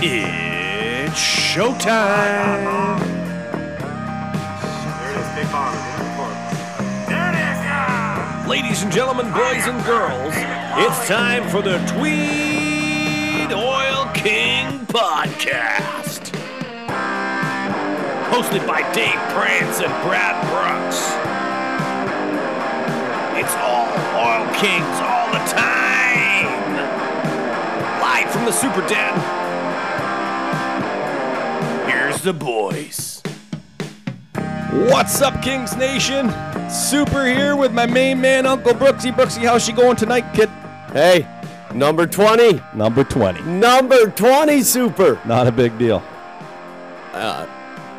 It's showtime. There it is, Big Bomber. Get it before. Ladies and gentlemen, boys and girls, it's time for the Tweed Oil King podcast. Hosted by Dave Prance and Brad Brooks. It's all Oil Kings all the time. Live from the Super Den. Here's the boys. What's up, Kings Nation? Super here with my main man, Uncle Brooksy. Brooksy, how's she going tonight, kid? Hey, number 20. Number 20. Number 20, super. Not a big deal. A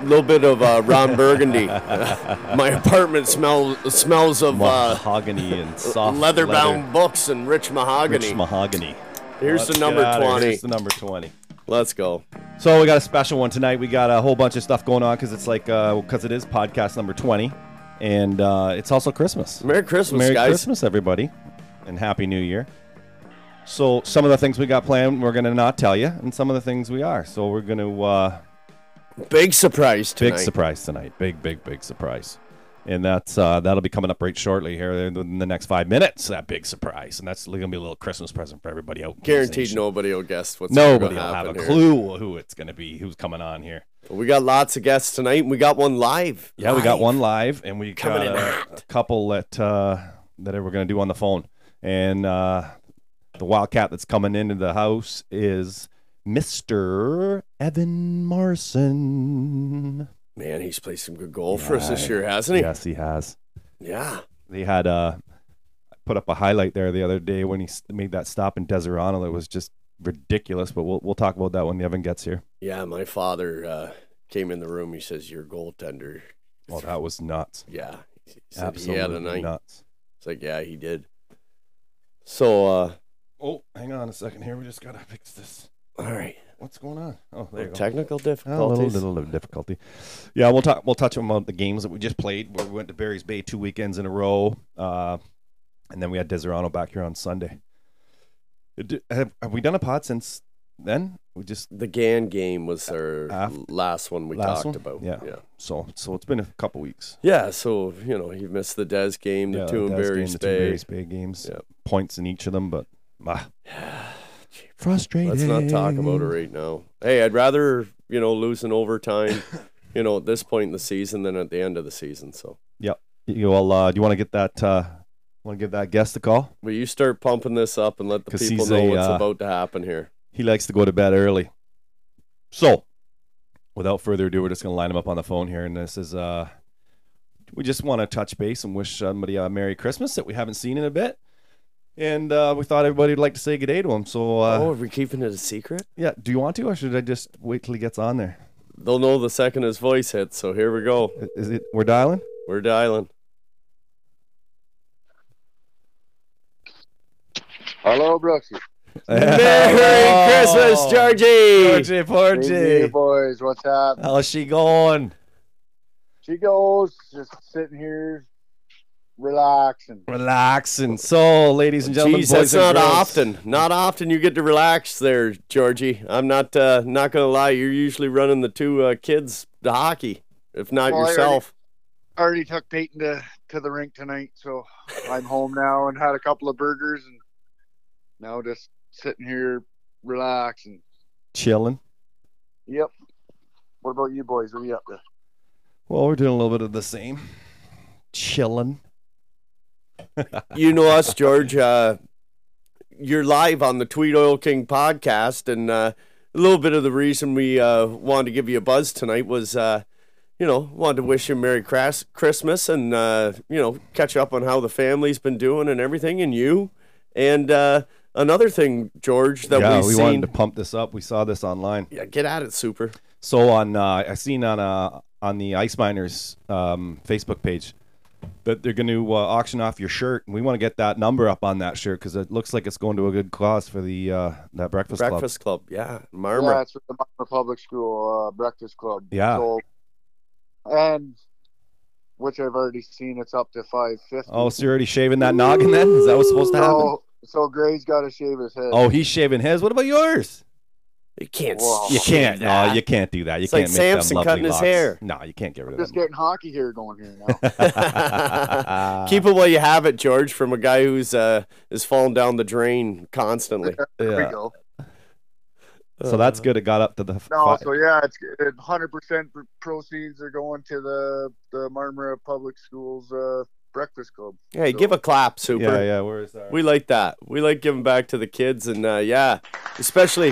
little bit of uh, Ron Burgundy. My apartment smell, smells of uh, Mahogany and soft leather bound leather. books and rich mahogany. Rich mahogany. Here's Let's the number get outta here. 20. Here's the number 20. Let's go. So we got a special one tonight. We got a whole bunch of stuff going on because it's like because it is podcast number 20, and uh, it's also Christmas. Merry Christmas, Merry guys. Christmas, everybody, and Happy New Year. So, some of the things we got planned, we're going to not tell you, and some of the things we are. So, we're going to uh, Big surprise tonight. big surprise tonight, big, big, big surprise, and that's uh, that'll be coming up right shortly here in the- in the next five minutes. That big surprise, and that's going to be a little Christmas present for everybody out. in Kings Guaranteed Nation. nobody will guess what's Nobody gonna will have a happen here. clue who it's going to be, who's coming on here. We got lots of guests tonight. and We got one live. Yeah, we got Live. one live, and we Coming got in a, hot. a couple that uh, that we're gonna do on the phone. And uh, the wildcat that's coming into the house is Mister Evan Morrison. Man, he's played some good golf Oh, for us this year, hasn't he? Yes, he has. Yeah. They had uh, I put up a highlight there the other day when he s- made that stop in Deserano. It was just ridiculous. But we'll we'll talk about that when Evan gets here. Yeah, my father uh, came in the room. He says, "Your goaltender." Well, Oh, that was nuts. Yeah, he said Absolutely he had a night. nuts. It's like, yeah, he did. So, uh, Oh, hang on a second here. We just gotta fix this. all right, What's going on? Oh, there you go. technical A difficulties. little, little bit of difficulty. Yeah, we'll talk. We'll touch about the games that we just played. We went to Barry's Bay two weekends in a row, uh, and then we had Deserano back here on Sunday. Uh, d- Have, have we done a pod since then? We just The GAN game was our Af- last one mm, we last one? talked about. Yeah. yeah, so so it's been a couple weeks. Yeah, So you know, he missed the Des game, the yeah, two and Des game, Barry's the two Bay. Barry's Bay games. Yep. Points in each of them, but ah, frustrating. Let's not talk about it right now. Hey, I'd rather you know lose in overtime, you know, at this point in the season than at the end of the season. So, You all, uh, do you want to get that? Uh, want to give that guest a call? will you start pumping this up and let the 'Cause people he's know a, what's uh, about to happen here? He likes to go to bed early. So, without further ado, we're just going to line him up on the phone here. And this is, uh, we just want to touch base and wish somebody a Merry Christmas that we haven't seen in a bit. And uh, we thought everybody would like to say good day to him. So, uh, oh, are we keeping it a secret? yeah, do you want to, or should I just wait till he gets on there? They'll know the second his voice hits. So here we go. I- Is it, we're dialing? We're dialing. Hello, Brooksy. Merry Christmas, Oh. Georgie. Oh. Georgie, Hey, Georgie. boys, what's up? How's she going? She goes, just sitting here, relaxing. Relaxing. So, ladies and gentlemen, Jeez, boys that's and not girls- often. Not often you get to relax there, Georgie. I'm not uh, not gonna lie. You're usually running the two uh, kids to hockey, if not Well, I already- yourself. I already took Peyton to, to the rink tonight, so I'm home now and had a couple of burgers and now just sitting here relaxing. Chilling. Yep. What about you boys? What are you up to? Well, we're doing a little bit of the same. Chilling. You know us, George. Uh, you're live on the Tweet Oil King podcast, and uh, a little bit of the reason we uh, wanted to give you a buzz tonight was, uh, you know, wanted to wish you a Merry Cras- Christmas and, uh, you know, catch up on how the family's been doing and everything, and you. And uh, another thing, George, that yeah, we've we seen. wanted to pump this up. We saw this online. Yeah, get at it, Super. So on, uh, I seen on uh, on the Ice Miners um, Facebook page that they're going to uh, auction off your shirt, and we want to get that number up on that shirt because it looks like it's going to a good cause for the uh, that breakfast, club. Breakfast Club. Yeah, Yeah, Marmar. it's with the Monmouth Public School uh, Breakfast Club. Yeah. So, and which I've already seen, it's up to 550. Oh, so you're already shaving that noggin then? Is that what's supposed to happen? so, so Gray's got to shave his head. Oh, he's shaving his. What about yours? You can't. Whoa. say You can't. No, that. you can't do that. You It's like can't make Samson them lovely cutting his locks. hair. No, you can't get rid of Just them. getting hockey hair going here now. Keep it while you have it, George, from a guy who's uh is falling down the drain constantly. There Yeah. we go. So Uh, that's good. It got up to the. No, fi- so yeah, it's it- 100% pr- proceeds are going to the the Marmara Public Schools uh, breakfast club. Hey, give a clap, Super. yeah, yeah. Where is that? We like that. We like giving back to the kids, and uh, yeah, especially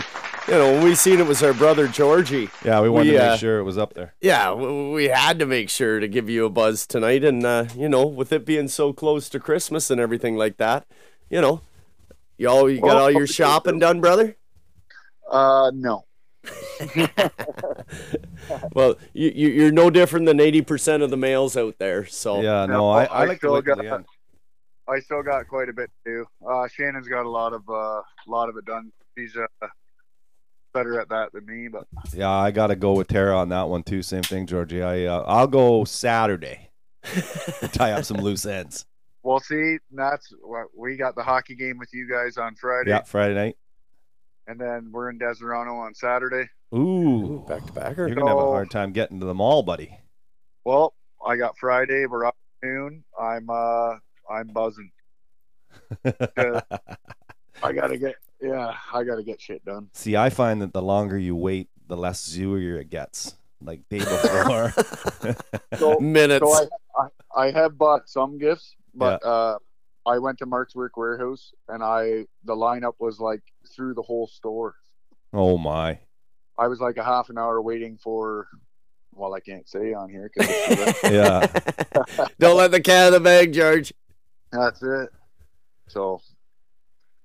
you know when we seen it was our brother Georgie. yeah, we wanted we, to make uh, sure it was up there. Yeah, w- we had to make sure to give you a buzz tonight, and uh, you know, with it being so close to Christmas and everything like that, you know, you all you got all your shopping done, brother. Uh, no. Well, you, you you're no different than eighty percent of the males out there. So Yeah, No, no, I, I Oh, I like to still look at got- the end. I still got quite a bit to do. Uh, Shannon's got a lot of uh, lot of it done. She's uh, better at that than me, but Yeah, I gotta go with Tara on that one too. Same thing, Georgie. I uh, I'll go Saturday. Tie up some loose ends. we'll see. That's what we got the hockey game with you guys on Friday, Yeah, Friday night. and then we're in Deserano on Saturday. Ooh, back to you're backer. gonna have a No. hard time getting to the mall, buddy. Well, I got Friday. We're up at noon. I'm uh, I'm buzzing. Uh, I gotta get yeah, I gotta get shit done. See, I find that the longer you wait, the less zooier it gets. Like day before. So, Minutes. so I, I I have bought some gifts, but uh, I went to Mark's Work Warehouse and I the lineup was like through the whole store. oh my. I was like a half an hour waiting for. Well, I can't say on here because Yeah. Don't let the cat out of the bag, George. that's it. So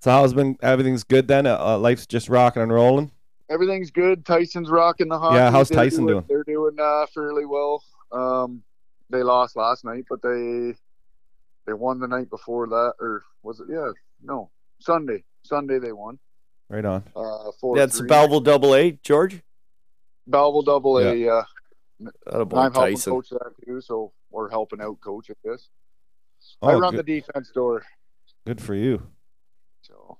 So how's been? Everything's good then. Uh, uh, life's just rocking and rolling. everything's good. Tyson's rocking the hockey. Yeah, how's They're Tyson doing? They're doing uh, fairly well. Um, they lost last night, but they they won the night before that, or was it? Yeah, no, Sunday. Sunday they won. Right on. Uh, four. That's three. Belleville Double A, George. Belville Double A. Yeah, That'll and I'm helping Tyson. coach that too, so we're helping out coach at this. I Oh, run good, the defense door. good for you. So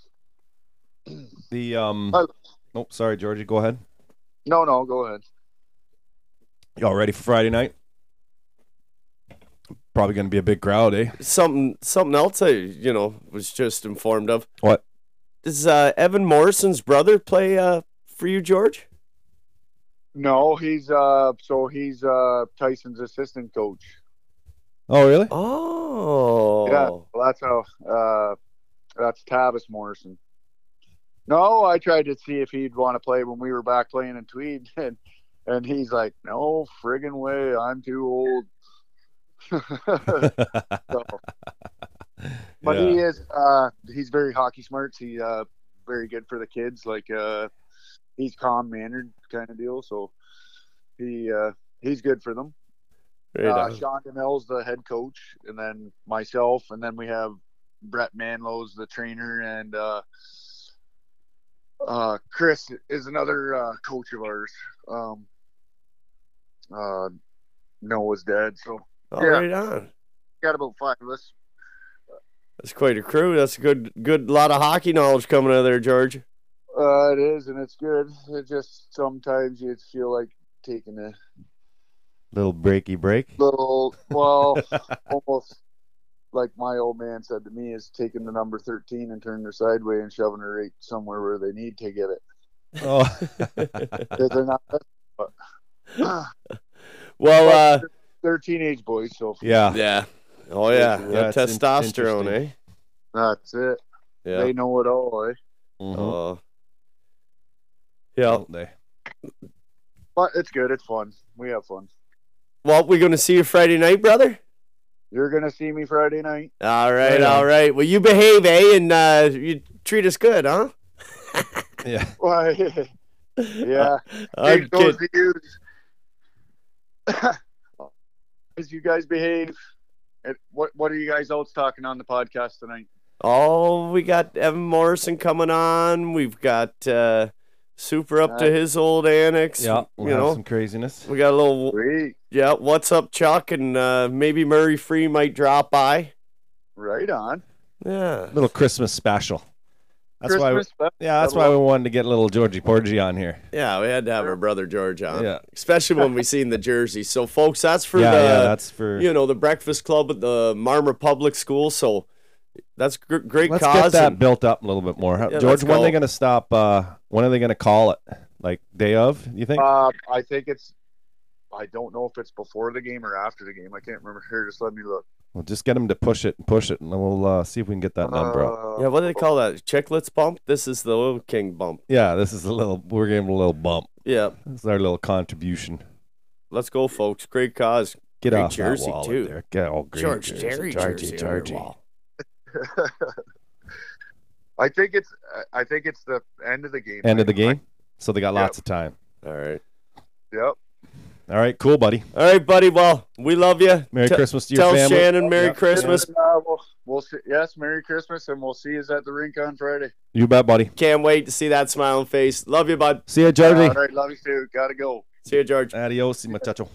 The um. Oh. Nope. Sorry, Georgie. Go ahead. no, no, go ahead. Y'all ready for Friday night? Probably gonna be a big crowd, eh? Something something else I you know was just informed of. What? Does uh, Evan Morrison's brother play uh, for you, George? No, he's uh so he's uh Tyson's assistant coach. Oh, really? Oh, Yeah, well, that's how uh that's Tavis Morrison. No, I tried to see if he'd want to play when we were back playing in Tweed and and he's like, No friggin' way, I'm too old. so, but he is uh he's very hockey smart. He uh very good for the kids. Like uh he's calm mannered kind of deal, so he uh he's good for them. Right uh, on. Sean Demille's the head coach, and then myself, and then we have Brett Manlow's the trainer, and uh, uh, Chris is another uh, coach of ours. Um, uh, Noah's dad, so Oh, yeah. right on. got about five of us. That's quite a crew. That's a good good lot of hockey knowledge coming out of there, George. Uh, it is, and it's good. It just sometimes you feel like taking a Little breaky break. little, well, almost like my old man said to me, is taking the number thirteen and turning her sideways and shoving her right somewhere where they need to get it. Oh, because they're not. But, Well, uh, they're teenage boys, so yeah. yeah. Oh yeah, Yeah, it's that in- testosterone, eh? that's it. Yeah. They know it all. Eh? Mhm. Oh. yeah. Don't they? But it's good. It's fun. We have fun. Well, we're gonna see you Friday night, brother. You're gonna see me Friday night. All right, Right on. all right. Well, you behave, eh? And uh, you treat us good, huh? Yeah. Why? yeah. I'm Take those kid- views. As you guys behave. And what What are you guys else talking on the podcast tonight? Oh, we got Evan Morrison coming on. We've got uh, Super up to Uh, his old annex. Yeah. We'll you have know, some craziness. we got a little. Sweet. Yeah, what's up, Chuck? And uh, maybe Murray Free might drop by. Right on. Yeah. Little Christmas special. That's why. We, Christmas, but yeah, that's why we wanted to get little Georgie Porgy on here. Yeah, we had to have our brother George on. Yeah. Especially when we seen the jersey. So folks, that's for yeah, the yeah, that's for. you know, the Breakfast Club at the Marmor Public School. So that's gr- great let's cause. get that and- built up a little bit more. Yeah, George, let's when are they go. going to stop? Uh, when are they going to call it? Like day of? You think? Uh, I think it's. I don't know if it's before the game or after the game. I can't remember. Here, just let me look. Well, just get them to push it and push it, and then we'll uh, see if we can get that number up. Uh, yeah, what do they call that? Chicklets bump? This is the Little King bump. Yeah, this is a little. We're giving a little bump. Yeah. This is our little contribution. Let's go, folks. Great cause. Get Great off jersey, that wall too. there. Get all green George jersey. Jerry Georgie, jersey on your Georgie. wall. I think it's. I think it's the end of the game. End of the I- I- game. So they got lots of time. All right. Yep. All right, cool, buddy. All right, buddy. Well, we love you. Merry T- Christmas to your Tell family. Shannon Merry Yeah. Christmas. And, uh, we'll, we'll see. Yes, Merry Christmas, and we'll see you at the rink on Friday. You bet, buddy. Can't wait to see that smiling face. Love you, bud. See ya, Georgie. All right, love you too. Gotta go. See you, George. Adios, muchacho.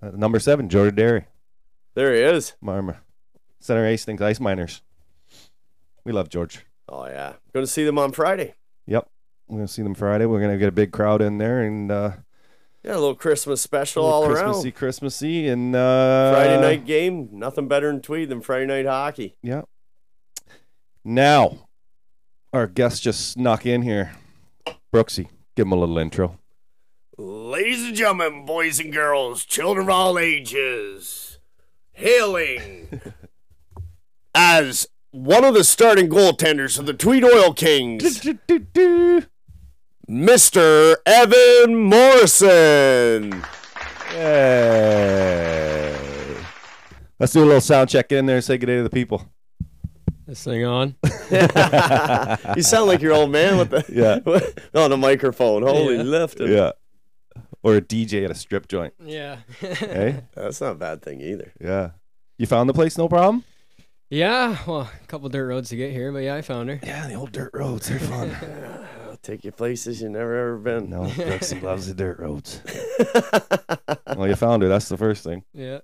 Uh, number seven, George Derry, There he is. Marma. Center Ace thinks Ice Miners. We love George. Oh yeah. Going to see them on Friday. Yep. We're going to see them Friday. We're going to get a big crowd in there and uh, Yeah, a little Christmas special little all Christmassy, around. Christmassy. And uh, Friday night game. Nothing better in Tweed than Friday night hockey. Yeah. Now, our guest just snuck in here. Brooksy, give him a little intro. Ladies and gentlemen, boys and girls, children of all ages, hailing as one of the starting goaltenders of the Tweed Oil Kings, Mr. Evan Morrison. Yay. Let's do a little sound check in there and say good day to the people. This thing on. You sound like your old man with the Yeah. on a microphone. Holy Yeah. lift. Yeah. Or a DJ at a strip joint. Yeah. Hey? That's not a bad thing either. yeah. You found the place, no problem? yeah. Well, a couple dirt roads to get here, but yeah, I found her. Yeah, the old Oh, dirt roads. They're fun. I'll take you places you never ever been. no, Brooksy loves the dirt roads. well, you found her. That's the first thing. Yeah.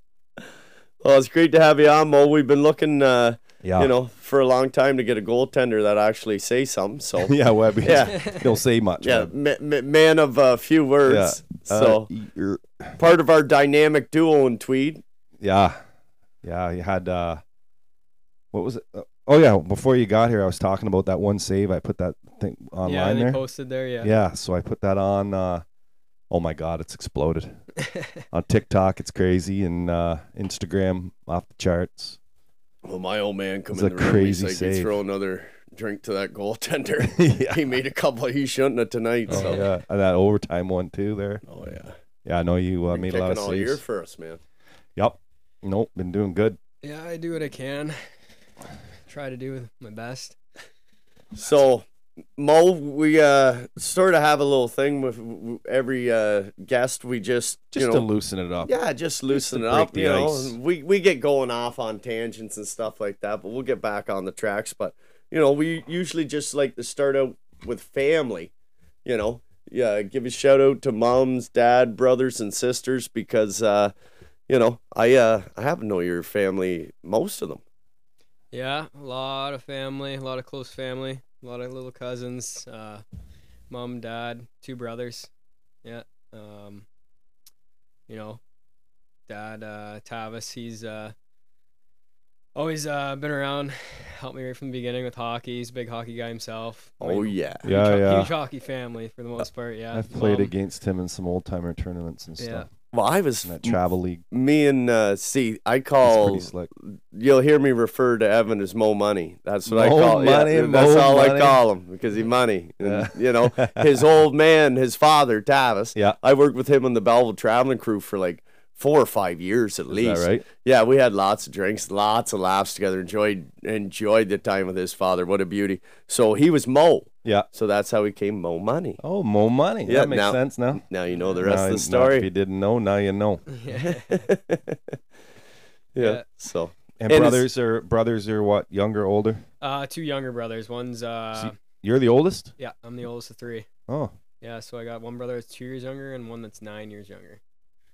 Well, it's great to have you on, Mo. We've been looking uh, Yeah. you know, for a long time to get a goaltender that actually say something. So yeah, Webby. Yeah. Don't say much. yeah, Webb. ma- ma- man of a few words. Uh, So er, part of our dynamic duo in Tweed. yeah. Yeah. You had, uh, what was it? Uh, Oh, yeah. Before you got here, I was talking about that one save. I put that thing online yeah, they there. posted there. Yeah. yeah so i put that on uh oh my god it's exploded on tiktok it's crazy and uh instagram off the charts Well, my old man come It's in a the room. He's crazy like, save. you throw another drink to that goaltender. yeah he made a couple he shouldn't have tonight. so Oh, yeah and that overtime one too there oh yeah, yeah i know you uh, Been made a lot of kicking all year saves for us, man. yep nope been doing good Yeah, I do what I can. Try to do my best. So, Mo, we uh, sort of have a little thing with w- every uh, guest. We just, just you to know, loosen it up yeah, just loosen it break up. the You know, ice. we we get going off on tangents and stuff like that, but we'll get back on the tracks. But you know, we usually just like to start out with family. You know, yeah, give a shout out to moms, dad, brothers, and sisters because uh, you know I uh, I have to know your family, most of them. Yeah. A lot of family, a lot of close family, a lot of little cousins, uh, mom, dad, two brothers. Yeah. Um, you know, dad, uh, Tavis, he's, uh, always, uh, been around, helped me right from the beginning with hockey. He's a big hockey guy himself. I Oh mean, yeah, yeah Huge, yeah huge hockey family for the most part. Yeah, Um, i've played Mom, against him in some old timer tournaments and Yeah. stuff well I was in that travel league me and uh, see I He's call pretty slick. you'll hear me refer to Evan as Mo Money. That's what Mo I call Money, yeah, Mo That's all Money. I call him because he money. And, Yeah. You know, his old man, his father, Tavis. Yeah. I worked with him on the Belleville traveling crew for like four or five years at is least. that right Yeah, we had lots of drinks, lots of laughs together. Enjoyed enjoyed the time with his father. What a beauty. So he was Mo. yeah So that's how he came Mo Money. oh more money Yeah, that makes now- sense now Now you know the rest Now- of now the story. if you didn't know now you know Yeah. yeah. So And, And it's- brothers are brothers are what younger, older? Uh, two younger brothers. One's uh, You're the oldest. yeah, I'm the oldest of three. Oh, Yeah, so I got one brother that's two years younger and one that's nine years younger.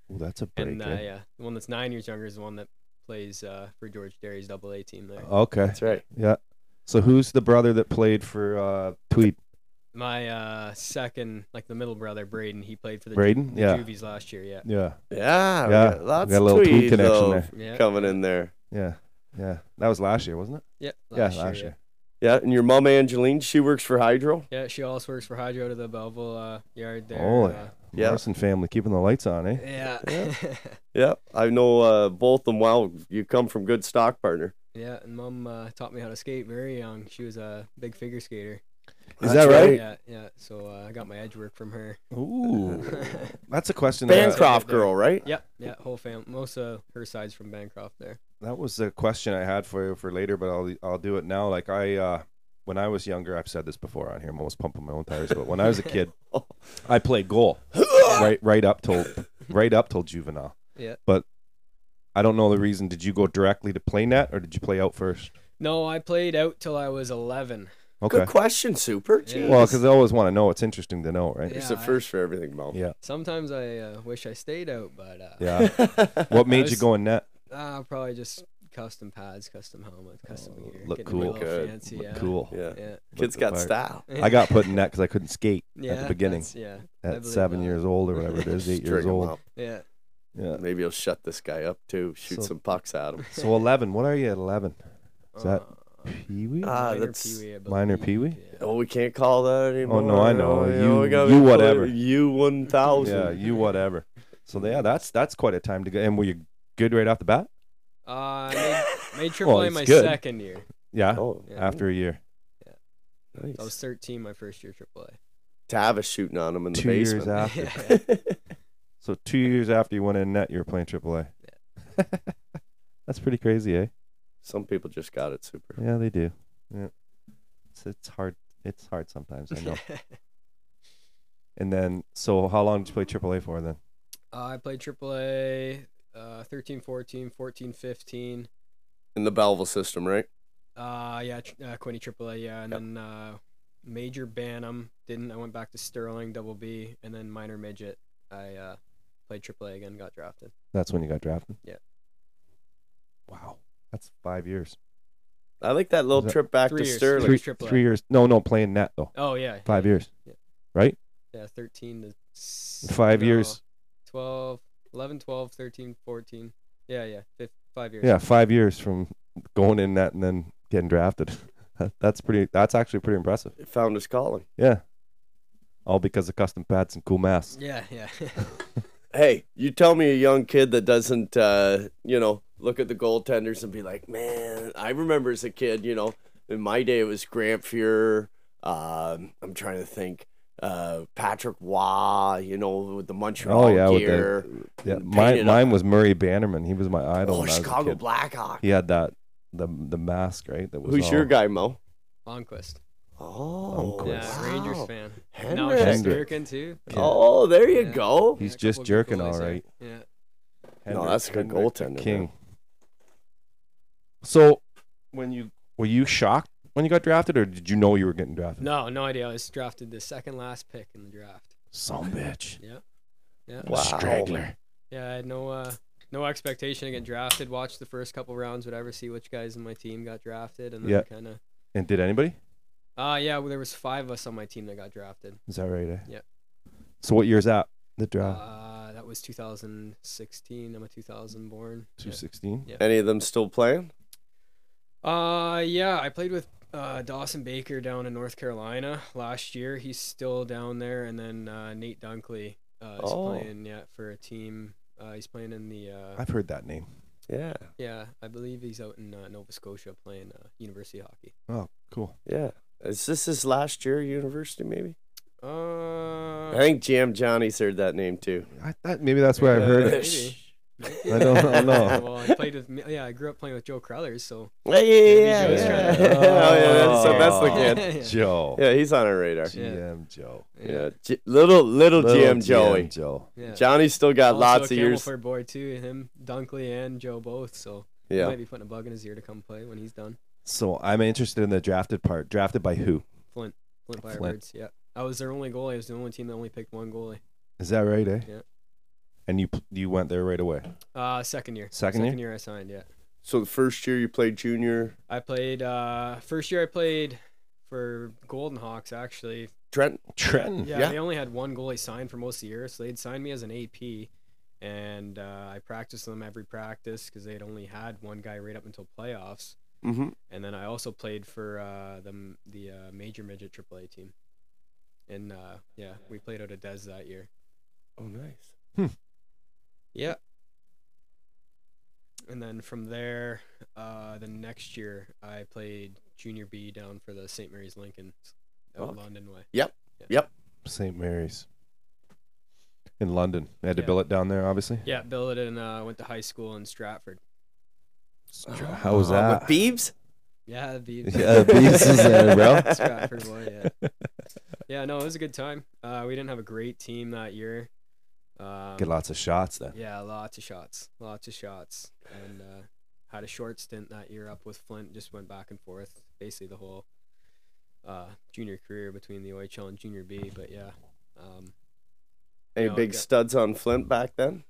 well, that's a break. And uh, eh? yeah, the one that's nine years younger is the one that plays uh, for George Derry's Double A team there. Okay, that's right. yeah. So who's the brother that played for uh, Tweep? My uh, second, like the middle brother, Braden, he played for the Braden? Ju- Yeah. Juvies last year. Yeah. Yeah, Yeah, we Yeah, got lots got a of little tweet tweed, connection though, there. Yeah. coming in there. yeah, yeah. That was last year, wasn't it? Yeah. yeah, last year. Yeah, and your mom Angeline, she works for Hydro. Yeah. Yeah, she also works for Hydro to the Belleville uh, yard there. Holy uh, Yeah. Morrison family keeping the lights on, eh? yeah. Yeah, I know uh, both of them well. You come from good stock partner. yeah. And mom uh, taught me how to skate very young. She was a big figure skater. Is That's that right? Yeah. Yeah. So uh, I got my edge work from her. Ooh, that's a question. That, Bancroft girl, right? Yep. Yeah. Whole fam. Most of her side's from Bancroft there. that was a question I had for you for later, but I'll I'll do it now. Like I, uh, when I was younger, I've said this before on here. I'm almost pumping my own tires, but when I was a kid, I played goal right right up till right up till juvenile. Yeah. but I don't know the reason. Did you go directly to play net or did you play out first? No, I played out till I was 11. Okay. Good question, Super. Yeah. Jeez. Well, because I always want to know. It's interesting to know, right? Yeah, It's the I- first for everything, Mom. Yeah. Sometimes I uh, wish I stayed out, but uh, Yeah. what made you was- go in net? uh, probably just custom pads, custom helmet, custom gear. Oh, Look getting cool. real Good. Fancy, Look yeah. Cool. Yeah. Yeah. Kids the got part. style. I got put in net because I couldn't skate yeah. at the beginning. that's- Yeah. I At believe seven that. years old or whatever it is, eight years String 'em old. up. Yeah. Yeah. Maybe he'll shut this guy up too. Shoot So- some pucks at him. So eleven. What are you at eleven? Is that Uh, Pee wee. Ah, minor that's- peewee, I minor believe, peewee? yeah. Oh, we can't call that anymore. Oh, Oh, no, I know. You- we gotta you call it whatever. You one thousand. yeah, you whatever. So yeah, that's that's quite a time to go. And were you good right off the bat? Uh, I made, made Well, triple A it's my good. second year. Yeah. Oh, Yeah. After a year, nice. I was 13 my first year triple Tavis shooting on him in the two years basement. A. after. So two years after you went in net, you were playing AAA. that's pretty crazy, eh? Some people just got it super. Yeah, they do. Yeah. It's, it's hard. It's hard sometimes. I know. and then, so how long did you play AAA for then? Uh, I played AAA uh, 13, 14, 14, 15. In the Belleville system, right? Uh, yeah, tr- uh, Quinny AAA, yeah. And then uh, Major Bantam didn't. I went back to Sterling Double B and then Minor Midget. I uh, played AAA again, got drafted. That's when you got drafted. Yeah. Wow, that's five years. I like that little Was that- trip back Three to years. Three, Sterling. AAA. three years. No, no, playing net though. Oh, yeah. Five yeah, years. Yeah, 13 to s- Five no, years. 12, 11, 12, 13, 14. Yeah, yeah. Fif- five years. Yeah, five years from going in net and then getting drafted. that's pretty. That's actually pretty impressive. Found his calling. Yeah. All because of custom pads and cool masks. Yeah, yeah. Hey, you tell me a young kid that doesn't, uh, you know, look at the goaltenders and be like, man, I remember as a kid, you know, in my day it was Grant Fuhrer. Um, I'm trying to think. Uh, Patrick Waugh, you know, with the Montreal Oh yeah, with gear. the, yeah. and Mine, painted mine was Murray Bannerman. He was my idol. oh, when I was a Chicago kid. Blackhawk. He had that the the mask right. That was Who's all- your guy, Mo? Monquist. Oh, Uncle. Yeah, Rangers wow. fan. Henrik. Now it's just Hendrick. Durkin, too. Oh, there you Yeah. go. He's a just couple good jerking goalies all there. right. Yeah. no, that's a good Hendrick goaltender. man. King. So, when you were you shocked when you got drafted, or did you know you were getting drafted? No, no idea. I was drafted the second last pick in the draft. Some bitch. Yeah. Yeah. Wow. Straggler. Yeah, I had no uh no expectation to get drafted. Watched the first couple rounds, whatever, see which guys in my team got drafted and then Yeah. kinda And did anybody? uh yeah, well, there was five of us on my team that got drafted. Is that right? Eh? Yeah. So what year is that? The draft. Uh that was two thousand sixteen. I'm a two thousand born. Two sixteen. Any of them still playing? Uh yeah, I played with uh, Dawson Baker down in North Carolina last year. He's still down there, and then uh, Nate Dunkley uh, is Oh. playing yeah for a team. Uh, he's playing in the uh, I've heard that name. Yeah, yeah, I believe he's out in uh, Nova Scotia playing uh, university hockey. Oh, cool. yeah. Is this his last year at university, maybe? I Uh, think Jam Johnny's heard that name too. I thought maybe that's where I've heard it. Maybe. I don't know. yeah, no. well, I played with Mi- yeah, I grew up playing with Joe Crothers, so Yeah, yeah, yeah. Joe's yeah. trying to- oh, yeah, that's, so that's the Yeah, kid. yeah, Joe. Yeah, he's on our radar. Yeah. GM Joe. Yeah, J- little, little GM Joey. Joe. yeah. Johnny's still got Also lots a of years. Camelford boy too. Him, Dunkley, and Joe both. So yeah. Yeah, might be putting a bug in his ear to come play when he's done. So I'm interested in the drafted part. Drafted by who? Flint, Flint Flint. Firebirds. Yeah, I was their only goalie. I was the only team that only picked one goalie. Is that right, eh? Yeah. And you you went there right away. Uh, second year. Second year? Second year I signed. Yeah. So the first year you played junior, I played uh first year I played for Golden Hawks actually. Trent. Trenton. Yeah, Yeah. they only had one goalie signed for most of the year, so they'd signed me as an AP, and uh, I practiced them every practice because they'd only had one guy right up until playoffs. Mm-hmm. And then I also played for uh, the m- the uh, major midget AAA team, and uh, yeah, we played out of Des that year. Oh, nice. Yeah. And then from there, uh, the next year I played junior B down for the St. Mary's Lincoln out Okay. London way. St. Mary's in London. They had to Yeah. bill it down there, obviously. Yeah, billeted and uh, went to high school in Stratford. How was Uh, that? with Beebs? Yeah, the Yeah, Beebs is there, bro. Stratford boy, yeah. Yeah, no, it was a good time. Uh, we didn't have a great team that year. Um, Get lots of shots then. Yeah, lots of shots, lots of shots, and uh, had a short stint that year up with Flint. Just went back and forth basically the whole uh, junior career between the OHL and junior B. But yeah, um, Any No, big yeah. studs on Flint back then?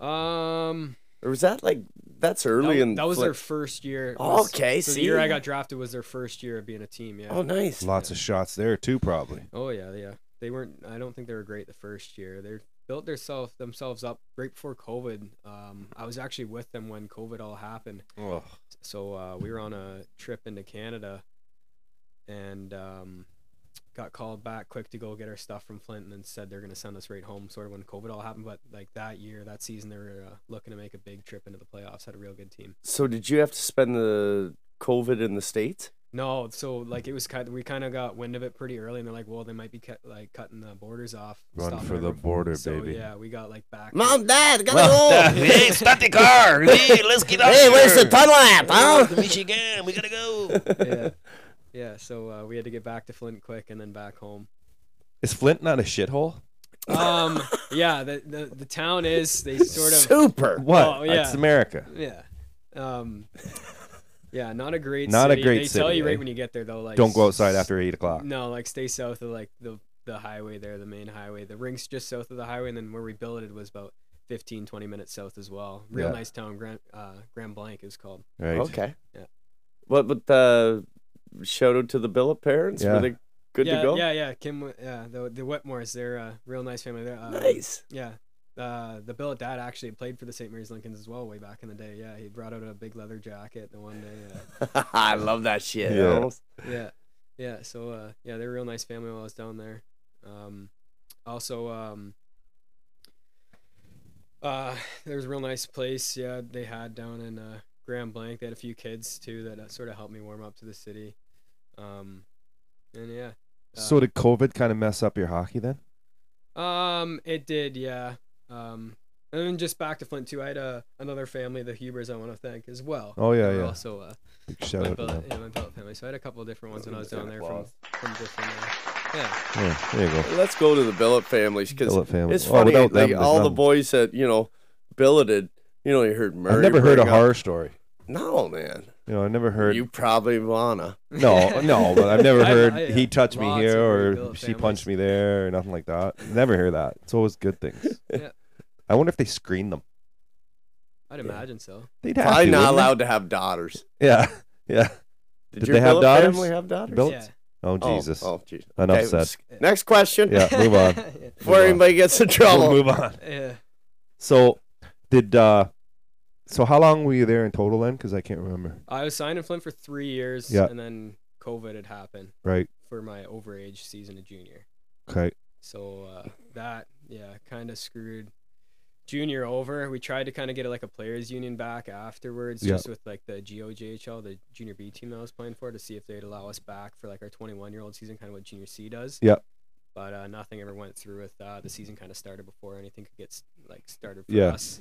um, Or was that like that's early that, in that was Flint? their first year. It was- Okay, so see. the year I got drafted was their first year of being a team. Yeah. Oh, nice. Lots of shots there too, probably. Oh yeah, yeah. They weren't. I don't think they were great the first year. They built themselves themselves up right before COVID. Um, I was actually with them when COVID all happened. Ugh. So uh, we were on a trip into Canada, and um, got called back quick to go get our stuff from Flint, and then said they're gonna send us right home. Sort of when COVID all happened, but like that year, that season, they were uh, looking to make a big trip into the playoffs. Had a real good team. So did you have to spend the COVID in the states? No, so like it was kind. we kind of got wind of it pretty early, and they're like, "Well, they might be cut, like cutting the borders off." Run stopping for the everyone. border, so, baby. Yeah, we got like back. Mom, Dad, gotta go. hey, stop the car. Hey, let's get out Hey, where's the tunnel app, huh? Michigan, we gotta go. yeah, yeah. So uh, we had to get back to Flint quick, and then back home. Is Flint not a shithole? Um, yeah. The, the the town is they sort of Super. What? Oh, yeah. It's America. yeah, um, yeah. Not a great. Not a city. great They tell city, you eh? right when you get there though. Like Don't go outside after eight o'clock. No, like stay south of like the the highway there, the main highway. The ring's just south of the highway, and then where we billeted was about 15, 20 minutes south as well. Real Yeah. nice town, Grand uh, Grand Blanc is called. Right. Okay. Yeah. What? But uh, shout out to the billet parents. Yeah. Were they good yeah, to go? Yeah, yeah, Kim. Wh- Yeah, the the Wetmores, they're a real nice family. They're, uh, Nice. Yeah. Uh, the Bill Dad actually played for the St. Mary's Lincolns as well way back in the day. Yeah, he brought out a big leather jacket the one day. Uh, I love that shit. Yeah. Almost- yeah yeah so uh yeah they're a real nice family while i was down there um also um uh there was a real nice place yeah they had down in uh grand blanc they had a few kids too that uh, sort of helped me warm up to the city um and yeah Uh, So did COVID kind of mess up your hockey then? um, it did, yeah. Um, and then just back to Flint too. I had uh, another family, the Hubers, I want to thank as well. Oh, yeah, They were yeah. Also, uh, Big my shout out to them. billet, yeah, my billet family. So I had a couple of different ones when I was down there from, Applause. from different. Uh, yeah. Yeah, there you go. Let's go to the billet families because Billet family. it's Oh, funny. without them, like there's all the nothing. boys that you know billeted. You know, you heard Murray. I've never heard a bring up- horror story. No, man. You know, I never heard. You probably wanna. No, no, but I've never I- heard I- he touched me lots here of or weird billet she families. punched me there or nothing like that. Never hear that. It's always good things. Yeah. I wonder if they screen them. I'd imagine so. They'd have Probably to, not wouldn't they? allowed to have daughters. Yeah, yeah. Did, Did your they have billet daughters? family have daughters? Bill- Yeah. Oh Oh, Jesus. Oh, jeez. Enough Okay, said. s- Next question. Yeah, move on. Move yeah. Before on. anybody gets in We'll trouble. move on. Yeah. So, did uh, so how long were you there in total then? Because I can't remember. I was signed in Flint for three years, Yeah. and then COVID had happened Right. for my overage season of junior. Okay. So uh, that yeah, kind of screwed junior over. We tried to kind of get like a players union back afterwards, Yeah. just with like the GOJHL, the junior B team that I was playing for, to see if they'd allow us back for like our 21 year old season, kind of what junior C does. Yeah. But uh, nothing ever went through with that. The season kind of started before anything could get s- like started for Yeah. us,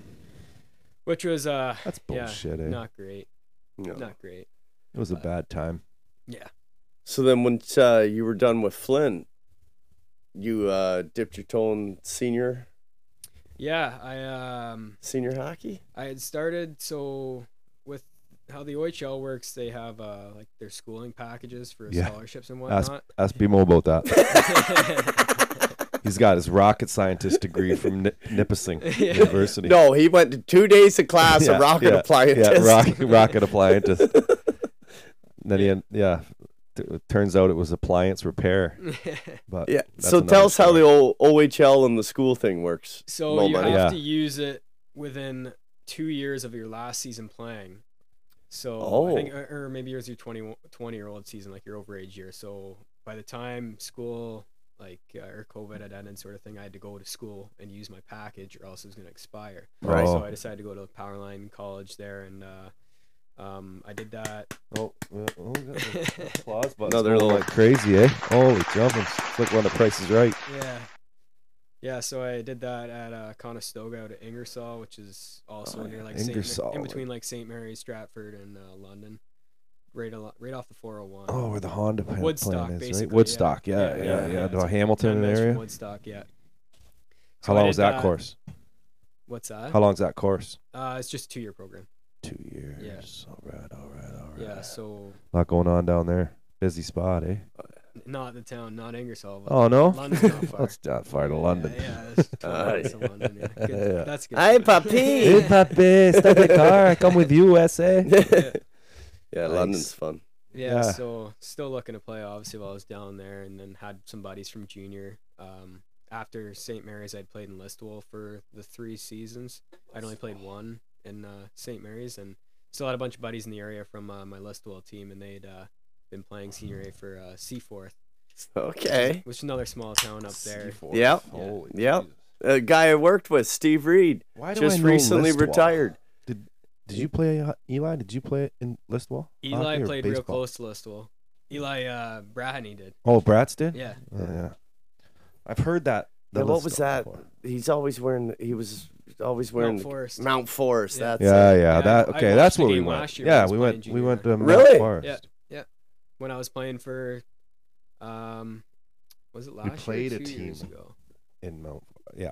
which was uh That's Yeah, bullshit. eh? not great, No. not great. It was a bad time. So then, once uh, you were done with Flynn, you uh, dipped your toe in senior Yeah, I um senior hockey. I had started so with how the OHL works, they have uh, like their schooling packages for Yeah. scholarships and whatnot. Ask BMO about that. He's got his rocket scientist degree from Ni- Nipissing University. No, he went to two days of class Yeah, of rocket yeah, Yeah, appliances. rocket, rocket appliantist. then he, had- yeah, t- it turns out it was appliance repair. But Yeah. that's So another tell us how story. the old OHL and the school thing works. So Mo you money. have Yeah. to use it within two years of your last season playing. So I think, or or maybe yours your 20, 20 year old season, like your overage year. So by the time school, like uh, or COVID had ended, sort of thing, I had to go to school and use my package, or else it was going to expire. Right. Oh. So I decided to go to Powerline College there, and uh, um, I did that. Oh, yeah, oh, yeah, the applause button's Another going little- like crazy, eh? Holy jumping! It's like one of the prices right. Yeah. Yeah, so I did that at uh, Conestoga out of Ingersoll, which is also Oh, near yeah, like Saint Ingersoll. Ma- in between like St. Mary's, Stratford, and uh, London, right al- right off the 401. Oh, where the Honda plant, Woodstock, plant is, right? basically, Woodstock, yeah, yeah, yeah, yeah. yeah, yeah. The Hamilton Ten minutes from area. Woodstock, yeah. So How I long did was that, that. course? What's that? How long's that course? Uh, it's just a two year program. Two years. All right, all right, all right. Yeah, so A lot going on down there. Busy spot, eh? not the town, not Ingersoll, but Oh no, London's not far. that's not far to London. Yeah, yeah it's 20 minutes to London. Yeah. Good, Yeah. That's good. Hey, for me. puppy. papi, stop the car. I come with you, SA. Yeah, London's fun. yeah, Yeah. so still looking to play obviously while I was down there and then had some buddies from junior. Um, after St. Mary's I'd played in Listowel for the three seasons. I'd only played one in uh, St. Mary's and still had a bunch of buddies in the area from uh, my Listowel team and they'd uh, been playing senior A for uh, Seaforth, Okay. which is another small town up there. Yep. Holy Yep. Jesus. A guy I worked with, Steve Reed, Why do just I know recently Listwell? retired. Did you play uh, Eli? Did you play in Listwell? Eli Hockey or played real baseball? close to Listowel. Eli uh, Brahany did. Oh, Bratz did. Yeah. Oh, yeah. I've heard that. the Yeah, what list was though that? before. He's always wearing. He was always wearing Mount the- Forest. Mount Forest. Yeah. That's Yeah, it. yeah, Yeah, That I- I okay. that's watched the where we game went. last year when I yeah, was we playing went. We junior went high. to Mount Really? Forest. Yeah. when I was playing for, um, was it last played year? a or two years team. ago. in Mount. Yeah,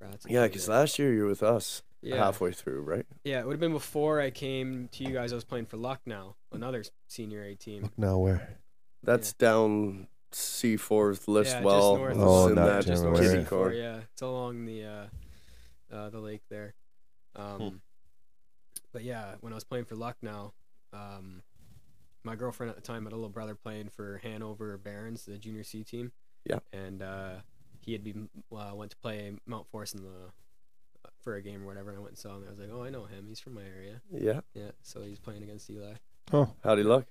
Rats and Yeah, Pig, because yeah. last year you were with us yeah, halfway through, right? yeah, it would have been before I came to you guys. I was playing for Lucknow, another s- senior A team. look now where. That's down Seaforth, yeah, Listwell, just north it's of Oh, in not that just Timber, north where of is kitty it? Seafor, corner. Yeah, it's along the uh, uh, the lake there. Um, Hmm. But yeah, when I was playing for Lucknow, um, my girlfriend at the time had a little brother playing for Hanover Barons, the junior C team. Yeah. And uh, he had been uh, went to play Mount Forest in the uh, for a game or whatever, and I went and saw him. I was like, oh, I know him. He's from my area. Yeah. Yeah. So he's playing against Eli. Oh, How'd he look?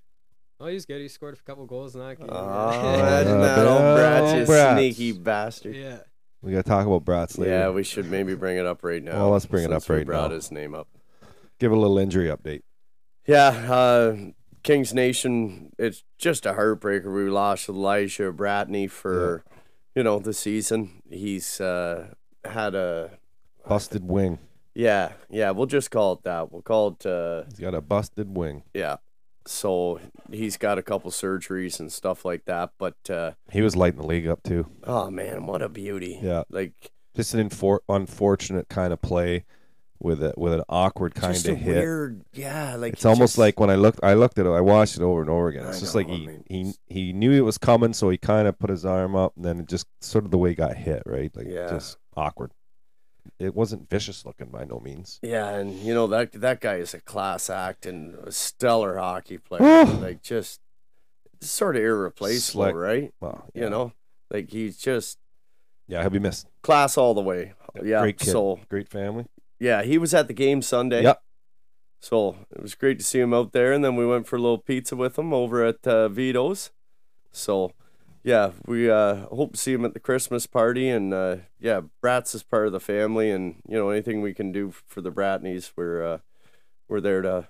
Oh, he's good. He scored a couple goals in that game. Oh, that's imagine Yeah, that old Brats. Bratz, you Brats. sneaky bastard. yeah. we gotta talk about Bratz later. Yeah, we should maybe bring it up right now. Well, Oh, let's bring it since up we right brought now. his name up. give a little injury update. Yeah, uh, Kings Nation. It's just a heartbreaker. We lost Elijah Bratney for, you know, the season. He's uh, had a Busted wing. yeah, yeah. We'll just call it that. We'll call it uh, He's got a busted wing. yeah. So he's got a couple surgeries and stuff like that. But uh, He was lighting the league up too. oh man, what a beauty! Yeah. like Just an infor- unfortunate kind of play with a with an awkward kind just a of hit. weird. Yeah, like it's he almost just- like when I looked, I looked at it, I watched it over and over again. I It's just know, like I he, mean, he he knew it was coming, so he kind of put his arm up, and then it just sort of the way he got hit, right? Like Yeah. just awkward. It wasn't vicious looking by no means. Yeah, and you know that that guy is a class act and a stellar hockey player. Oh. like just sort of irreplaceable, Slick. right? Well, You know, like he's just yeah, he'll be missed. class all the way. Yeah. great kid, So great family. yeah, he was at the game Sunday. Yep. So it was great to see him out there, and then we went for a little pizza with him over at uh, Vito's. So yeah, we uh, hope to see him at the Christmas party, and uh, yeah, Bratz is part of the family, and you know anything we can do for the Bratneys, we're uh, we're there to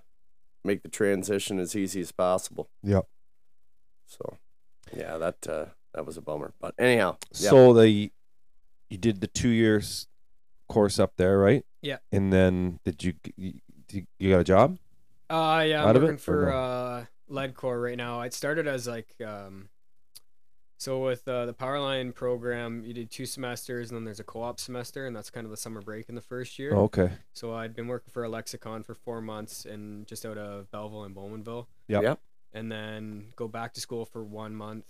make the transition as easy as possible. Yep. So yeah, that uh, that was a bummer, but anyhow, yeah. So the you did the two years course up there, right? Yeah. And then did you you, you- you got a job? Uh yeah, Out I'm of it, working or for no? uh Ledcor right now. It started as like um so with uh, the Powerline program, you did two semesters and then there's a co-op semester and that's kind of the summer break in the first year. Oh, okay. So I'd been working for a lexicon for 4 months and just out of Belleville and Bowmanville. Yep. Yep. And then go back to school for 1 month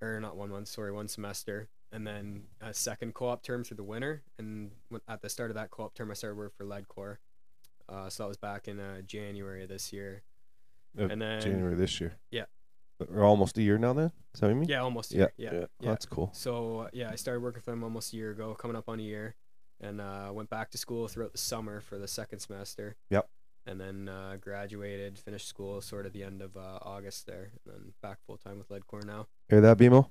or not 1 month, sorry, 1 semester and then a second co-op term through the winter. And when- at the start of that co-op term, I started working for Ledcor. Uh, so that was back in uh, January of this year. Of and then January this year. Yeah. Or almost a year now then? Is that what you mean? yeah, almost a Yeah, year. Yeah. Oh, that's cool. So uh, yeah, I started working for them almost a year ago, coming up on a year, and uh, went back to school throughout the summer for the second semester. Yep. And then uh, graduated, finished school sort of the end of uh, August there, and then back full time with Ledcore now. Hear that, BMO?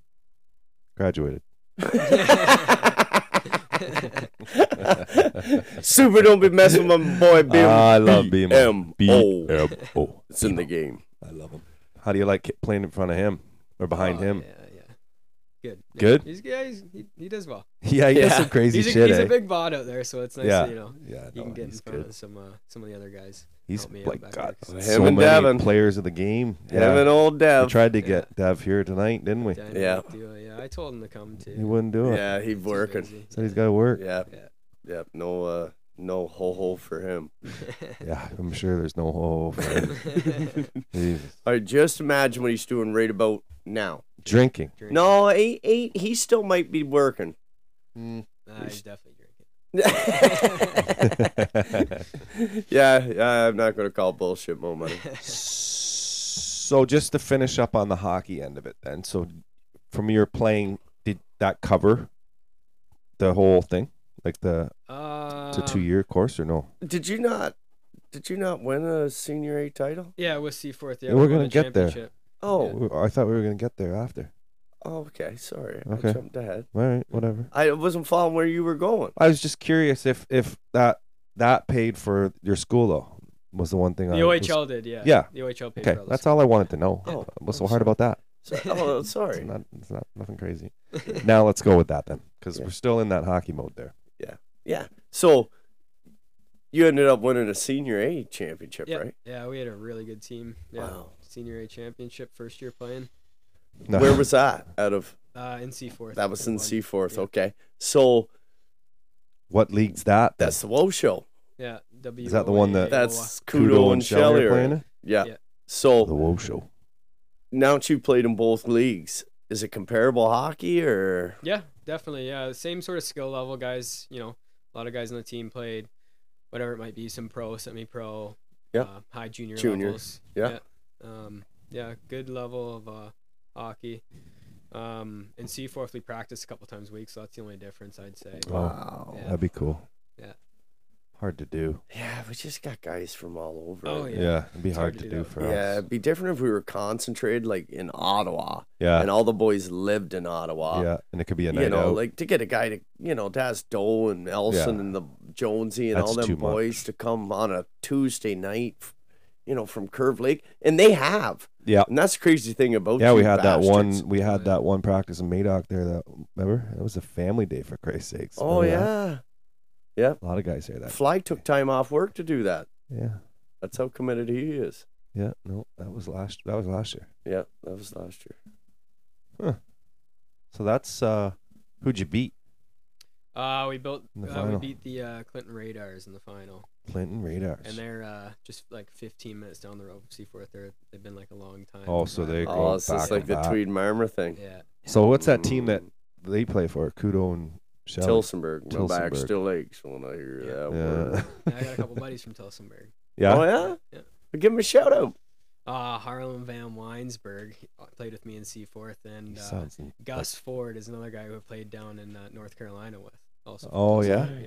Graduated. Super, don't be messing with my boy BM. Ah, I love BMO. BMO. oh, It's in the game. I love him. How do you like it playing in front of him or behind Oh, him? Yeah, yeah. Good. Yeah, Good? He's, yeah, he's, he, he does well. Yeah, he does Yeah. some crazy He's, a, shit. he's eh? a big bod out there, so it's nice Yeah. that, you know yeah, you no, can get in he's front good. of some uh, some of the other guys. He's help me out like back got there, 'cause Him so and many Devin. players of the game. Him and old we Dev. tried to Yeah. get Dev here tonight, didn't we? Dynamite Yeah. duo, yeah, I told him to come too. He wouldn't do it. Yeah, he's He's working. busy. Said he's got to work. Yeah. Yeah. Yep. No uh no ho ho for him. Yeah, I'm sure there's no hope. for him. Jesus. All right, just imagine what he's doing right about now. Drinking. Drinking. No, eight eight he still might be working. Nah, he's definitely drinking. Yeah, yeah, I'm not gonna call bullshit Mo money. so just to finish up on the hockey end of it, then. So from your playing, did that cover the whole thing, like the Uh, it's a two year course or no? Did you not did you not win a senior A title? Yeah, with Seaforth. Yeah, We're we gonna won the get there. championship. Oh, I thought we were gonna get there after. oh okay, sorry. I Okay. jumped ahead. All right, whatever. I wasn't following where you were going. I was just curious if if that that paid for your school though was the one thing The I was- OHL did, yeah. Uh, Yeah. The OHL paid okay, for all that's this. all I wanted to know. Oh, What's so I'm hard sorry. about that? So- oh, It's sorry. not, it's not nothing crazy. now let's go with that then, because Yeah. we're still in that hockey mode there. So you ended up winning a senior A championship, yeah, right? yeah, we had a really good team. Yeah. Wow. Senior A championship, first year playing No. Where was that? Out of uh, in Seaforth. that was in Won. Seaforth. Yeah. Okay, so what league's that? then? that's the Woe Show. Yeah. W. that the one that- That's Kudo and Shelley are Shelley. playing right? it. Yeah. Yeah. The So Woe Show. now that you played in both leagues, is it comparable hockey or? Yeah, definitely. Yeah, same sort of skill level, guys. You know, a lot of guys on the team played whatever it might be, some pro, semi-pro, Yeah. uh, high junior, Junior, levels. yeah. yeah. Um, yeah, good level of uh, hockey. Um, in C4, we practice a couple times a week, so that's the only difference I'd say. Wow, Yeah. Oh, that'd be cool. Yeah. Hard to do. Yeah, we just got guys from all over. Oh, Yeah, Yeah. it'd be It's hard, to do, that. for Yeah, us. it'd be different if we were concentrated like in Ottawa, Yeah, and all the boys lived in Ottawa. yeah, and it could be a night you know, out. like to get a guy to you know Daz Doe and Elson Yeah. and the Jonesy and all That's them too much. boys to come on a Tuesday night, f- you know, from Curve Lake, and they have, yeah, and that's the crazy thing about yeah. you We had that bastards. one. We had that one practice in Madoc there. That remember? It was a family day for Christ's sakes. Oh Remember that? yeah, a lot of guys hear that. Fly took time off work to do that. Yeah, That's how committed he is. yeah. No, that was last. That was last year. Yeah, that was last year. So that's uh, who'd you beat? Uh, we built. In the uh, we final. beat the uh, Clinton Radars in the final, Clinton Radars. and they're uh, just like 15 minutes down the road from Seaforth. They're they've been like a long time. Oh, so they go Oh, it's just back like and the back. Tweed Marmer thing. Mm-hmm. Yeah. So what's that team that they play for? Kudo and Shell. Tilsonburg, my back Tilsonburg. still aches when I hear that Yeah. word. And I got a couple buddies from Telsonburg. yeah. Oh yeah, Yeah. Well, give him a shout out. Uh, Harlem Van Weinsberg played with me in Seaforth, and He uh, sounds in- Gus Ford is another guy who I played down in uh, North Carolina with. Also, from Oh, Tulsa.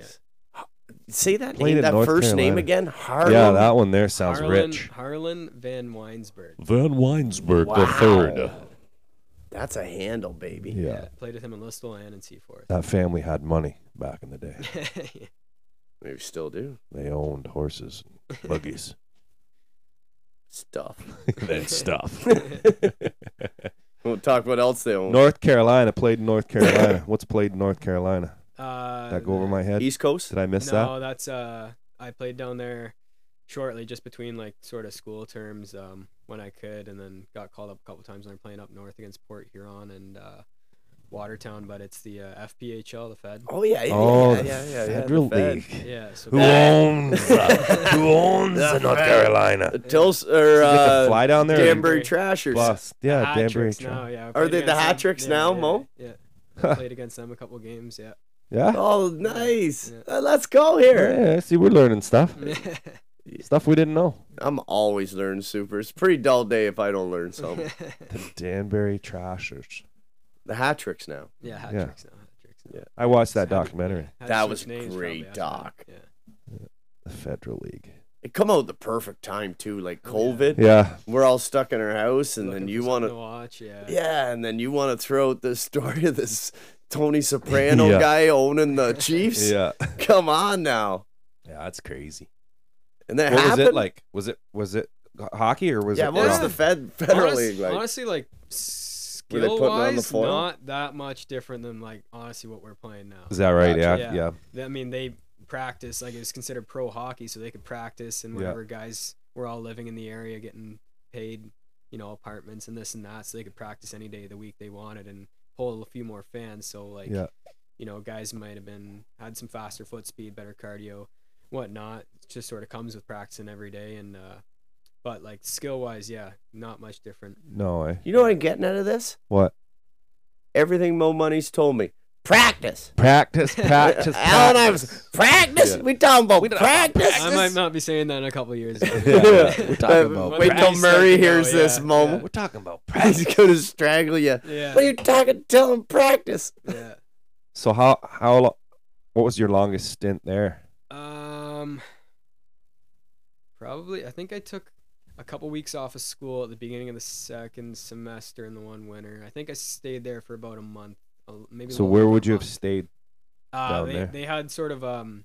yeah? Say that Played name, in that North first name Carolina. again, Harlem. yeah, that one there sounds Harlan, rich. Harlan Van Weinsberg. Van Weinsberg Wow. III. That's a handle, baby. Yeah. played with him in Listowel and in Seaforth. that family had money back in the day. Yeah. Maybe still do They owned horses, and buggies, stuff. and stuff. We'll talk what else they own. North Carolina played in North Carolina. What's played in North Carolina? Uh, Did that go over my head? East Coast. Did I miss no, that's uh, I played down there shortly, just between like sort of school terms um, when I could, and then got called up a couple times when I'm playing up north against Port Huron and uh, Watertown. But it's the uh, FPHL, the Fed. Oh yeah, that? yeah, oh, yeah, the yeah, yeah, yeah, Federal the Fed. League. Yeah. So Who owns? who owns The North Fed. Carolina? The Tils Did or you get to uh, fly down there. and Danbury Trashers. Plus, yeah, Hat Danbury. tricks now, yeah, Are they the hat tricks now, Mo? Yeah. I played against them a couple games. Yeah. Yeah. Oh, nice. Uh, let's go here. Yeah, see, we're learning stuff. Mm. Stuff we didn't know. I'm always learning super. It's a pretty dull day if I don't learn something. The Danbury Trashers. the hat tricks now. yeah. Hat Yeah. tricks now. Hat tricks. Now. I watched that documentary, Hat That trick was names great probably after that, doc. Yeah. the Federal League. It come out the perfect time too, like Oh, COVID. Yeah. We're all stuck in our house, and Looking then for you something want to to watch? Yeah. Yeah, and then you want to throw out the story of this Tony Soprano Yeah. guy owning the Chiefs. Yeah. Come on now. Yeah, that's crazy. And that What happened. was it like? Was it was it h- hockey or was yeah, it? what was rugby? the Fed Federal Honest- League like? Honestly, like Were they skill putting on the wise, foil? not that much different than like honestly what we're playing now. Is that right? Yeah, yeah. Yeah. I mean, they practice like it was considered pro hockey, so they could practice and Yeah. whatever guys were all living in the area, getting paid, you know, apartments and this and that, so they could practice any day of the week they wanted and pull a few more fans. So like, Yeah. you know, guys might have been had some faster foot speed, better cardio, whatnot. It just sort of comes with practicing every day and. uh but like skill wise, yeah, not much different. No way. you know what I'm getting out of this? What? Everything Mo Money's told me. Practice. Practice, practice, Alan practice. Iverson. Practice. Yeah. We talking about practice. I might not be saying that in a couple of years. Yeah, we're Uh, talking about. Wait till practice. Murray Yeah, hears this yeah, moment. We're talking about He's practice. gonna strangle you. Yeah. What are you talking? Tell him practice. yeah. So how how lo- what was your longest stint there? Um, probably. I think I took a couple weeks off of school at the beginning of the second semester in the one winter. I think I stayed there for about a month. a- Maybe. a So little where over a would you have month. stayed? Uh, down they, there? They had sort of um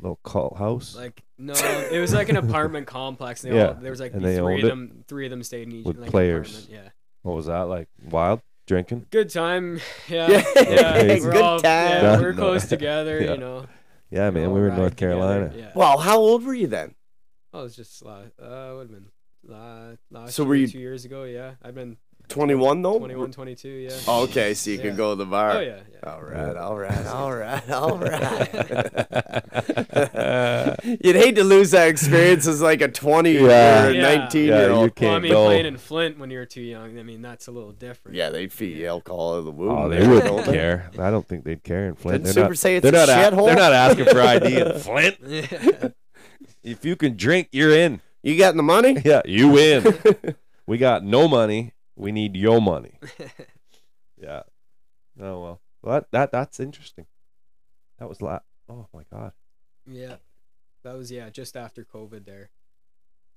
Little cult house. like no, it was like an apartment complex. And they Yeah, all, there was like and three they of owned it them. Three of them stayed in each with like, an players. apartment, Yeah. what was that like? Wild drinking? Good time. Yeah. Yeah. Yeah, we're good all- time. Yeah, Yeah. we're close together. Yeah. You know. Yeah, man. We were in Ride North together, Carolina. Yeah. Wow, how old were you then? I was just last. Uh, would have been la- last. So year, were you- two years ago? Yeah, I've been 21 though. 21, 22. Yeah. Oh, okay, Uh, so you Yeah. can go to the bar. Oh yeah. yeah. All right, all right, all right, all Yeah. right. You'd hate to lose that experience as like a 20 Yeah. or a Yeah. 19 Yeah, year you old. can't Well, I mean, go. playing in Flint when you were too young. I mean, that's a little different. Yeah, they'd feed you alcohol out of the womb. Oh, they there, wouldn't don't they? care. I don't think they'd care in Flint. Didn't They're Super not, say it's they're, a not a- shithole? they're not asking for ID in Flint. Yeah. If you can drink, you're in. You got the money? Yeah, you win. we got no money. We need your money. yeah. Oh well. Well, that, that that's interesting. That was la- Oh my god. yeah. That was yeah, just after COVID there.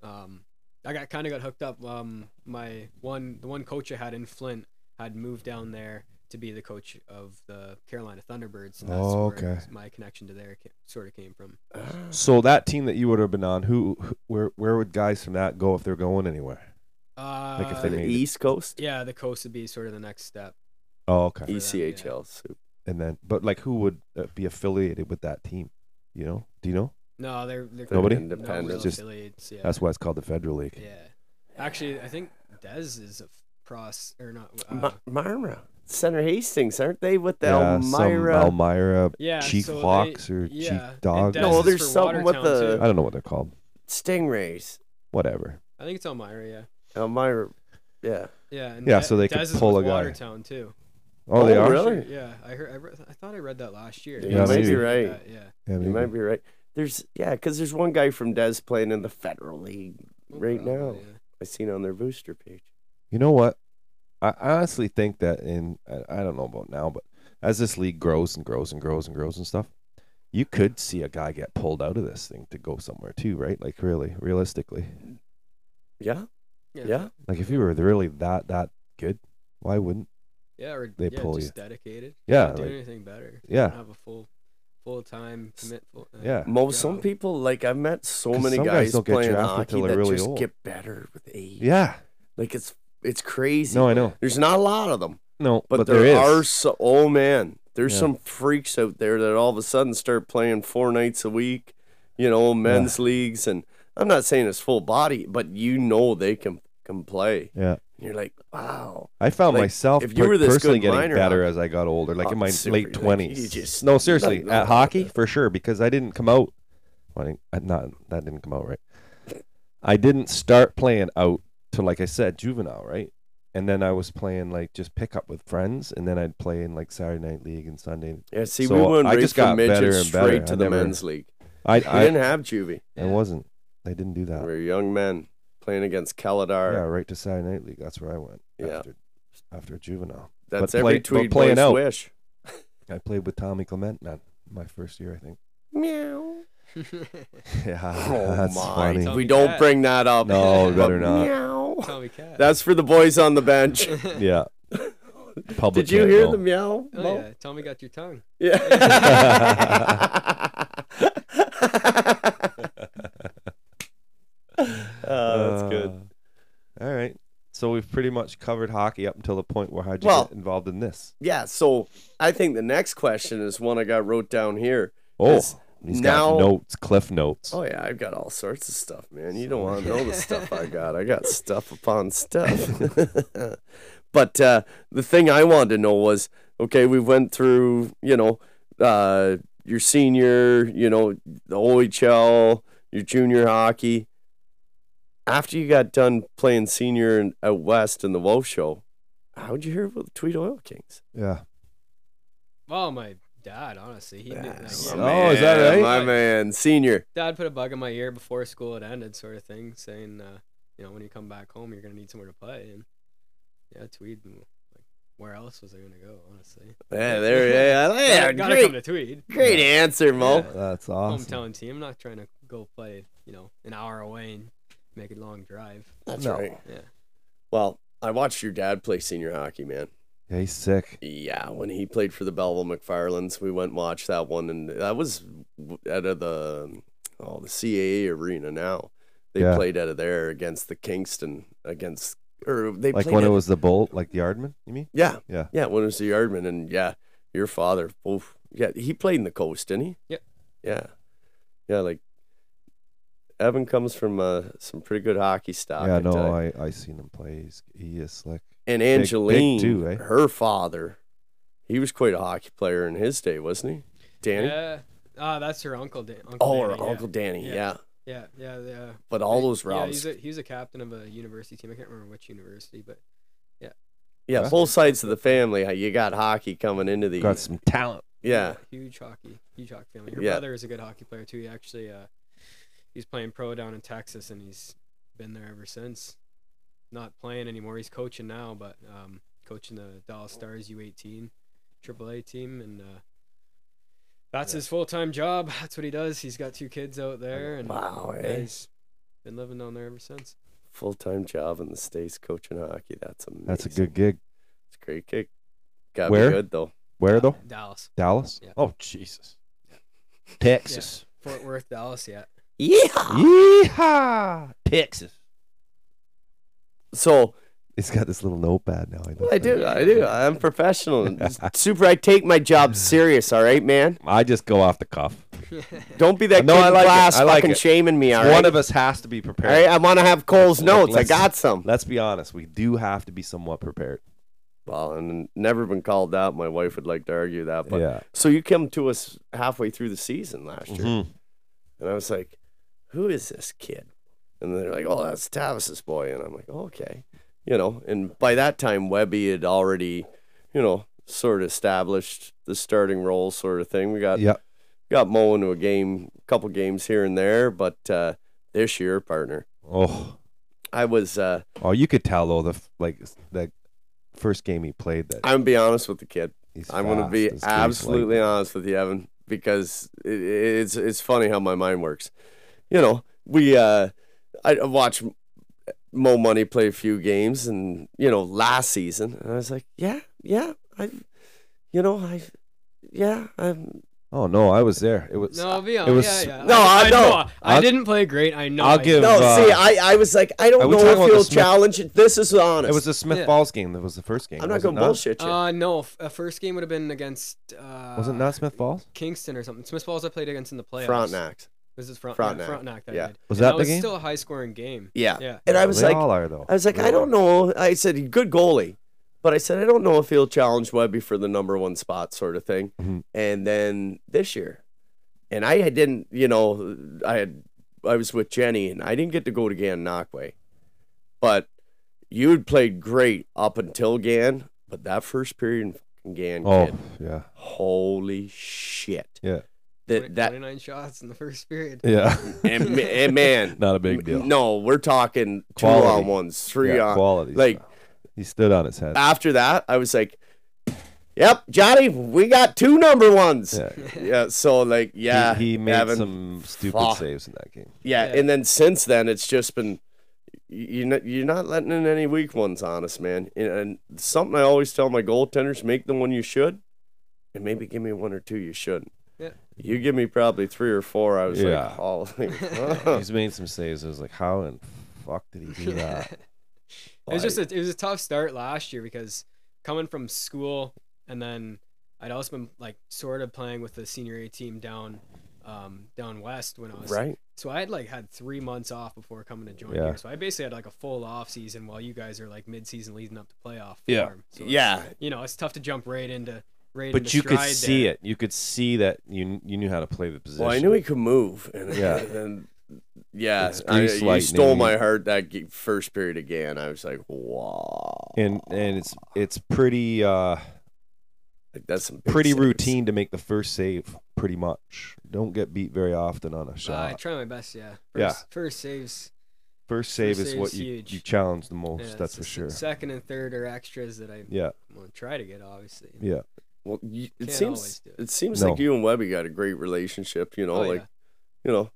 Um, I got kind of got hooked up. Um, my one the one coach I had in Flint had moved down there to be the coach of the Carolina Thunderbirds. And that's Oh, where okay. My connection to there ca- sort of came from. So that team that you would have been on, who, who where where would guys from that go if they're going anywhere? Uh, Like if they the made it. East Coast? E yeah, the coast would be sort of the next step. Oh, okay. ECHL. soup. And then but like who would uh, be affiliated with that team? You know? Do you know? No, they're they're Nobody? No Independent. real It's just- affiliates. Yeah. That's why it's called the Federal League. yeah. Actually, I think Dez is a f- pros or not. Uh, Ma- Myra. Center Hastings, aren't they with the Ah. Yeah, some Elmira? Elmira yeah. Chief so they- Hawks or yeah, Chief and Dogs. Dez No, is there's for something with Watertown, the- too. I don't know what they're called. Stingrays. Whatever. I think it's Elmira. Yeah. Elmira. Yeah. Yeah. And Yeah, De- so they could Dez is pull with a guy. Watertown too. Oh, Oh, they are. really? Yeah. I heard. I, read, I thought I read that last year. Yeah, you might be right. That, yeah. Yeah, You might maybe. be right. There's yeah, because there's one guy from Des playing in the Federal League Well, right now. probably, yeah. I seen on their booster page. You know what? I I honestly think that in I I don't know about now, but as this league grows and grows and grows and grows and stuff, you could see a guy get pulled out of this thing to go somewhere too, right? Like really, realistically, Yeah, yeah. like if you were really that that good, why wouldn't? Yeah. Or They yeah, pull just you. dedicated. Yeah, Not doing like- anything better. Yeah. Don't Have a full, full time commit. Full, uh, Yeah. Most some job. people like I've met so 'Cause many some guys guys, don't get playing drafted hockey till they're that really just old. get better with age. Yeah. like it's it's crazy. No, I know. There's not a lot of them, No, but, but, there, there are. is. So, oh man, there's Yeah. some freaks out there that all of a sudden start playing four nights a week. You know, men's leagues, and I'm not saying it's full body, but you know they can can play. Yeah. And you're like, wow. I found Like, myself if you were per- this personally good getting minor better hockey- as I got older, like Oh, in my super, late like, you twenties. just- no, seriously, nothing wrong at with hockey that. for sure because I didn't come out. Well, I didn't, I- not that didn't come out right. I didn't start playing out till like I said juvenile, right? and then I was playing like just pickup with friends, and then I'd play in like Saturday night league and Sunday. Yeah, see, we So went I right just got from midgets better and better. straight I to the never- men's league. I We I, didn't have juvie. I wasn't. I didn't do that. We were young men playing against Caladar. Yeah, right to Saturday night league. That's where I went. Yeah. After, after juvenile, That's But play- every but Tweed playing boy's out. wish. I played with Tommy Clement, man. My first year, I think. Meow. Yeah, Oh that's my. funny. Tommy We don't Cat. bring that up. No, we but better not. Meow. Tommy Cat. That's for the boys on the bench. Yeah. Public Did you can't hear know. the meow? oh Mo? yeah, Tommy got your tongue. Yeah. Oh, that's good. Uh, All right. So we've pretty much covered hockey up until the point where how'd you Well- get involved in this? Yeah, so I think the next question is one I got wrote down here. Oh, Is he's now- got notes, cliff notes. Oh yeah, I've got all sorts of stuff, man. You don't want to know the stuff I got. I got stuff upon stuff. but uh, the thing I wanted to know was, okay, we went through, you know, uh, your senior, you know, the OHL, your junior hockey. After you got done playing senior in, out west in the Wolf Show, how'd you hear about the Tweed Oil Kings? Yeah. Well, Oh, my dad, honestly, he didn't. Like, Yes. yeah, Oh, is that Man, right? My man, senior. dad put a bug in my ear before school had ended, sort of thing, saying, uh, you know, when you come back home, you're gonna need somewhere to play. And yeah, Tweed. and, Like, where else was I gonna go? Honestly, Yeah, there, yeah, yeah, I gotta come great, to Tweed. great answer, Mo. Yeah. That's awesome. Hometown team. I'm not trying to go play, you know, an hour away and make a long drive. That's No. right. Yeah. Well, I watched your dad play senior hockey, man. Yeah, he's sick. Yeah, when he played for the Belleville McFarlands, we went and watched that one, and that was w- out of the oh the CAA arena. Now they Yeah. played out of there against the Kingston against or they Like played when it at- was the bolt, like the Yardman, you mean? yeah Yeah. yeah when it was the Yardman and yeah your father oof, yeah he played in the coast didn't he Yep. yeah yeah like Evan comes from uh, some pretty good hockey stock yeah, I no, tell ya. I, I seen him play. He's, he is slick. and big Angeline, too, eh? her father, he was quite a hockey player in his day, wasn't he? Danny? Yeah. Ah, that's her uncle. Dan- uncle oh, or Danny, yeah. Uncle Danny, yeah. Yeah. Yeah, yeah, yeah. But all those Yeah, rounds, he's yeah, a, he's a captain of a university team. I can't remember which university, but Huh? both sides of the family, how you got hockey coming into the, Got some talent. yeah, huge hockey, huge hockey family. Her Yeah. brother is a good hockey player too. He actually, uh, he's playing pro down in Texas, and he's been there ever since. Not playing anymore. He's coaching now, but um, coaching the Dallas Stars U18 AAA team, and uh, that's his full time job. That's what he does. He's got two kids out there, and Wow, yeah, eh? he's been living down there ever since. full time job in the states coaching hockey. That's amazing. That's a good gig. It's a great kick. Got Where? be good though. Where though? Dallas, Dallas. Yeah. Oh Jesus. Texas. Fort Worth, Dallas. Yeah. Yeehaw. Texas. So He's got this little notepad now. I, know. I do, I do. I'm professional. Super. I take my job serious. All right, man. I just go off the cuff. Don't be that No, kid I in like it. class I like fucking it. shaming me. All right. One of us has to be All right, prepared. I want to have Cole's notes. I let's- got some. Let's be honest. We do have to be somewhat prepared. Well, and never been called out. My wife would like to argue that, but yeah. so you came to us halfway through the season last year, Mhm. and I was like, "Who is this kid?" And they're like, "Oh, that's Tavis's boy," and I'm like, oh, "Okay," you know. And by that time, Webby had already, you know, sort of established the starting role, sort of thing. We got Yeah. got Mo into a game, couple games here and there, but uh, this year, partner, Oh. I was. Uh, Oh, you could tell though the f- like s- the first game he played that I'm gonna be honest with the kid. he's I'm going to fast be as Grease absolutely lightning. honest with you, Evan, because it, it's it's funny how my mind works. You know, we uh, I I watched Mo Money play a few games, and you know, last season, and I was like, yeah, yeah, I, you know, I, yeah, I'm. Oh no, I was there. It was No, be on. It was yeah, yeah. No, I know. I I'll- didn't play great. I know. I'll I give- did. No, Uh, see, I, I was like, I are don't we know talking if about the he'll Smith- challenge it. This is honest. It was the Smith Yeah. Balls game. That was the first game. I'm not was going it to bullshit you. Uh, no, f- uh, first game would have been against. Uh, Was it not Smith Balls? Kingston or something? Smith Balls I played against in the playoffs. Frontenac. This is front Frontenac, Frontenac. Frontenac that I yeah. did. Was And that that the was game? still a high scoring game. Yeah. Yeah. And I was they like, all are though. I was like, I don't know. I said, good goalie. But I said, I don't know if he'll challenge Webby for the number one spot, sort of thing. Mhm. And then this year, and I had- didn't, you know, I had, I was with Jenny, and I didn't get to go to Gananoque, but you had played great up until Gan, but that first period in fucking Gan, Oh, kid, yeah. holy shit. Yeah. That, that 29 shots in the first period. Yeah. and, ma- and man, Not a big deal. no, we're talking two Quality. on ones, three Yeah, on. quality. Like he stood on his head. after that, I was like, "Yep, Johnny, we got two number ones." Yeah. Yeah. so like, yeah, he, he made Evan, some stupid fuck. saves in that game. Yeah, Yeah. and then since then, it's just been you're not you're not letting in any weak ones on us, man. And, and something I always tell my goaltenders: make the one you should, and maybe give me one or two you shouldn't. Yeah. You give me probably three or four. I was Yeah. like, oh, He's made some saves. I was like, how in fuck did he do that? It was just a, it was a tough start last year because coming from school and then I'd also been like sort of playing with the senior A team down um, down west when I was right. so I had like had three months off before coming to join Yeah. here. So I basically had like a full off season while you guys are like mid season leading up to playoff. Yeah. form. So it's- Yeah, you know it's tough to jump right into right. But into you could stride see there. it. You could see that you you knew how to play the position. Well, I knew he could move, and Yeah. yeah, and yeah, It's I, grease you lightning. stole my heart that ge- first period again. I was like, wow, and and it's it's pretty uh like, that's some big pretty saves. routine to make the first save pretty much. Don't get beat very often on a Uh, I shot. try my best. Yeah. First, Yeah. First saves. first save first is save what is you, huge. you challenge the most, yeah, that's it's for the se- sure. Second and third are extras that I Yeah. want to try to get. Obviously. Yeah. Well, you, it Can't seems always do it. it. seems No. like you and Webby got a great relationship. You know, Oh, like you know,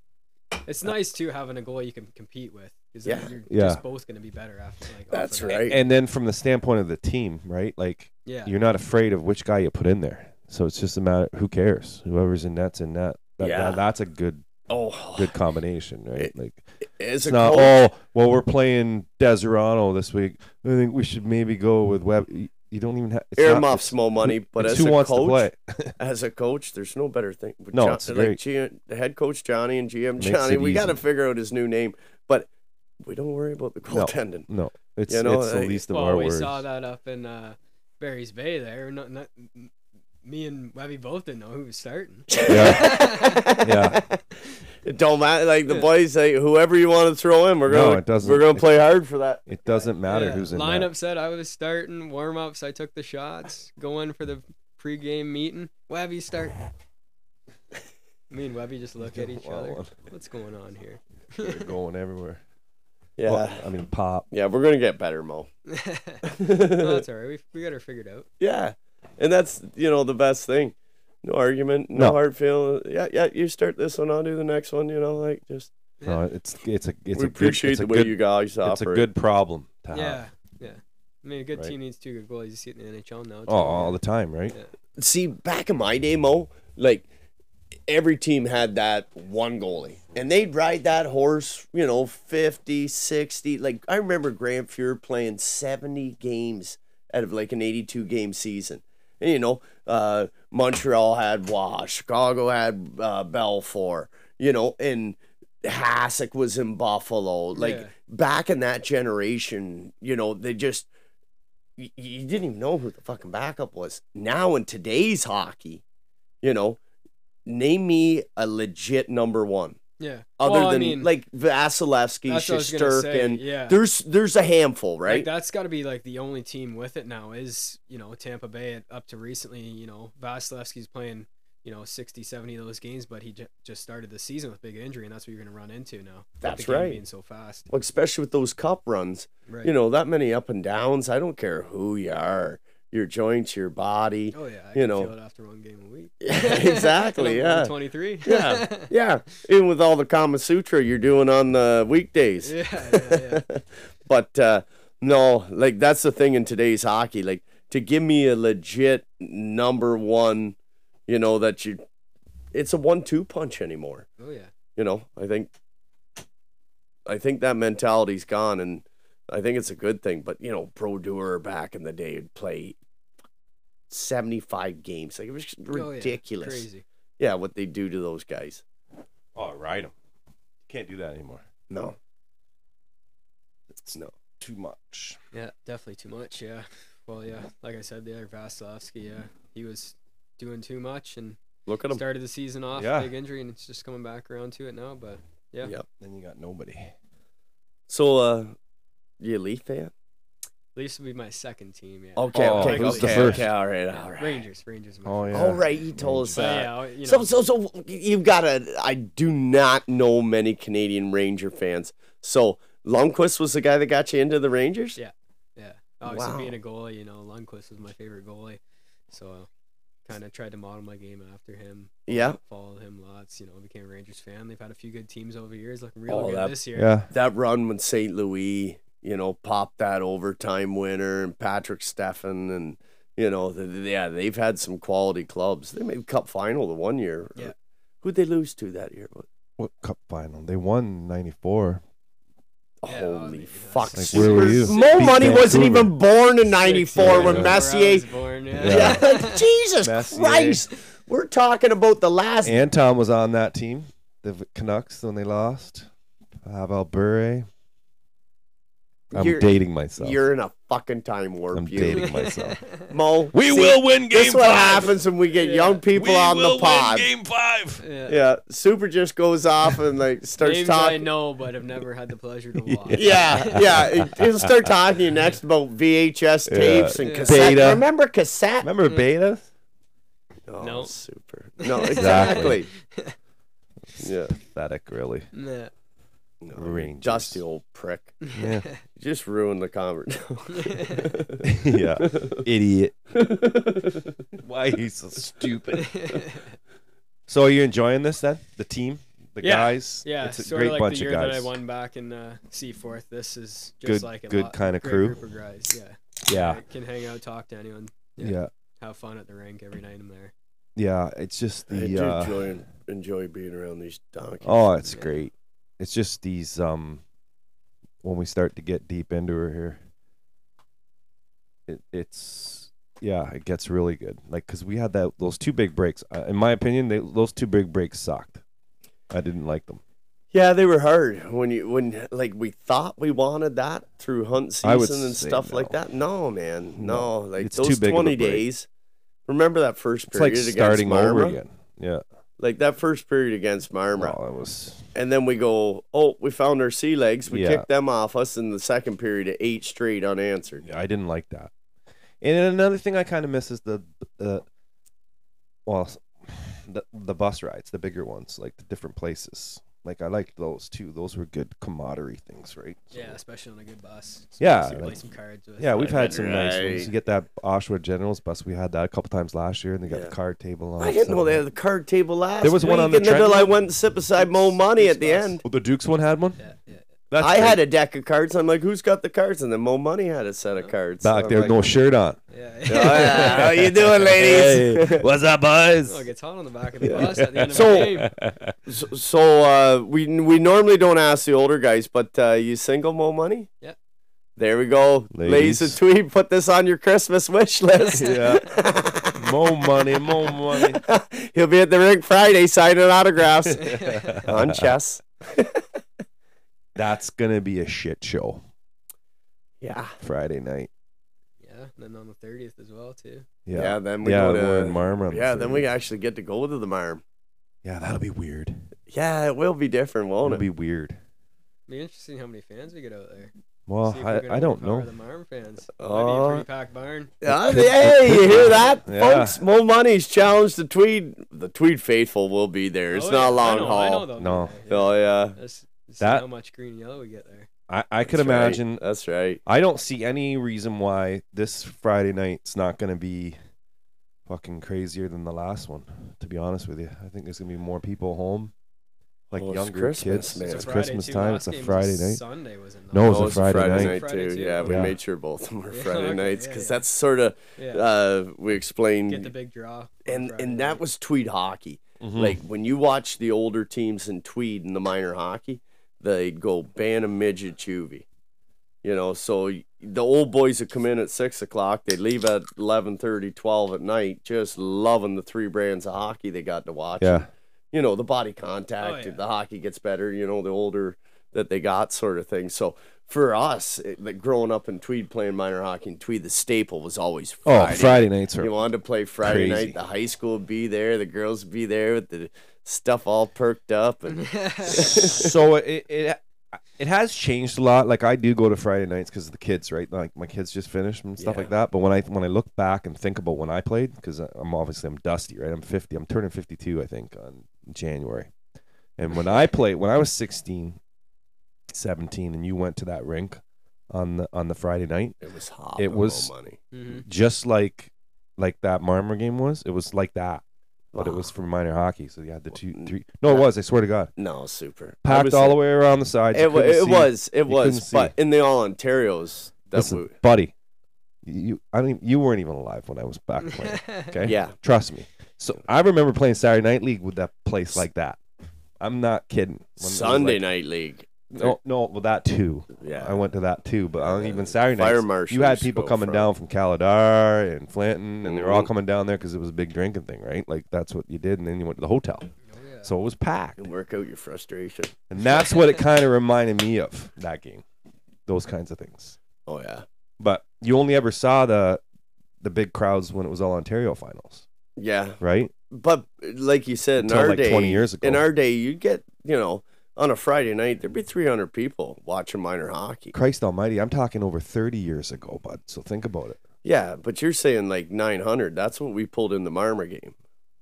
yeah. It's nice too having a goal you can compete with because Yeah. you're Yeah. just both gonna be better after. Like off that's the net. right. And then from the standpoint of the team, right? Like Yeah. you're not afraid of which guy you put in there. So it's just a matter who cares. Whoever's in net's in net. That, Yeah. that- that's a good oh, good combination, right? Like as it's a not coach, oh well we're playing Deserano this week. I think we should maybe go with Webb. You, you don't even have it's air not- muffs small money, but it's as who a wants to coach, play. as a coach, there's no better thing. With No, Jo- it's like great. G- the head coach Johnny and GM Makes Johnny. it We got to easy. figure out his new name, but we don't worry about the No. goaltending. No, it's You know, it's the like- least of well, our Oh, we worries. saw that up in uh, Barry's Bay there. Not, not, m- me and Webby both didn't know who was starting. Yeah, yeah. It don't matter. Like the boys say, whoever you want to throw in, we're No, gonna it doesn't- we're gonna play hard for that. It doesn't matter Yeah, who's in lineup net. said I was starting. Warm ups, I took the shots. Going for the pregame meeting. Webby start. me and Webby just look at each other. Wow. What's going on here? They're going everywhere. Yeah, Well, I mean pop. yeah, we're gonna get better, Mo. no, that's all right. We we got her figured out. Yeah, and that's you know the best thing. No argument, no, No. hard feeling. Yeah, yeah. You start this one, I'll do the next one. You know, like just No, it's it's a it's we a appreciate good, it's a the way good, you guys operate. It's a good problem to Yeah, have. yeah. I mean, a good Uh-huh. Right. team needs two good goalies. You see it in the NHL now. too. Oh, all the time, right? See, back in my day, Mo, like every team had that one goalie, and they'd ride that horse. You know, 50, 60. Like I remember Grant Fuhr playing seventy games out of like an eighty-two game season. And, you know, uh, Montreal had Waugh, Chicago had uh, Belfour, you know, and Hasek was in Buffalo. Like Yeah. back in that generation, you know, they just, you, you didn't even know who the fucking backup was. Now in today's hockey, you know, name me a legit number one. yeah. Other Well, I than mean, like Vasilevsky, that's what I was gonna say, Shosturkin, yeah. there's there's a handful, Like, right? that's got to be like the only team with it now is, you know, Tampa Bay at- up to recently, you know, Vasilevsky's playing, you know, 60, 70 of those games, but he j- just started the season with big injury, and that's what you're going to run into now. with That's the game right. Being so fast. Well, especially with those cup runs. Right. you know that many up and downs i don't care who you are your joints your body oh, yeah. I you can know. feel it after one game a week. exactly And I'm only yeah 23. yeah yeah even with all the kama sutra you're doing on the weekdays yeah. Yeah. Yeah. but uh no like that's the thing in today's hockey like to give me a legit number one you know that you it's a one-two punch anymore Oh, yeah. you know i think i think that mentality's gone and i think it's a good thing but you know brodeur back in the day would play 75 games like it was just Oh, yeah. ridiculous yeah, Crazy. what they do to those guys Oh, ride him. Can't do that anymore. no no Too much. Yeah, definitely too much. Yeah. Well, yeah. Like I said, the other Vasilevsky, yeah, he was doing too much and look at him started the season off Yeah. big injury, and it's just coming back around to it now. But yeah, Yeah. Then you got nobody. so uh you a leaf fan Leafs would be my second team. Yeah. Okay, Oh, okay, who's the okay, first? okay, all right, all right. Rangers. Rangers. are my Oh first. yeah. All right, you told us But that. yeah, you know, So, so, so you've got to. I do not know many Canadian Ranger fans. So Lundqvist was the guy that got you into the Rangers. Yeah. yeah. Obviously, Wow. being a goalie, you know, Lundqvist was my favorite goalie, so kind of tried to model my game after him. Yeah. Followed him lots. You know, became a Rangers fan. They've had a few good teams over the years, looking real Oh, good that- this year. Yeah. That run when St. Louis, you know, popped that overtime winner and Patrick Steffen and you know, th th- yeah, they've had some quality clubs. They made the Cup final the one year. Yeah. Who'd they lose to that year? What cup final? They won '94. Yeah, well, I Holy mean, fuck! that's- Like, where were you? Mo Beat Money wasn't Vancouver. even born in Six '94 years when ago, I Messier was born, Yeah. yeah. yeah, Jesus Messier. Christ. We're talking about the last. Anton was on that team. The V- Canucks when they lost. Pavel Bure. I'm You're- dating myself. You're in a fucking time warp. I'm you. dating myself. Mo. We see, will win game This is what five. happens when we get Yeah. young people we on will the pod. win game five. yeah. Yeah, Super just goes off and like starts Names I talking. know, but have never had the pleasure to watch. Yeah, yeah. it- He'll start talking to you next about VHS Yeah. tapes and Yeah. cassette. Beta. Remember cassette? Remember Mm. Beta? Oh, No. Super. No, Exactly. exactly. yeah. Pathetic, really. Yeah. No, Rangers. Just the old prick. Yeah. You just ruined the conversation. yeah. Idiot. Why are you so stupid? So are you enjoying this then? The team? The Yeah. guys? Yeah, It's a sort great of like bunch the year of guys. that I won back in uh, Seaforth. This is just Good- like a good lot- kinda great crew. Group of guys, yeah. Yeah. I can hang out, talk to anyone, Yeah. Yeah. Yeah. have fun at the rink every night I'm there. It's just I the do uh, enjoy, enjoy being around these donkeys. Oh, it's Yeah. great. It's just these um when we start to get deep into her here. It, it's yeah, it gets really good. Like cuz we had that those two big breaks. Uh, in my opinion, they, those two big breaks sucked. I didn't like them. Yeah, they were hard when you when like we thought we wanted that through hunt I would season and say stuff like no. that. No, man, No. no. Like It's too those big of a twenty break. days. Remember that first It's period like against starting over Marmara? again. Yeah. Like that first period against Marmara, No, it was and then we go, oh, we found our sea legs. We Yeah. kicked them off us in the second period at eight straight unanswered. I didn't like that. And then another thing I kind of miss is the uh, well, s- the the bus rides, the bigger ones, like the different places. Like I liked those too. Those were good camaraderie things, right? So- Yeah, especially on a good bus. It's Yeah, nice to play like- some cards with. Yeah, we've had some nice ones. Right. You get that Oshawa Generals bus. We had that a couple times last year, and they got Yeah. the card table on. I didn't know they that. had the card table last. Oh, There was one week, on the and until treadmill? I went and sit beside Mo Money at the Xbox. end. Oh, the Dukes one had one. Yeah, yeah. That's I great. had a deck of cards. I'm like, who's got the cards? And then Mo Money had a set of cards. back I'm there, like, with no shirt on. Yeah. Oh, yeah. How you doing, ladies? Hey, what's up, boys? Look, it's hot on the back of the bus at the end of So- the game. So, so uh, we we normally don't ask the older guys, but uh, you single, Mo Money? Yep. There we go, ladies, Ladies. and Tweed. Put this on your Christmas wish list. Yeah, more money, more money. He'll be at the rink Friday signing autographs on chess. That's gonna be a shit show Yeah. Friday night. Yeah, and then on the 30th as well, too. Yeah, Yeah. Then we yeah, go to. we're in Marmara. on the yeah. Then 30th. we actually get to go to the Marm. Yeah, that'll be weird. Yeah, it will be different, won't It'll it? be weird. It'll be interesting how many fans we get out there. Well, See if we're gonna I, I don't overpower know. The Marm fans. Oh. Might be a pretty packed barn. Uh, hey, you hear that, Yeah. folks? Mo Money's challenged the Tweed. The Tweed faithful will be there. It's Oh, not a yeah, long I know, I know haul. they'll be No. there, yeah. Oh yeah, Let's see That- how much green and yellow we get there. I, I could That's right. imagine. That's right. I don't see any reason why this Friday night's not going to be fucking crazier than the last one. To be honest with you, I think there's going to be more people home, like Well, it's younger Christmas, kids. man. It's It's Friday, Christmas too. time. Last It's a game's Friday night. Sunday was it not? No, it was Oh, a it's Friday night. Friday, too. too. Yeah, we Yeah. made sure both of them were Yeah, Friday okay, nights yeah, because yeah. that's sort of Yeah. uh, we explained. Get the big draw. on and Friday and that night. was Tweed hockey. Mhm. Like when you watch the older teams in Tweed in the minor hockey, they go Bantam midget juvie. You know, so y- the old boys would come in at six o'clock. They leave at 11.30, 12 at night, just loving the three brands of hockey they got to watch. yeah, You know, the body contact, Oh, yeah. the hockey gets better. You know, the older that they got, sort of thing. So for us, it, like growing up in Tweed playing minor hockey in Tweed, the staple was always oh, Friday. Friday nights are You wanted to play Friday Crazy. night. The high school would be there. The Mm-hmm. girls would be there with the stuff all perked up. And so it, it it has changed a lot. Like I do go to Friday nights because of the kids, right? Like my kids just finished and stuff Yeah. like that. But when I when I look back and think about when I played, because I'm obviously I'm dusty, right? I'm 50. I'm turning 52, I think, on January. And when I played, when I was 16, 17, and you went to that rink on the on the Friday night, It was hot. it was money. hmm just like like that Marmor game was. It was like that, but it Wow. was for minor hockey. So you had the two, three. No, it was. I swear to God, No, super. I packed was- all the way around the sides. you It, wa- couldn't it see. was, it couldn't was, see. but in the All Ontario's, that Listen, we- buddy, you I mean you weren't even alive when I was back playing. Okay, yeah, trust me. So I remember playing Saturday Night League with that place like that. I'm not kidding. When it was Sunday like- night league. No, no, well that too. Yeah, I went to that too, but I don't Yeah. even Saturday night. Fire marshals You had people go coming from- down from Caladar and Flanton, and they were all Mhm. coming down there because it was a big drinking thing, right? Like that's what you did, and then you went to the hotel. Oh, So it was packed, You work out your frustration. and that's what it kind of reminded me of that game, those kinds of things. Oh yeah, But you only ever saw the the big crowds when it was all Ontario finals, yeah. right? But like you said, in Until, our like, day, 20 years in ago. our day, you'd get you know on a Friday night there'd be 300 people watching minor hockey. Christ Almighty, I'm talking over 30 years ago, bud. So think about it. Yeah, but you're saying like 900. That's what we pulled in the Marmor game.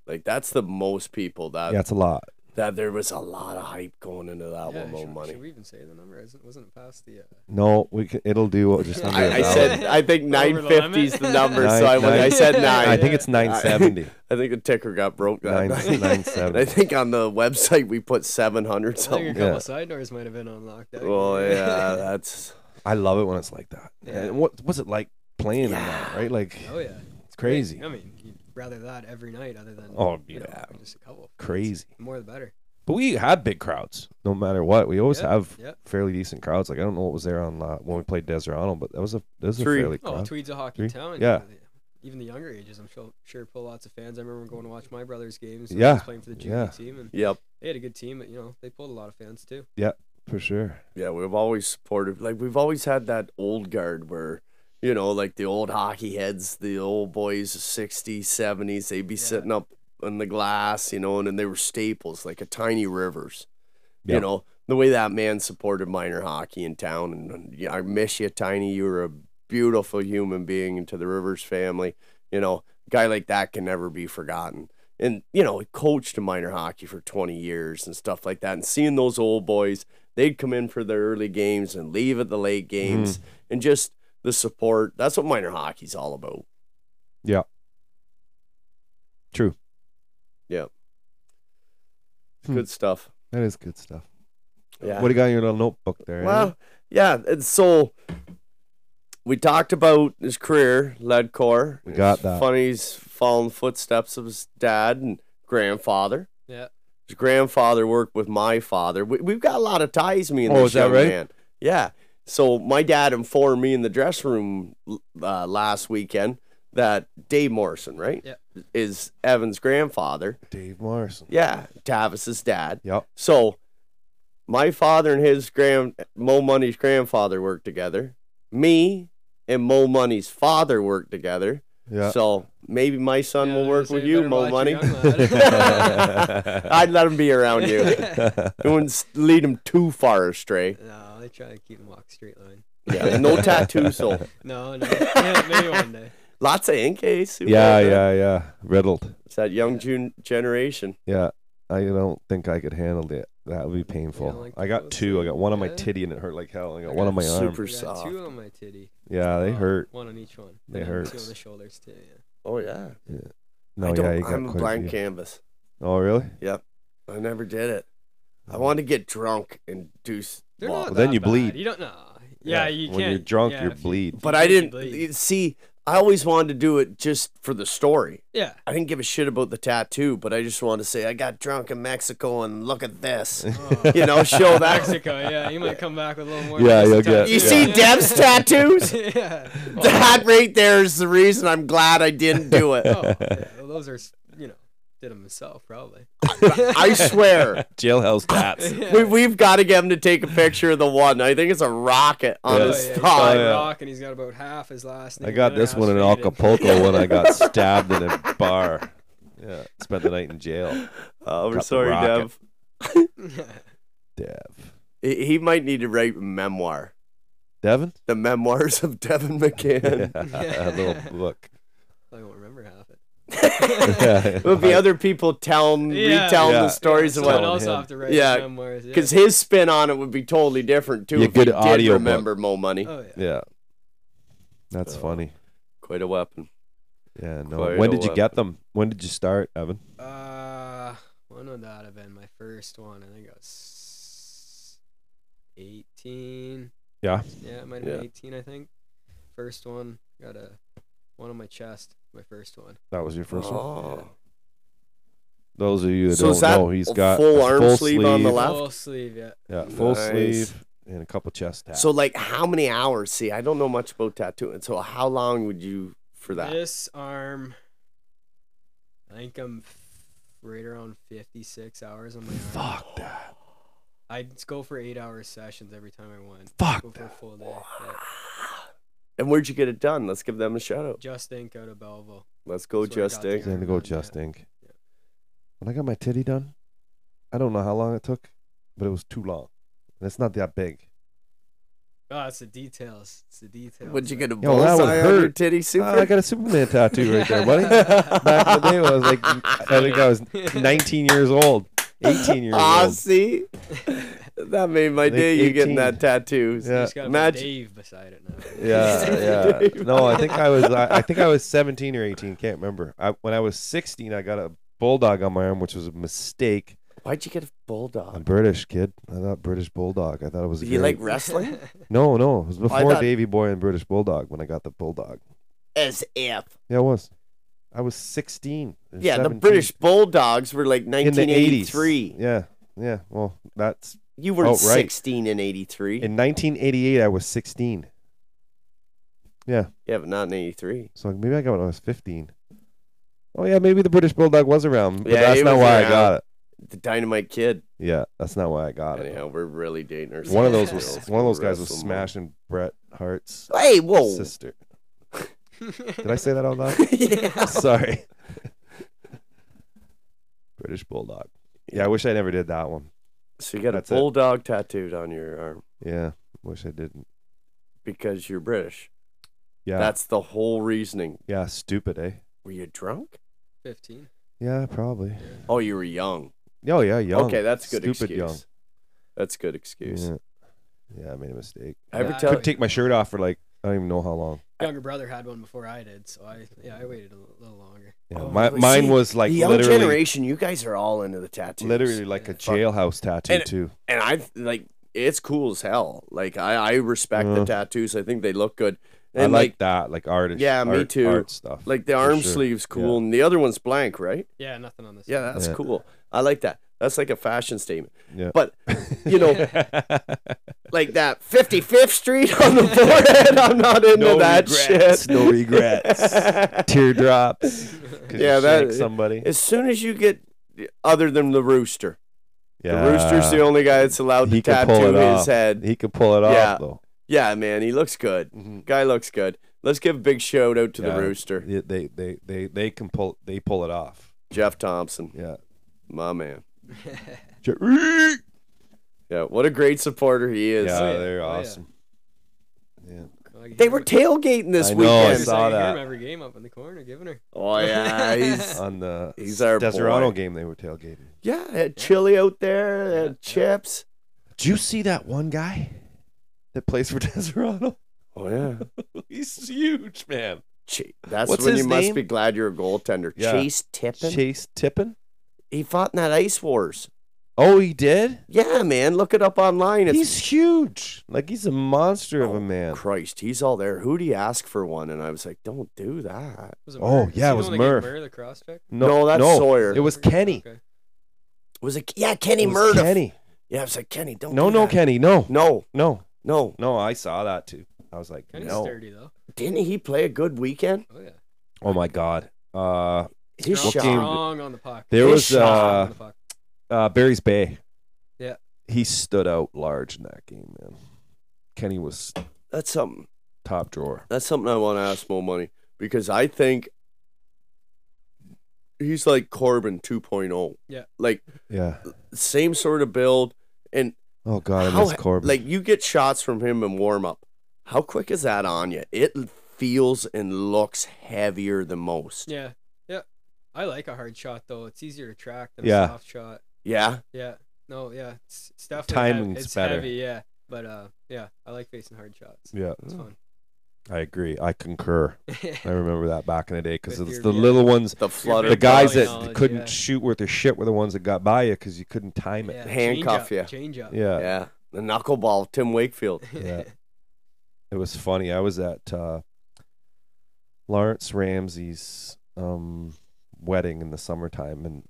Like that's the most people that Uh, yeah, it's a lot. that there was a lot of hype going into that Yeah, one. Mo should, money. should we even say the number? Isn't- Wasn't it past the? Uh, No, we c it'll do just under. I, I a thousand. said I think Over the 950 is the limit? number, so Nine- I, went- I nine- said nine. I think it's 970. I think the ticker got broke that Nine- night. 970. I think on the website we put 700 I think a something. couple Yeah. side doors might have been unlocked. that Well, year. yeah, that's I love it when it's like that. And what what's it like playing in that, right? Like oh yeah. it's crazy. I mean, you'd rather that every night, other than Oh, you know, yeah. just a couple. Crazy. The more the better. But we have big crowds, no matter what. We always Yeah, have yeah. fairly decent crowds. Like I don't know what was there on uh, when we played Deserano, but that was a that was a Three. fairly Oh, crowd. Tweed's a hockey Three? town. Yeah. you know, the- Even the younger ages, I'm sure, sure pull lots of fans. I remember going to watch my brother's games. when I Yeah, was playing for the junior yeah. team, and yep. they had a good team, but you know, they pulled a lot of fans too. For sure. Yeah, we've always supported. Like we've always had that old guard where, you know, like the old hockey heads, the old boys, 60s, 70s, they'd be sitting up in the glass, you know, and, and they were staples, like a tiny Rivers. You Yeah. know, the way that man supported minor hockey in town, and, and yeah, I miss you, Tiny. You were a beautiful human being into the Rivers family. You know, a guy like that can never be forgotten and you know, he coached minor hockey for 20 years and stuff like that. And seeing those old boys, they'd come in for their early games and leave at the late games, Mm. and just the support. That's what minor hockey's all about. True. Hmm. Good stuff. That is good stuff. Yeah. What do you got in your little notebook there? Andy? Well, yeah. And so we talked about his career, lead core. We got that. Funny, he's following footsteps of his dad and grandfather. Yeah. His grandfather worked with my father. We, we've got a lot of ties, me and Oh, this is that young right? man. Yeah. So my dad informed me in the dressing room uh, last weekend that Dave Morrison, right, Yeah. is Evan's grandfather. Dave Morrison. Yeah, Tavis's dad. Yep. So my father and his grand Mo Money's grandfather worked together. Me and Mo Money's father worked together. Yeah. So maybe my son Yeah, will they work say with you, better Mo watch Money. your young lad. I'd let him be around you. it wouldn't s- lead him too far astray. no, they try to keep him walk straight line. Yeah, no tattoos, so No, no. Yeah, maybe one day. lots of inkase. who yeah, knows, huh? yeah, yeah. Riddled. It's that young June generation. Yeah. I don't think I could handle it. That would be painful. like I the got clothes two. I thing? got one on my Yeah. titty and it hurt like hell. I got I one on got my arm. super- I got soft. two on my titty. Yeah, they Uh, hurt. One on each one. They and then Two hurt. on the shoulders too. Yeah. Oh yeah. No, I don't, yeah, you got I'm a quite blank a few. canvas. Oh, really? I never did it. I Mm. want to get drunk and do, s- They're Well, not then that you bad. bleed. You don't know. Yeah, you can't. When you're drunk, yeah, you if you- bleed. but I Bleed, didn't e- bleed. you see. I always wanted to do it just for the story. Yeah. I didn't give a shit about the tattoo, but I just wanted to say I got drunk in Mexico and look at this. Oh, You know, show that. Mexico. Yeah, you might come back with a little more. Yeah, you'll tattoo. get- You see Yeah. Deb's tattoos? yeah. Oh, That right there is the reason I'm glad I didn't do it. oh, yeah. Well, those are, s- you know, did them himself probably. I swear. Jailhouse cats. Yeah. We, we've got to get him to take a picture of the one. I think it's a rocket on Yeah. his Oh, yeah, he's got thigh. a yeah. rock, and he's got about half his last name. I got and this half one in faded. Acapulco when I got stabbed in a bar. Yeah, spent the night in jail. Oh, we're Got the sorry, rocket. Deb. Dev. He he might need to write a memoir. Devin? The memoirs of Devin McCann. a little book. I don't remember half it. it would be other people telling, Yeah. retelling Yeah. the stories of Someone on what. else him. will have to write Yeah, yeah, memoirs. Yeah. Because his spin on it would be totally different too. Be a if he good did audio book. remember Mo Money. Oh yeah. Yeah. That's funny. Quite a weapon. Yeah, no. Oh. quite When a did you lot. get them? When did you start, Evan? Uh, when would that have been my first one? I think I was eighteen. Yeah. Yeah, it might have been Yeah. eighteen. I think first one got a one on my chest. My first one. That was your first one. Oh. Those of you that So don't is that know, he's a got full a arm full sleeve on the left? Full sleeve. Yeah. Yeah, full Nice. sleeve and a couple chest tabs. So like how many hours? See, I don't know much about tattooing. So how long would you for that? This arm. I think I'm f- right around fifty-six hours on my arm. fuck that. I would go for eight-hour sessions every time I went. Go Fuck for a that. full day. Yeah. And where'd you get it done? Let's give them a shout out. Just ink out of Belleville. Let's go, That's where I got Just the Inc. Then to Yeah. go just ink. Yeah. When I got my titty done, I don't know how long it took, but it was too long. And it's not that big. Oh, it's the details. It's the details. Would you get a Yo, that would bullseye on your hurt. titty super? Ah, I got a Superman tattoo right there, buddy. Back in the day, I was like, I think I was 19 years old, 18 years Ah, old. see, that made my I think day. You 18. getting that tattoo? Yeah. Just got Imagine- Dave beside it now. Yeah, yeah. No, I think I was. I, I think I was 17 or 18. Can't remember. I, when I was 16, I got a bulldog on my arm, which was a mistake. Why'd you get a I'm bulldog? British kid. I thought British bulldog. I thought it was. A Do you very- like wrestling? No, no. It was before thought- Davy Boy and British bulldog when I got the bulldog. As if. Yeah, it was. I was 16. or Yeah, the 17. British bulldogs were like in the 1983. Yeah, yeah. Well, that's You were Oh, right. 16 in 83. in 1988. I was 16. Yeah. yeah, but not in 83. So maybe I got it when I was 15. Oh yeah, maybe the British bulldog was around, but Yeah, that's he not was why I around. got it. The Dynamite Kid. Yeah, that's not why I got it. Anyhow, we're really dating ourselves. One of those Girls was can one of those guys was wrestle, man. smashing Bret Hart's Hey, whoa. sister. Did I say that out loud? Yeah. Sorry. British bulldog. Yeah, I wish I never did that one. So you got That's a it. bulldog tattooed on your arm Yeah, wish I didn't. because you're British. Yeah, That's the whole reasoning. yeah, stupid, eh? Were you drunk? 15. Yeah, probably. Oh, you were young. Oh yeah, young. Okay, that's a good Stupid excuse. That's a good young. excuse. Yeah. yeah, I made a mistake. I ever Yeah, I tell Could take my shirt off for like I don't even know how long. Younger brother had one before I did, so I yeah I waited a li- little longer. Yeah, Oh, my, really? mine See, was like the young literally, generation? You guys are all into the tattoos. literally like a jailhouse tattoo And- too. and I like it's cool as hell. Like I, I respect the Yeah. tattoos. I think they look good. And I like, like that, like artist. Yeah, me art- too. Art stuff. like the for arm sure. sleeves cool, Yeah. and the other one's blank, right? Yeah, nothing on this. Yeah, that's Yeah. cool. I like that. That's like a fashion statement. Yeah. But you know, like that 55th Street on the forehead. I'm not into no that regrets, shit. no regrets. Teardrops. 'cause Yeah, you that- shanked somebody. As soon as you get other than the rooster, Yeah. the rooster's the only guy that's allowed to He could pull tattoo it his off. head. He could pull it Yeah. off though. Yeah, man, he looks good. Mhm. Guy looks good. Let's give a big shout out to Yeah. the rooster, They, they they they they can pull they pull it off. Jeff Thompson, Yeah. my man. Jer- Yeah, what a great supporter he is. Yeah, Oh, yeah. they're Oh, yeah. awesome. Yeah. They were tailgating this I know, Oh, I weekend. saw- that. every game up in the corner giving her. Oh yeah, he's On the he's our Desirado boy. game they were tailgating. Yeah, they had chili out there, they had chips. Did you see that one guy that plays for Desirado? Oh yeah, He's huge, man. Ch- that's What's when you his must name? be glad you're a goaltender. Yeah. Chase Tippin. Chase Tippin. he fought in that Ice Wars. Oh, he did. Yeah, man, look it up online. It's He's huge. Like he's a monster Oh, of a man. Christ, he's all there. Who do you ask for one? And I was like, don't do that. Was it Oh, Murr? yeah, it Is he was the one that gave Murph. Murr the cross check? No, that's Sawyer. It was Kenny. Okay. Was it? Yeah, Kenny It was Murdoch. Kenny. Yeah, I was like, Kenny, don't. No, do no, that. Kenny. No, No, no, no. no. I saw that too. I was like, Kind of no. sturdy though. Didn't he play a good weekend? Oh yeah. Oh my God. Uh, His strong, game- shot. strong on the puck. there His was shot. Strong on uh, the puck. uh, Barry's Bay. Yeah. He stood out large in that game, man. Kenny was That's something. top drawer. That's something I want to ask Mo Money because I think he's like Corbin 2.0. Yeah. Like Yeah. same sort of build, and Oh God, I How, miss Corbin. like you get shots from him in warm up. How quick is that on you? It feels and looks heavier than most. Yeah. Yeah. I like a hard shot though. It's easier to track than Yeah. a soft shot. Yeah. Yeah. No, yeah. It's, it's definitely heavy. timing's it's better. heavy, yeah. But uh yeah, I like facing hard shots. yeah, It's fun. I agree. I concur. I remember that back in the day because With it's your- the yeah. little ones, The flutter. the guys Volley that knowledge, couldn't yeah. shoot worth their shit were the ones that got by you because you couldn't time it. Yeah, handcuff change ya. up, Change up. Yeah. yeah. The knuckleball, Tim Wakefield. yeah. It was funny. I was at uh, Lawrence Ramsey's um, wedding in the summertime, and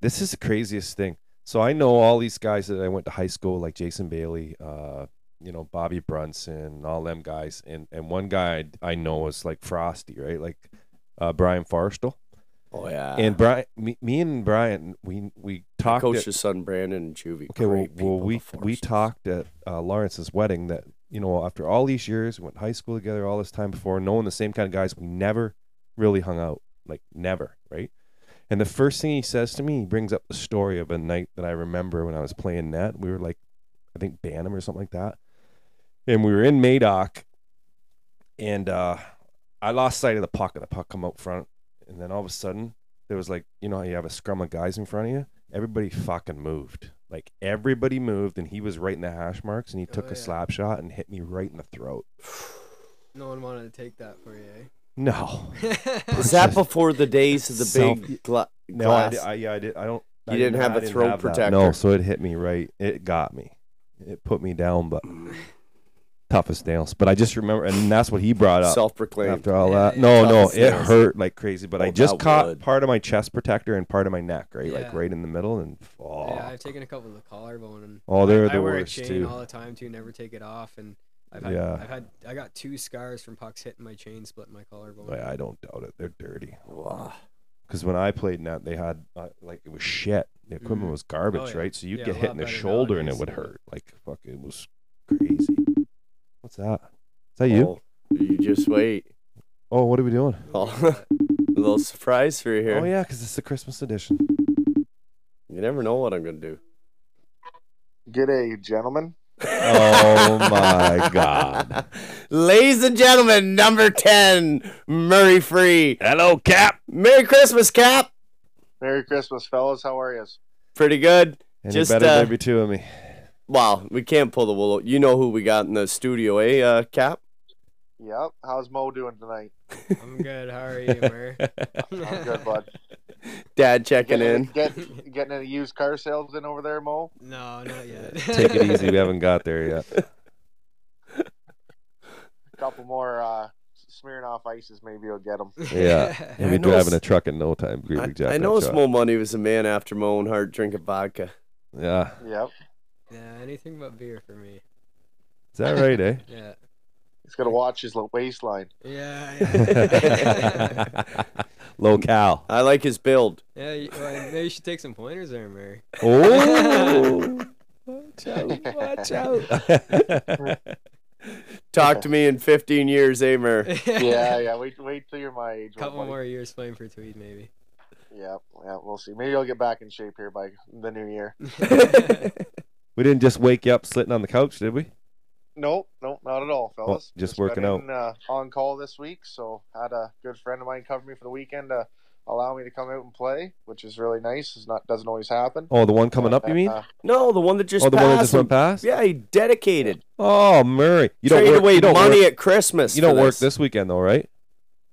this is the craziest thing. So I know all these guys that I went to high school, like Jason Bailey, uh, you know, Bobby Brunson, all them guys, and and one guy I know is like Frosty, right? Like uh, Brian Forrestal. Oh yeah. and Brian, me, me and Brian, we we talked. at- Coach's son Brandon and Juvie. Okay, well, great well people, we the we Forsters. talked at uh, Lawrence's wedding that you know after all these years we went to high school together all this time before knowing the same kind of guys we never really hung out like never right and the first thing he says to me he brings up the story of a night that I remember when I was playing net we were like I think Bantam or something like that and we were in Madoc and uh I lost sight of the puck and the puck come out front and then all of a sudden there was like you know how you have a scrum of guys in front of you everybody fucking moved. Like everybody moved, and he was right in the hash marks, and he took Oh, a yeah. slap shot and hit me right in the throat. No one wanted to take that for you, No, eh? Is that before the days of the Self- big gla- no, I, glass? di- I, yeah, I did. I don't. You I didn't have I a throat that. protector. No, so it hit me right. It got me. It put me down, but Mm. tough as nails. But I just remember, and that's what he brought up. Self-proclaimed. after all Yeah, that, yeah, no, yeah. no, Tough as it nails. hurt like crazy. But I Oh, just that caught would. part of my chest protector and part of my neck, right, like Yeah. right in the middle, and oh, Yeah, I've taken a couple of the collarbone and Oh, they're I, I the wear worst, a chain too. all the time too, never take it off and I've had Yeah. I've had I got two scars from pucks hitting my chain, splitting my collarbone. I I don't doubt it. They're dirty. Wow. because when I played in that, they had uh, like it was shit. The equipment Mhm. was garbage, yeah. right? So you'd Yeah, get a hit lot in the better shoulder and it nowadays, would yeah. hurt. Like fuck, it was crazy. What's that? Is that you? Oh, you just wait. Oh, what are we doing? Oh, a little surprise for you here. Oh yeah, because it's the Christmas edition. You never know what I'm gonna do. G'day, gentlemen. Oh my god. Ladies and gentlemen, number ten, Murray Free. Hello, Cap. Merry Christmas, Cap. Merry Christmas, fellas. How are you? Pretty good. Any Just, better uh, there be two of me. Wow, we can't pull the wool. o- You know who we got in the studio, eh, uh, Cap? Yep. How's Mo doing tonight? I'm good. How are you, Mer? I'm good, bud. Dad checking Getting- in. Get, getting any used car sales in over there, Mo? No, not yet. Take it easy. We haven't got there yet. A couple more uh, Smirnoff ices, maybe you'll get them. Yeah. We'll I be know driving s- a truck in no time. Great I, Big Jack, I no know shot. Small Money was a man after my own heart drinking vodka. Yeah. Yep. Yeah, anything but beer for me. Is that right, eh? Yeah. He's gonna watch his little waistline. Yeah. Yeah. eh? Locale. I like his build. yeah you, well, maybe you should take some pointers there, Mary. Oh. Watch out. Watch out. Talk to me in 15 years, eh, Murr? Yeah, yeah. Wait, wait till you're my age. Couple buddy. more years playing for Tweed, maybe. Yeah, yeah. We'll see. Maybe I'll get back in shape here by the new year. We didn't just wake you up sitting on the couch, did we? Nope, nope, not at all, fellas. just working got in, uh, on call this week, so had a good friend of mine cover me for the weekend to allow me to come out and play, which is really nice. It's not doesn't always happen. Oh, the one coming up, you Uh, mean? uh, No, the one that just oh, the passed. one that just went him. past. Yeah, he dedicated. Oh, Murray, you don't Trade work. away you don't money work. at Christmas. You don't for work this weekend though, right?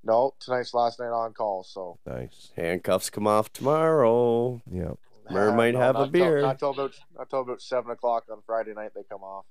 no, tonight's last night on call, so Nice. Handcuffs come off tomorrow. Yeah. Mer might no, have a not till- beer. not till about not till about seven o'clock on Friday night they come off.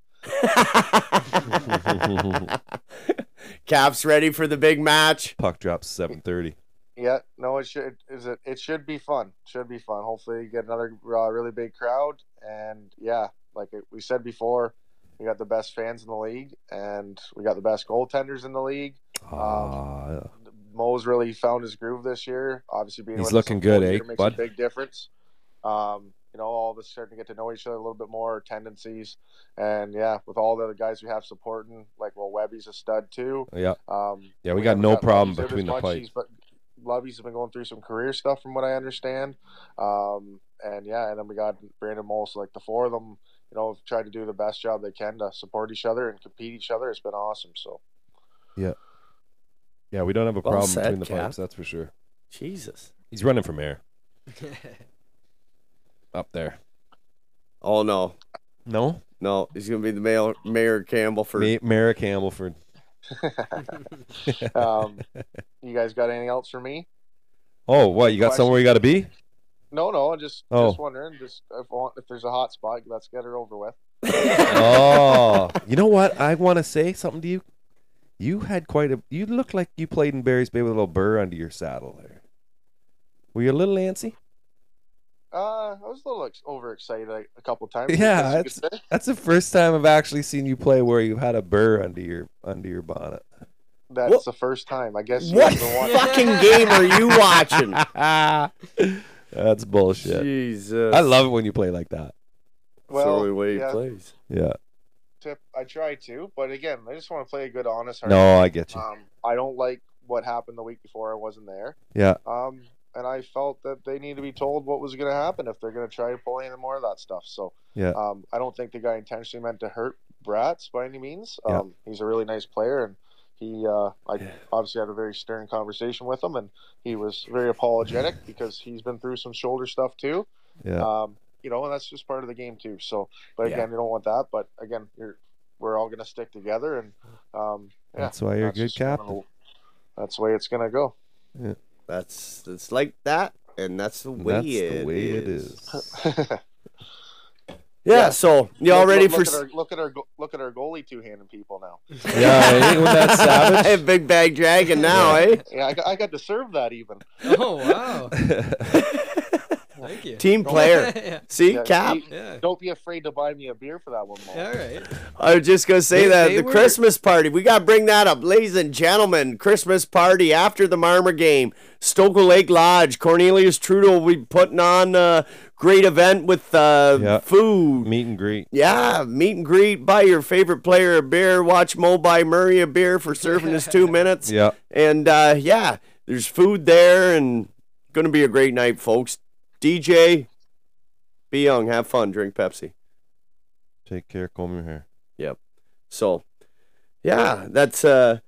Caps ready for the big match. Puck drops seven thirty. Yeah, no, it should is it it should be fun. Should be fun. Hopefully, you get another uh, really big crowd, and yeah, like we said before, we got the best fans in the league, and we got the best goaltenders in the league. Oh. Ah, Mo's really found his groove this year. Obviously, being He's with us looking the whole good, year eh, makes bud? a big difference. Um, you know, all of us starting to get to know each other a little bit more, tendencies, and yeah, with all the other guys we have supporting, like well, Webby's a stud too. yeah. Um, Yeah, we got no haven't gotten problem Webby's out between as the much. pipes. He's- But Lovey's been going through some career stuff, from what I understand. Um, and yeah, and then we got Brandon Mole. So like the four of them, you know, have tried to do the best job they can to support each other and compete each other. It's been awesome. So Yeah, we don't have a Well problem said, between the Cap. pipes, that's for sure. Jesus. He's running for mayor up there. Oh no, No, no, he's gonna be the mayor, Mayor Campbell for. Ma- Mayor Campbellford. um, you guys got anything else for me? Oh, what you got Question. somewhere you got to be? No, no, just Oh. just wondering. Just if, if there's a hot spot, let's get her over with. oh, you know what? I want to say something to you. You had quite a. You look like you played in Barry's Bay with a little burr under your saddle there. Were you a little antsy? Uh, I was a little ex- overexcited a, a couple times. Yeah, I guess you could say. That's the first time I've actually seen you play where you had a burr under your under your bonnet. that's What- the first time. I guess you What guys were watching. fucking game are you watching? That's bullshit. Jesus. I love it when you play like that. That's the Well, only way he yeah. plays. Yeah. tip. I try to, but again, I just want to play a good, honest. hard No, I get you. Uh, Um, I don't like what happened the week before. I wasn't there. Yeah. Um, and I felt that they need to be told what was going to happen if they're going to try to pull any more of that stuff. So, Yeah. Um, I don't think the guy intentionally meant to hurt Bratz by any means. Yeah. Um, he's a really nice player, and he, uh, I obviously had a very stern conversation with him, and he was very apologetic because he's been through some shoulder stuff too. Yeah. Um, you know, and that's just part of the game too. So, but Yeah. again, you don't want that. But again, you're, we're all going to stick together, and um, yeah, That's why you're a that's good just gonna- captain. that's the way it's gonna go. That's it's like that, and that's the way, That's it, the way it is. is. Yeah, Yeah. So y'all Look- ready look, for? look at, our, look at our go- look at our goalie two-handed people now. yeah, ain't that I savage? have Big Bag Dragon now, eh? Yeah, I got, I got to serve that even. Oh wow! Thank you. Team player. yeah. See, Yeah, Cap. you- yeah. don't be afraid to buy me a beer for that one. Mo. All right. I was just gonna say They- that they the were- Christmas party. We gotta bring that up, ladies and gentlemen. Christmas party after the Marmer game, Stokel Lake Lodge. Cornelius Trudeau will be putting on a great event with uh, Yeah. food. Meet and greet. Yeah, meet and greet. Buy your favorite player a beer. Watch Mo buy Murray a beer for serving his two minutes. Yeah. And uh, yeah, there's food there, and gonna be a great night, folks. DJ, be young, have fun, drink Pepsi. Take care. Comb your hair. So, yeah, that's uh,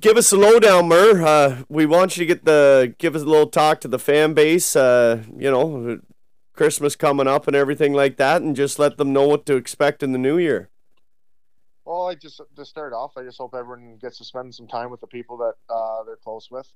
give us a lowdown, Mur. Uh, we want you to get the give us a little talk to the fan base. Uh, you know, Christmas coming up and everything like that, and just let them know what to expect in the new year. Well, I just to start off, I just hope everyone gets to spend some time with the people that uh, they're close with.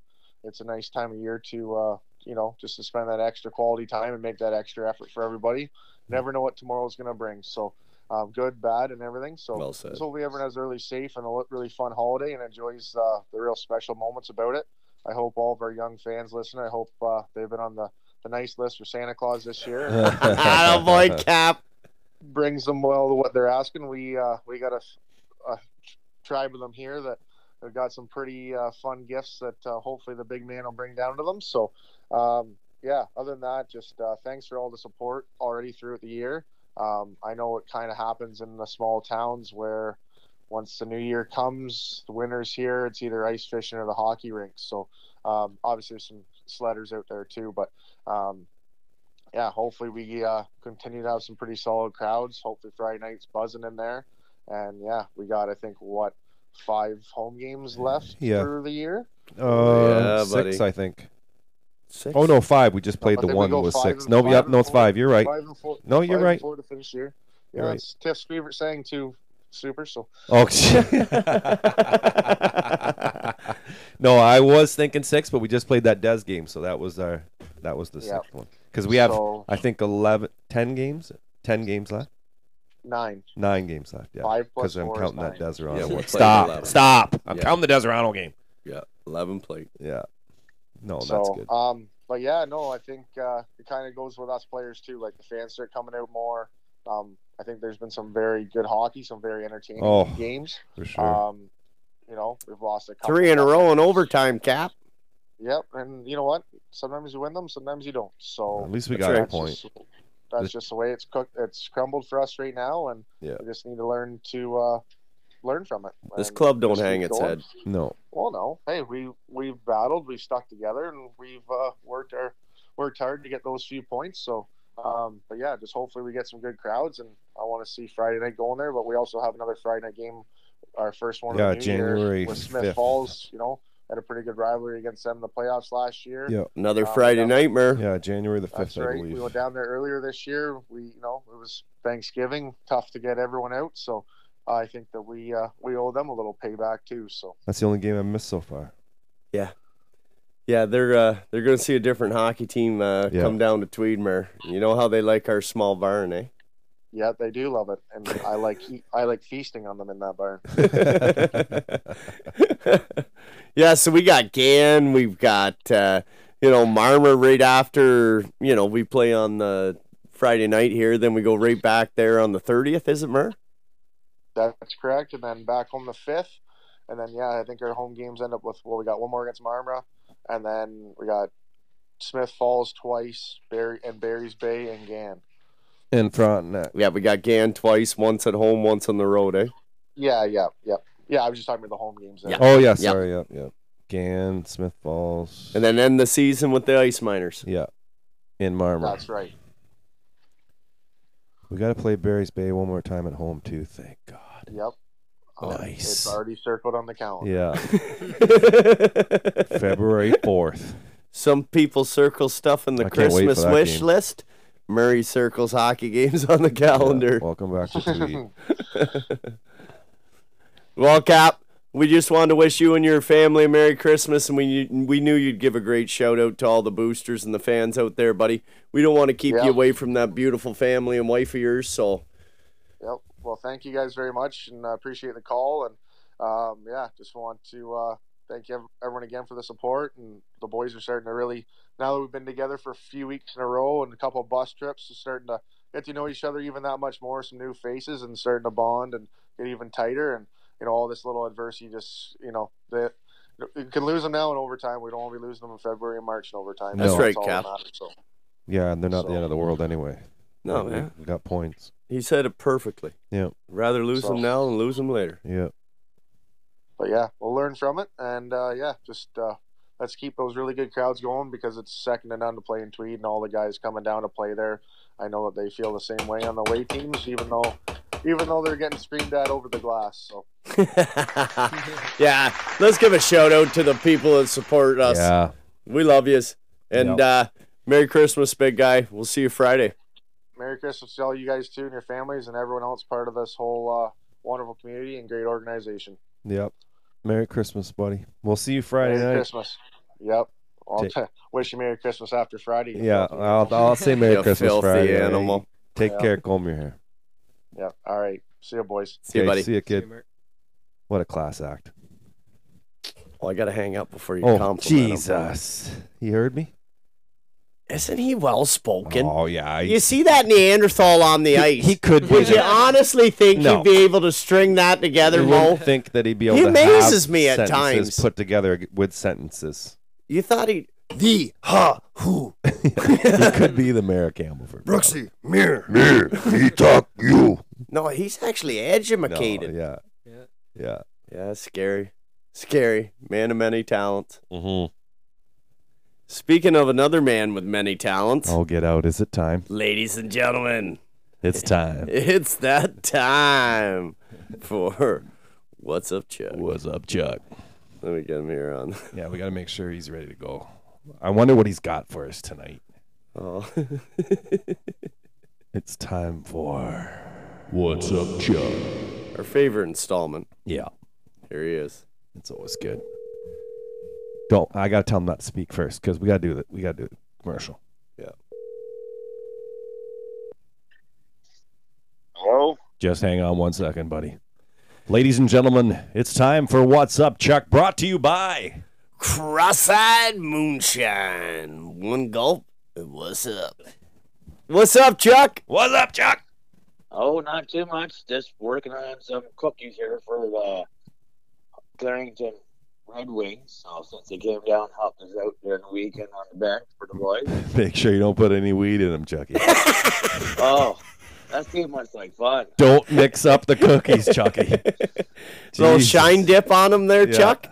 It's a nice time of year to uh, you know just to spend that extra quality time and make that extra effort for everybody. Never know what tomorrow's gonna bring, so um, good, bad, and everything. So Well said. just hopefully everyone has a really safe and a lo- really fun holiday and enjoys uh, the real special moments about it. I hope all of our young fans listen. I hope uh, they've been on the, the nice list for Santa Claus this year. and I don't like cap. brings them well to what they're asking. We uh, we got a, a tribe of them here that have got some pretty uh, fun gifts that uh, hopefully the big man will bring down to them. So um, yeah, other than that, just uh, thanks for all the support already throughout the year. Um, I know it kind of happens in the small towns where once the new year comes, the winter's here. It's either ice fishing or the hockey rink. So um, obviously there's some sledders out there too, but um, yeah, hopefully we uh, continue to have some pretty solid crowds. Hopefully Friday night's buzzing in there, and yeah, we got I think what five home games left Yeah. through the year. Uh, Yeah, six, buddy. I think. Oh no, five. We just played I the think we one go that was five six. and- No, five yep, and no, it's four. five. You're right. Five and four. No, you're five and right. Four to finish the year. You're Yeah, right. it's Tiff's favorite saying too. Super. So Oh shit. no, I was thinking six, but we just played that Des game, so that was our that was the Yeah. sixth one. Because we have, so, I think, 11, 10 games, ten games left, nine. nine games left. Yeah, Five plus because I'm four counting is that nine. Deserano. Yeah, we'll play one. Stop, 11. stop! I'm Yeah. counting the Deserano game. Yeah, eleven plate. Yeah. No, so, Oh, that's good. Um, but yeah, no, I think uh, it kind of goes with us players too. Like the fans start coming out more. Um, I think there's been some very good hockey, some very entertaining Oh, games. For sure. Um, you know, we've lost a couple Three in a of- row in overtime, cap. Yep, and you know what? Sometimes you win them, sometimes you don't. So At least we that's got a right. point. Just, that's This- just the way it's cooked. It's crumbled for us right now, and Yeah. we just need to learn to uh, learn from it. This and club don't just keep hang its going. head. No. Well, no. Hey, we we've battled, we've stuck together, and we've uh, worked our worked hard to get those few points. So, um, but yeah, just hopefully we get some good crowds, and I want to see Friday night going there. But we also have another Friday night game, our first one. of the Yeah, new January year with Smith 5th. Falls. You know, had a pretty good rivalry against them in the playoffs last year. Yeah. Another Uh, Friday no. nightmare. Yeah, January the That's fifth, I right. believe. We went down there earlier this year. We, you know, it was Thanksgiving, tough to get everyone out. So I think that we uh, we owe them a little payback too. So That's the only game I missed so far. Yeah, they're uh, they're gonna see a different hockey team uh, Yeah. come down to Tweedmere. You know how they like our small barn, eh? yeah, they do love it, and I like he- I like feasting on them in that barn. eh? yeah, so we got Gan, we've got uh, you know Marmer right after you know we play on the Friday night here, then we go right back there on the thirtieth, is it Mer? That's correct. And then back home the fifth, and then yeah, I think our home games end up with well, we got one more against Marmara, and then we got Smith Falls twice, Barry and Barry's Bay and Gan. In Frontenac. Yeah, we got Gan twice, once at home, once on the road, eh? Yeah, yeah, yeah, yeah. I was just talking about the home games. There. Oh yeah, Yeah. sorry, yeah, yeah. Gan, Smith Falls. And then end the season with the Ice Miners. Yeah. In Marmor. That's right. We gotta play Barry's Bay one more time at home too, thank God. Yep. Uh, Nice. It's already circled on the calendar. Yeah. February fourth. Some people circle stuff in the I can't wait for Christmas that wish game. list. Murray circles hockey games on the calendar. Welcome back to Tweed. Well, Cap, we just wanted to wish you and your family a Merry Christmas, and we we knew you'd give a great shout out to all the boosters and the fans out there, buddy. We don't want to keep Yeah. you away from that beautiful family and wife of yours, so Yep. Well, thank you guys very much, and I appreciate the call. And um, yeah, just want to uh, thank ev- everyone again for the support. And the boys are starting to really now that we've been together for a few weeks in a row and a couple bus trips, is starting to get to know each other even that much more. Some new faces and starting to bond and get even tighter. And you know, all this little adversity just you know that. You can lose them now in overtime. We don't want to be losing them in February and March in overtime. That's right, all Cap. that matters, so. Yeah, and they're not the So- end of the world anyway. no, We- man, we got points. he said it perfectly. Yeah. rather lose So- them now than lose them later. Yeah. but yeah, we'll learn from it, and uh, yeah, just uh, let's keep those really good crowds going because it's second to none to play in Tweed, and all the guys coming down to play there. I know that they feel the same way on the away teams, even though, even though they're getting screamed at over the glass. So yeah, let's give a shout out to the people that support us. Yeah. We love yous, and Yep. uh, Merry Christmas, big guy. We'll see you Friday. Merry Christmas to all you guys too, and your families, and everyone else part of this whole uh, wonderful community and great organization. Yep. Merry Christmas, buddy. We'll see you Friday Merry night. Christmas. Yep. I'll Take- t- wish you Merry Christmas after Friday. you Yeah, filthy I'll, I'll say Merry You Christmas filthy Friday. night. animal. Take Yeah. care. Comb your hair. Yeah. All right. See you, boys. See you, Okay, buddy. See you, kid. Merc. What a class act. Well, I gotta hang up before you Oh, compliment him. Jesus. He heard me? Isn't he well spoken? Oh, yeah. he- You see that Neanderthal on the ice. he could be. Would you honestly think No. he'd be able to string that together, You Mo? wouldn't think that he'd be able He to amazes have me at sentences times. put together with sentences. You thought he the ha who He could be the Mayor of Campbellford. Brooksy mirror. Me, he talk you. No, he's actually No, educated. yeah. Yeah. Yeah. Yeah, scary, scary man of many talents. Mm-hmm. Speaking of another man with many talents, Oh, get out. Is it time? ladies and gentlemen, It's time. it's that time for what's up, Chuck. What's up, Chuck? Let me get him here on. Yeah, we got to make sure he's ready to go. I wonder what he's got for us tonight. Oh. It's time for What's Up Chuck. Our favorite installment. Yeah, Here he is. it's always good. Don't I gotta tell him not to speak first because we gotta do that. We gotta do the commercial. Hello? Just hang on one second, buddy. Ladies and gentlemen, it's time for What's Up Chuck, brought to you by Cross-eyed moonshine. One gulp. and What's up? What's up, Chuck? What's Up Chuck. Oh, not too much. Just working on some cookies here for uh, Clarington Red Wings. So since they came down, helped us out during the weekend on the bench for the boys. Make sure you don't put any weed in him, Chucky. Oh, That's too much like fun. Don't mix up the cookies, Chucky. Little Jesus. shine dip on them there, Yeah. Chuck.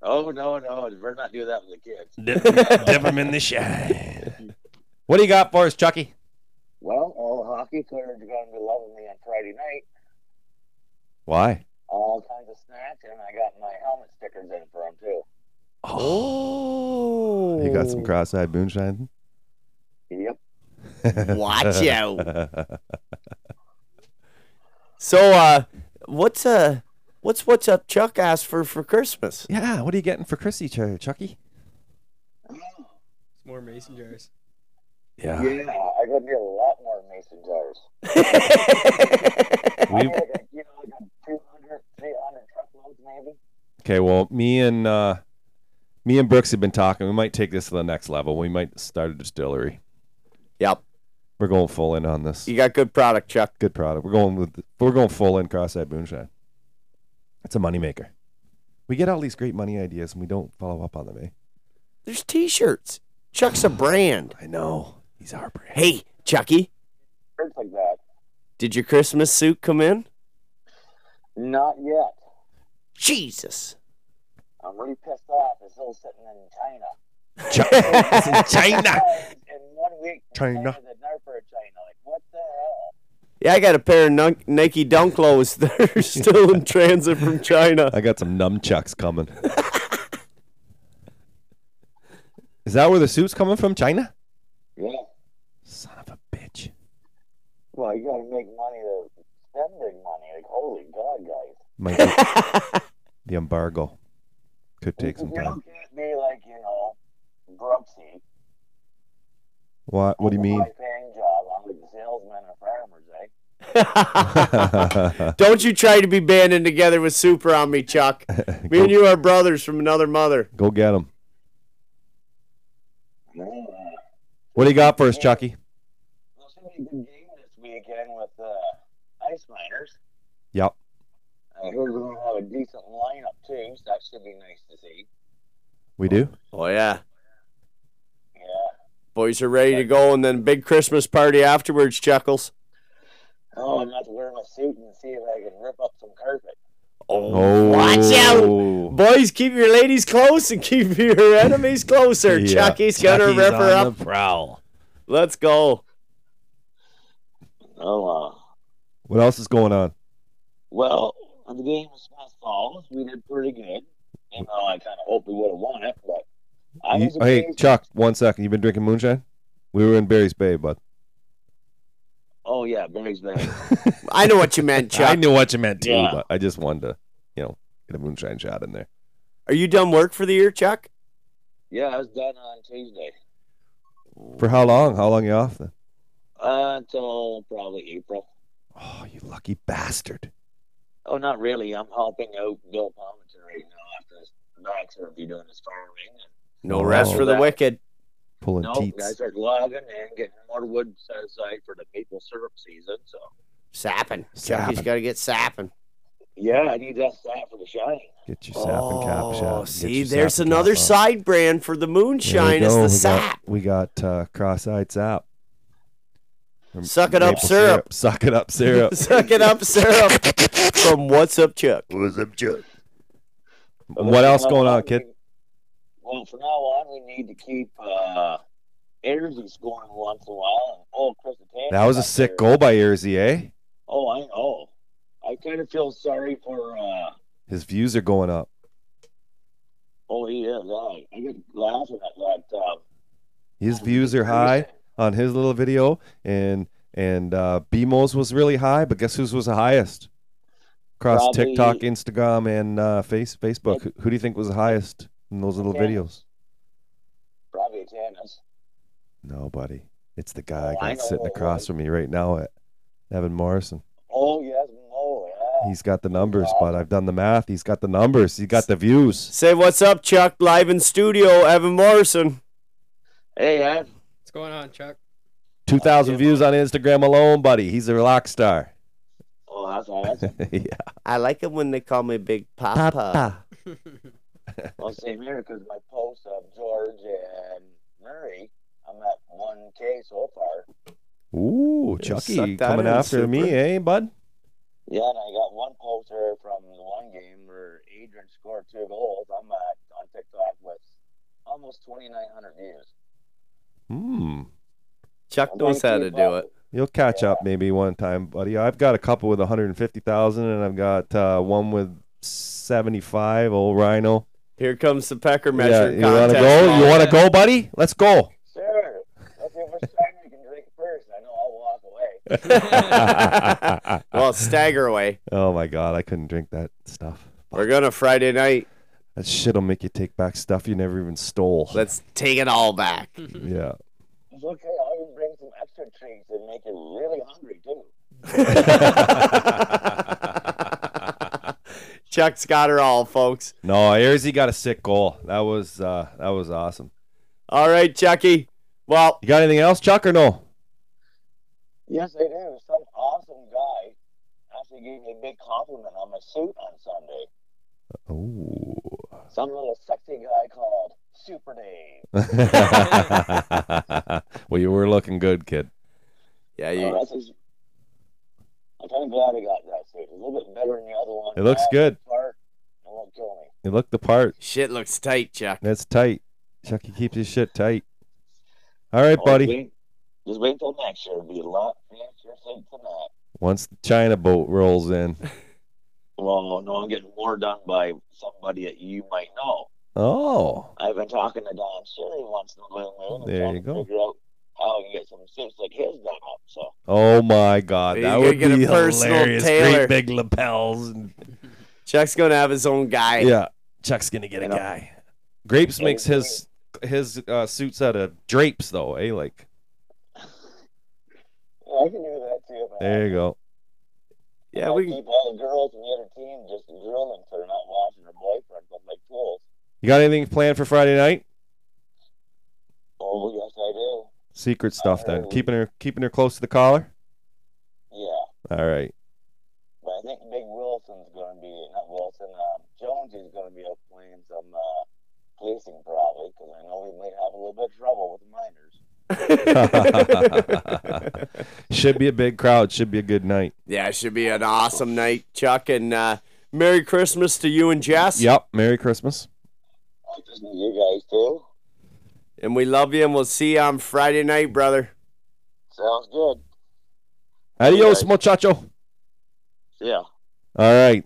Oh no, no, we're not doing that with the kids. Dip, dip 'em in the shine. What do you got for us, Chucky? Well, all the hockey players are going to be loving me on Friday night. Why? All kinds of snacks, and I got my helmet stickers in for them too. Oh, you got some cross-eyed moonshine. Yep. Watch out. So, uh, what's uh, what's what's up, Chuck? Asked for for Christmas. yeah, what are you getting for Chrissy, Ch- Chucky? It's more mason jars. Yeah. Yeah, I got to be a lot more mason jars. I We- need like a, you know, like a 200, 300 truckloads maybe. Okay, well, me and uh, me and Brooks have been talking. We might take this to the next level. We might start a distillery. Yep, We're going full in on this. you got good product, Chuck. Good product. We're going with we're going full in cross-eyed moonshine. It's a moneymaker. We get all these great money ideas and we don't follow up on them, eh? There's T-shirts. Chuck's a brand. I know. He's our brand. Hey, Chucky, Things like that. did your Christmas suit come in? Not yet. Jesus. I'm really pissed off. It's still sitting in China. China. In one week, China. The Narper China. Like, what the hell? Yeah, I got a pair of nun- Nike Dunk lows that are still in transit from China. I got some nunchucks coming. Is that where the soup's coming from? China? Yeah. Son of a bitch. Well, you gotta make money to spend big money. Like, holy God, guys. Might be- the embargo could take some you time. can't be like, you know, Brooksy. What? What do you mean? Paying job. I'm like the salesman and farmers, eh? Don't you try to be banding together with Super on me, Chuck. Me and you are brothers from another mother. Go get him. Mm. What do you got for us, Chucky? There's gonna be a good game this weekend with uh, Ice Miners. Yep. I heard we're gonna have a decent lineup too, so that should be nice to see. We do. Oh yeah, Yeah. boys are ready to go, and then big Christmas party afterwards, Chuckles. Oh, I'm about to wear my suit and see if I can rip up some carpet. Oh, watch out. Boys, keep your ladies close and keep your enemies closer. Yeah. Chucky's gonna Chucky's rip her on up. the prowl. Let's go. Oh, uh, What else is going on? well, on the game of Smith Falls, we did pretty good. You know, I kind of hoped we would have won it, but I You- oh, was hey, amazed- Chuck, one second. You been drinking moonshine? We were in Barry's Bay, bud. Oh yeah, Barry's Bay. I know what you meant, I Chuck. knew what you meant too, Yeah. but I just wanted to, you know, get a moonshine shot in there. Are you done work for the year, Chuck? yeah, I was done on Tuesday For how long? How long you off then? uh, until probably April. Oh, you lucky bastard. Oh, not really. I'm helping out Bill Palmerton right now after his back surgery doing his farming. No rest Oh. for the wicked. Pulling No, teats. guys are logging and getting more wood set aside for the maple syrup season. So Sapping. Chucky's Sapping. got to get sapping. yeah, I need that sap for the shine. Get your sap and cap shot. Oh, Get see, your sap there's and cap another on. side brand for the There we moonshine is go. the we sap. Got, we got uh, cross-eyed sap. From Suck it up maple syrup. Suck it up syrup. Suck it up, syrup. From What's Up, Chuck? what else going on, kid? Well, from now on, we need to keep uh, Airsies going once in a while. And, oh, Chris Kattan That was a out sick there. goal by Yerzy, eh? Oh, I know. I kind of feel sorry for. Uh, His views are going up. oh, he is. I, I get laughing at that. Uh, His views are high on his little video, and and uh, BMO's was really high, but guess whose was the highest? Across Probably- TikTok, Instagram, and uh, face Facebook. Who, who do you think was the highest in those little Yeah. videos? Robbie Tannis. Nobody. It's the guy Oh, I that's know sitting who it across was. from me right now, at Evan Morrison. Oh yes, no. Yeah. He's got the numbers, but I've done the math. He's got the numbers. He's got the views. Say What's Up, Chuck, live in studio, Evan Morrison. Hey, I, What's going on, Chuck? Two thousand views on Instagram alone, buddy. He's a rock star. oh, that's awesome. yeah. I like it when they call me Big Papa. well, same here because my post of George and Murray, I'm at one K so far. Ooh, Yeah, Chucky suck that coming in, after me, Super. eh, bud? Yeah, and I got one poster from the one game where Adrian scored two goals. I'm uh, on TikTok with almost 2,900 views. Hmm. Chuck I'm knows gonna how to keep do up. it. You'll catch up maybe one time, buddy. I've got a couple with 150,000, and I've got uh, one with 75. Old Rhino. Here comes the pecker yeah, measure you want to contest. go? ball. You want to go, buddy? Let's go. Sure. Let's see which time you can drink first. I know I'll walk away. well, stagger away. oh my God, I couldn't drink that stuff. We're gonna Friday night. That shit'll make you take back stuff you never even stole. Let's take it all back. yeah. It's okay. I'll even bring some extra treats and make you really hungry, too. Chuck's got her all, folks. No, Airzy got a sick goal. That was uh, that was awesome. All right, Chucky. Well, You got anything else, Chuck, or no? Yes, I do. Some awesome guy actually gave me a big compliment on my suit on Sunday. Oh. Some little sexy guy called Super Dave. well, you were looking good, kid. yeah, Oh, you, that's his- I'm kind of glad I got that suit. It's a little bit better than the other one. It looks Uh, good. Far, it won't kill me. You looked the part. shit looks tight, Chuck. That's tight. Chucky keeps his shit tight. All right, buddy. Wait, just wait till next year. It'll be a lot fancier suit than that. Once the China boat rolls in. Well, no, I'm getting more done by somebody that you might know. Oh. I've been talking to Don Sherry once in a blue moon. and There trying you to go. Figure out how I can get some suits like his done up. So Oh my God. He's That gonna would get a be personal hilarious. tailor. Great big lapels. And... Chuck's gonna have his own guy. Yeah. Chuck's gonna get a You know. guy. Grapes Yeah, makes he's his his uh, suits out of drapes though, eh? Like yeah, I can do that too. man. there you go. Yeah, I we can. keep all the girls in the other team just drilling for not watching their boyfriend with my tools. You got anything planned for Friday night? Oh yes, I do. Secret stuff then. Um, Keeping her keeping her close to the collar? Yeah, All right. but I think Big Wilson's going to be not Wilson. Um, Jones is going to be up playing some uh, policing probably because I know he might have a little bit of trouble with the minors. should be a big crowd. Should be a good night. Yeah, it should be an awesome night, Chuck. And uh, Merry Christmas to you and Jess. Yep. Merry Christmas. I just need you guys too. And we love you, and we'll see you on Friday night, brother. Sounds good. Adios, Right. muchacho. Yeah. All right.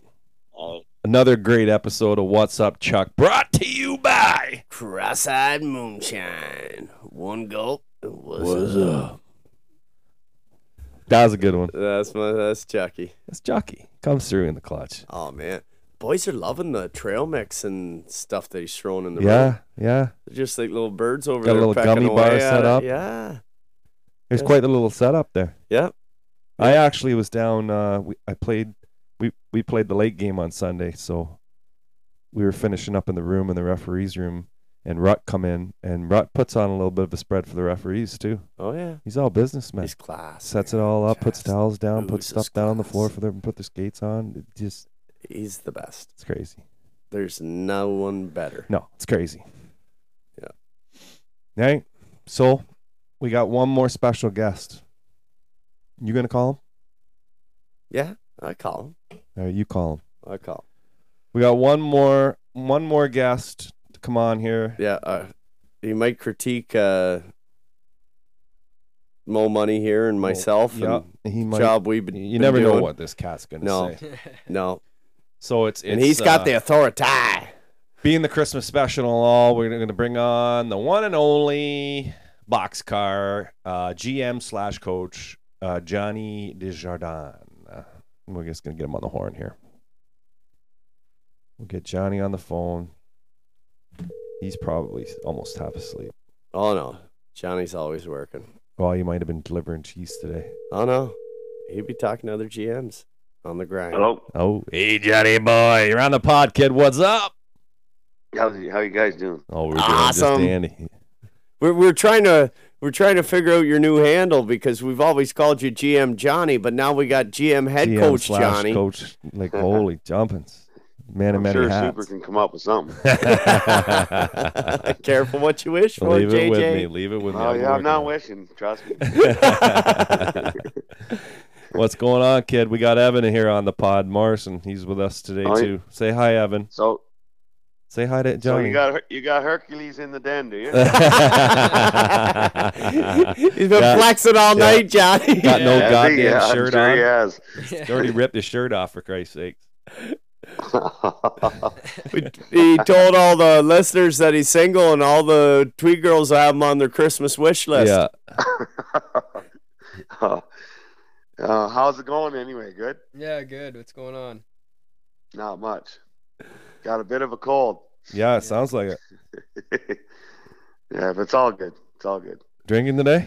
All right. Another great episode of What's Up, Chuck, brought to you by. Cross-eyed moonshine. One gulp. What's, up? That was a good one. That's my. That's Chucky. It's Jockey. Comes through in the clutch. Oh man, boys are loving the trail mix and stuff that he's throwing in the road. Yeah. Yeah. They're just like little birds Got over a there. little pecking gummy away bar at set it. up. Yeah. There's Yeah. quite a little setup there. Yep. I actually was down. Uh, we, I played. We we played the late game on Sunday, so we were finishing up in the room in the referees' room, and Rut come in, and Rut puts on a little bit of a spread for the referees too. Oh yeah. He's all businessman. He's class. Sets it all up, puts Just towels down, puts oozes stuff down on the floor class. for them, put their skates on. It just He's the best. it's crazy. There's no one better. No, it's crazy. Yeah. All right. So we got one more special guest. You gonna call him? Yeah, I call him. All right, you call him. I call. We got one more one more guest to come on here. Him. Yeah. Uh, he might critique uh, Mo Money here and myself Yeah, and he might. job we've been. you been never know doing. what this cat's gonna No. say. No. So it's, it's and he's got uh, the authority. being the Christmas special and all, we're going to bring on the one and only boxcar uh, GM slash coach uh, Johnny Desjardins. Uh, We're just going to get him on the horn here. We'll get Johnny on the phone. He's probably almost half asleep. Oh no, Johnny's always working. Well, he might have been delivering cheese today. Oh no, he'd be talking to other GMs on the grind. Hello. Oh, hey, Johnny boy, you're on the pod, kid. What's up? How's, how you guys doing? Oh, we're doing Awesome. just dandy. We're we're trying to we're trying to figure out your new handle because we've always called you GM Johnny, but now we got GM head GM coach slash Johnny. Coach, like holy jumpins. Man in I'm many sure hats. Super can come up with something. Careful what you wish for, Leave it with JJ. me. Leave it with me. Oh I'll yeah, I'm work on not wishing. Trust me. it. What's going on, kid? We got Evan here on the pod, Morrison. He's with us today Oh, yeah. too. Say hi, Evan. So, Say hi to so Johnny. you got Her- you got Hercules in the den, do you? He's been Yeah. flexing all Yeah. night, Johnny. Got no Yeah, goddamn yeah, I'm shirt sure on. He has. He's already ripped his shirt off for Christ's sake. he told all the listeners that he's single, and all the tweet girls have him on their Christmas wish list. Yeah. uh, how's it going anyway? Good. Yeah, good. What's going on? Not much. Got a bit of a cold. Yeah, it sounds like it. yeah, but it's all good. It's all good. Drinking today?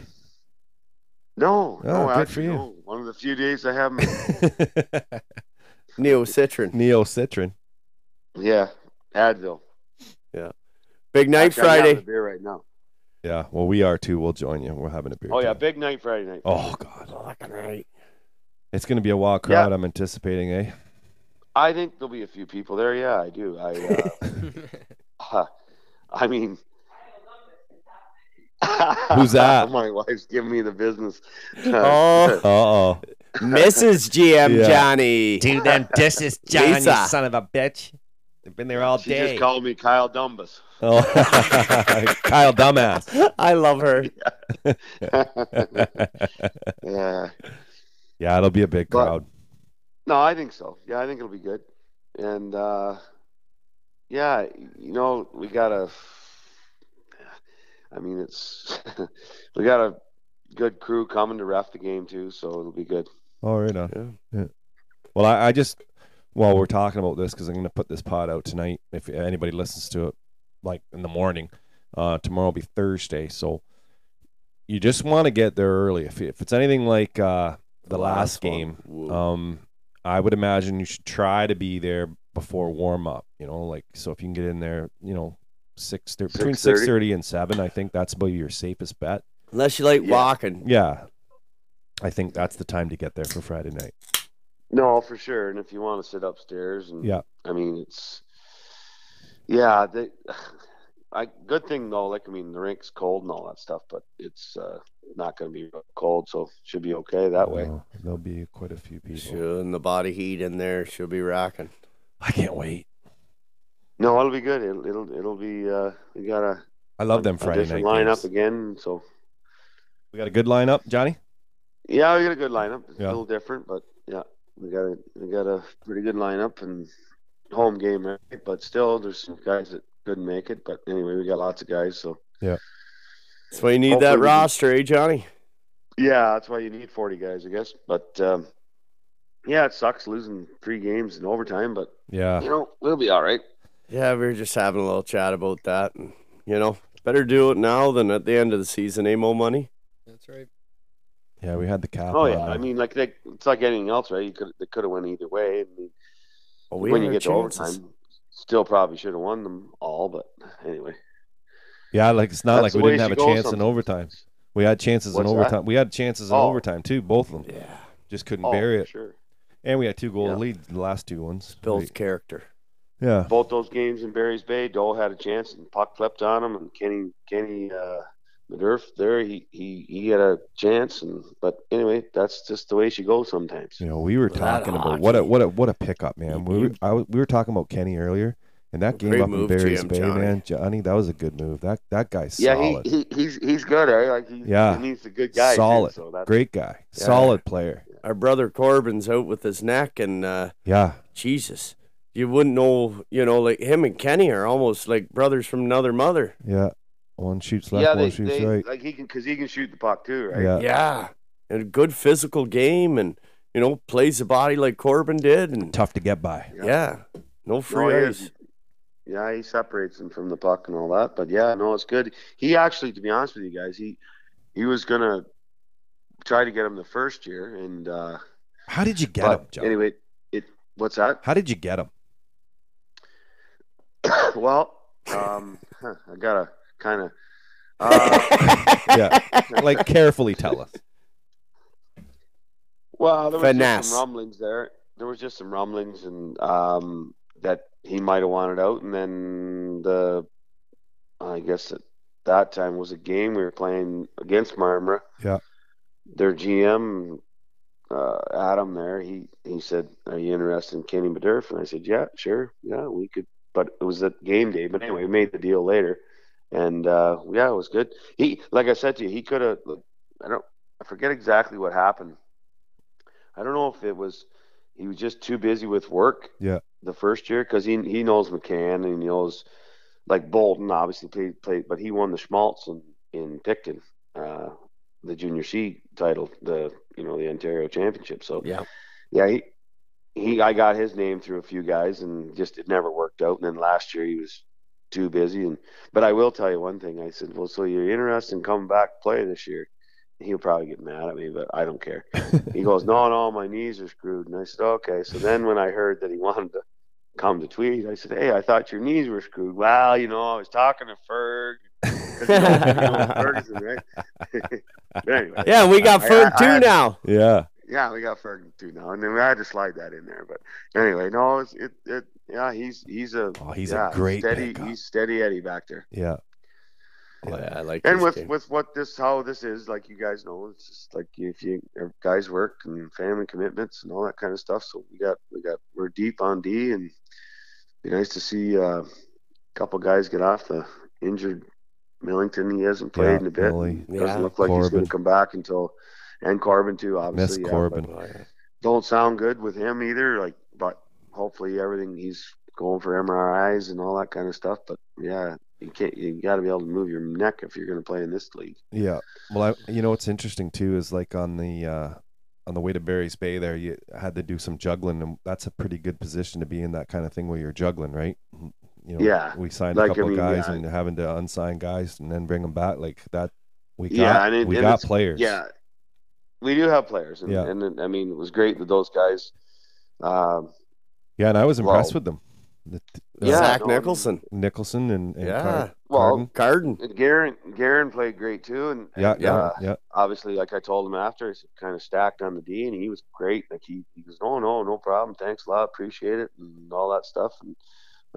No, Oh, no, good for actually, you. no. One of the few days I haven't. Neo Citron. Neo Citron. yeah, Advil. Big night Actually, I'm having Friday. a beer right now. Yeah. Well, we are too. We'll join you. We're having a beer. Oh yeah, too. big night Friday night. Oh God. It's gonna be a wild crowd. I'm anticipating, eh? I think there'll be a few people there. Yeah, I do. I. Uh, Uh, I mean, Who's that? My wife's giving me the business. Oh, Uh oh. Mrs. GM Yeah. Johnny. Dude, them dishes, John, Lisa. you son of a bitch. They've been there all she day. just called me Kyle Dumbus. Oh, Kyle, dumbass. I love her. yeah. yeah, it'll be a big But- crowd. No, I think so. Yeah, I think it'll be good. And uh, yeah, you know, we gotta. I mean, it's we got a good crew coming to ref the game too, so it'll be good. All Oh, right, on. Yeah. Well, I, I just while we're talking about this because I'm going to put this pod out tonight. If anybody listens to it, like in the morning, uh, tomorrow will be Thursday, so you just want to get there early. If if it's anything like uh, the, last, game, um, I would imagine you should try to be there before warm up. You know, like so if you can get in there, you know, six thir- between 6:30? six thirty and seven. I think that's about your safest bet. Unless you like Yeah. walking. Yeah, I think that's the time to get there for Friday night. No, for sure. And if you want to sit upstairs, and Yeah. I mean it's, yeah, they, I good thing though. Like I mean, the rink's cold and all that stuff, but it's uh, not going to be cold, so should be okay that way. No, there'll be quite a few people. She'll in the body heat in there. She'll be rocking. I can't wait. No, it'll be good. It'll it'll, it'll be. Uh, we got a, I love them a Friday night different lineup games. again. So We got a good lineup, Johnny. yeah, we got a good lineup. It's Yeah. a little different, but yeah, we got a we got a pretty good lineup and home game, right? But still, there's some guys that couldn't make it. But anyway, we got lots of guys, so. That's why you need Hopefully that we can- roster, eh, Johnny? Yeah, that's why you need 40 guys, I guess. But um, yeah, it sucks losing three games in overtime, but Yeah, you know we'll be all right. Yeah, we were just having a little chat about that. And, you know, better do it now than at the end of the season, eh, Mo Money? That's right. yeah, we had the cap. Oh on yeah, there. I mean like they, it's like anything else, right? You could they could have went either way. I mean, Well, when had you our get chances. to overtime, still probably should have won them all, but anyway. yeah, like it's not that's like the we way didn't she have a goes chance in sometimes. overtime. We had chances What's in that? overtime. We had chances in Oh. overtime too, both of them. Yeah, just couldn't Oh, bury it. sure. And we had two goal Yeah. lead the last two ones. Builds We- character. Yeah, Both those games in Barry's Bay, Dole had a chance and puck flipped on him, and Kenny Kenny uh, Maderf there, he, he he had a chance, and but anyway, that's just the way she goes sometimes. you know, we were talking about what a what a what a pickup, man. We were, I, was- we were talking about Kenny earlier, and that game Great up move, in Barry's GM Bay, Johnny. man, Johnny, that was a good move. That that guy's Yeah, solid. he, he he's he's good. Eh? Like he, Yeah. yeah, he's a good guy. too, Solid. so that's, Great guy, solid player. Our brother Corbin's out with his neck, and uh, Yeah, Jesus, you wouldn't know, you know, like him and Kenny are almost like brothers from another mother. yeah. One shoots left, Yeah, one they, shoots they right. like he can because he can shoot the puck too, right? Yeah. Yeah. And a good physical game, and, you know, plays the body like Corbin did. And tough to get by. Yeah. yeah, no free he ice. is. Yeah, he separates him from the puck and all that. But yeah, no, it's good. He actually, to be honest with you guys, he he was gonna try to get him the first year, and uh, How did you get but him, John? anyway, it what's that? How did you get him? well, um, huh, I gotta kind of. Uh, Yeah, like carefully tell us. well, there was just Finesse. some rumblings there. There was just some rumblings, and um, that he might have wanted out, and then the I guess at that time was a game we were playing against Marmara. Yeah. Their GM uh, Adam there, he he said, "Are you interested in Kenny Maderf?" And I said, "Yeah, sure, yeah, we could." But it was at game day. But anyway, we made the deal later, and uh, yeah, it was good. He, like I said to you, he could have. I don't. I forget exactly what happened. I don't know if it was he was just too busy with work Yeah. the first year because he he knows McCann and he knows like Bolton obviously played played, but he won the Schmaltz in in Picton, uh, the Junior C title, the you know the Ontario Championship. So yeah, yeah, he he I got his name through a few guys and just it never worked out. And then last year he was too busy. And but I will tell you one thing. I said, well, so you're interested in coming back to play this year? He'll probably get mad at me, but I don't care. he goes, no, no, my knees are screwed. And I said, okay. So then when I heard that he wanted to come to Tweed, I said, hey, I thought your knees were screwed. Well, you know, I was talking to Ferg. 'Cause you know- you know Ferguson, right? But anyway, Yeah, we got I- Ferg I- too I- now. Yeah. yeah, we got Ferguson too now, and then we had to slide that in there. But anyway, no, it's, it, it, yeah, he's he's a oh, he's a great steady, he's steady Eddie back there. Yeah. Yeah, I like. And this with game. with what this how this is, like you guys know, it's just like if you if guys work and family commitments and all that kind of stuff. So we got we got we're deep on D, and be nice to see uh, a couple guys get off the injured Millington. He hasn't played Yeah, in a bit. Millie. Doesn't Yeah. look like he's going Corbin. to come back until and Corbin too, obviously. Miss yeah, Corbin. but don't sound good with him either. Like, but hopefully everything he's going for MRIs and all that kind of stuff. But yeah, you can't. You got to be able to move your neck if you're going to play in this league. Yeah. Well, I, you know what's interesting too is like on the uh, on the way to Barry's Bay there, you had to do some juggling, and that's a pretty good position to be in that kind of thing where you're juggling, right? Mm, You know, Yeah. We signed Like, a I couple mean, guys yeah. and having to unsign guys and then bring them back like that. We got yeah, and it, we and got it's- players. Yeah, we do have players, and, Yeah. and it- I mean, it was great with those guys. Um, Yeah, and I was impressed Well, with them. The t- Yeah, Zach no, I mean- Nicholson. Hmm, Nicholson, and, and Yeah. Card- Well, Garden. Garen Garen played great too, and Yeah, and, yeah, uh, yeah. Obviously, like I told him after, he's kind of stacked on the D, and he was great. Like he, he goes, no, no, no problem. Thanks a lot, appreciate it, and all that stuff. And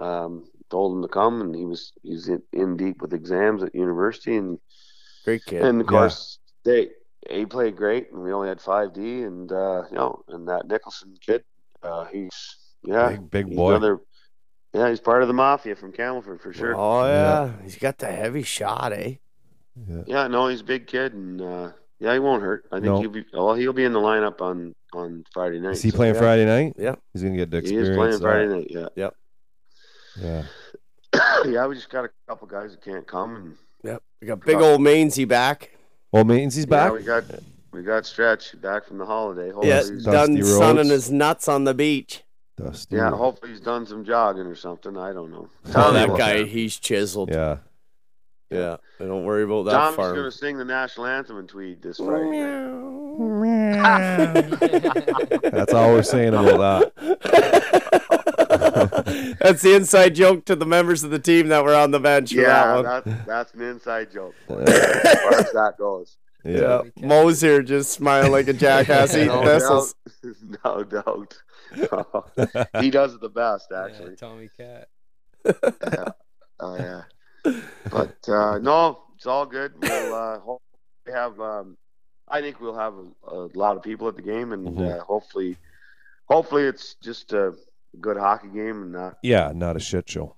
um, told him to come, and he was he's in, in deep with exams at university, and Great kid. and of Yeah. course they he played great, and we only had five D, and uh, you know, and that Nicholson kid, uh, he's yeah, Big- big he's boy. another- yeah, he's part of the mafia from Camelford for sure. Oh yeah. he's got the heavy shot, eh? Yeah, no, he's a big kid, and uh, yeah, he won't hurt. I think No. he'll be. Well, he'll be in the lineup on on Friday night. Is he so- playing Friday night? Yeah. He's gonna get the He experience. Uh, is playing of Friday that. night. Yeah. Yep. Yeah. yeah, we just got a couple guys that can't come. And, Yep. We got big old Mainsy back. Well, Mainsy's back. Yeah, we got we got Stretch back from the holiday. Hopefully Yeah, he's- done sunning his nuts on the beach. Dusty. Yeah, hopefully he's done some jogging or something. I don't know. Oh, Tommy that will. guy, he's chiseled. Yeah. Yeah. I don't worry about that Tommy's farm. gonna sing the national anthem in Tweed this Friday. night. That's all we're saying about that. That's the inside joke to the members of the team that were on the bench. for that Yeah, one. that's that's an inside joke. as far as that goes. Yeah. Mo's here just smiling like a jackass eating No thistles. doubt. No doubt. he does it the best, actually. Tommy Cat. Oh yeah. But uh, no, it's all good. We'll uh, hope we have. Um, I think we'll have a, a lot of people at the game, and Mhm. Mm-hmm. uh, hopefully, hopefully it's just a good hockey game and not Yeah, not a shit show.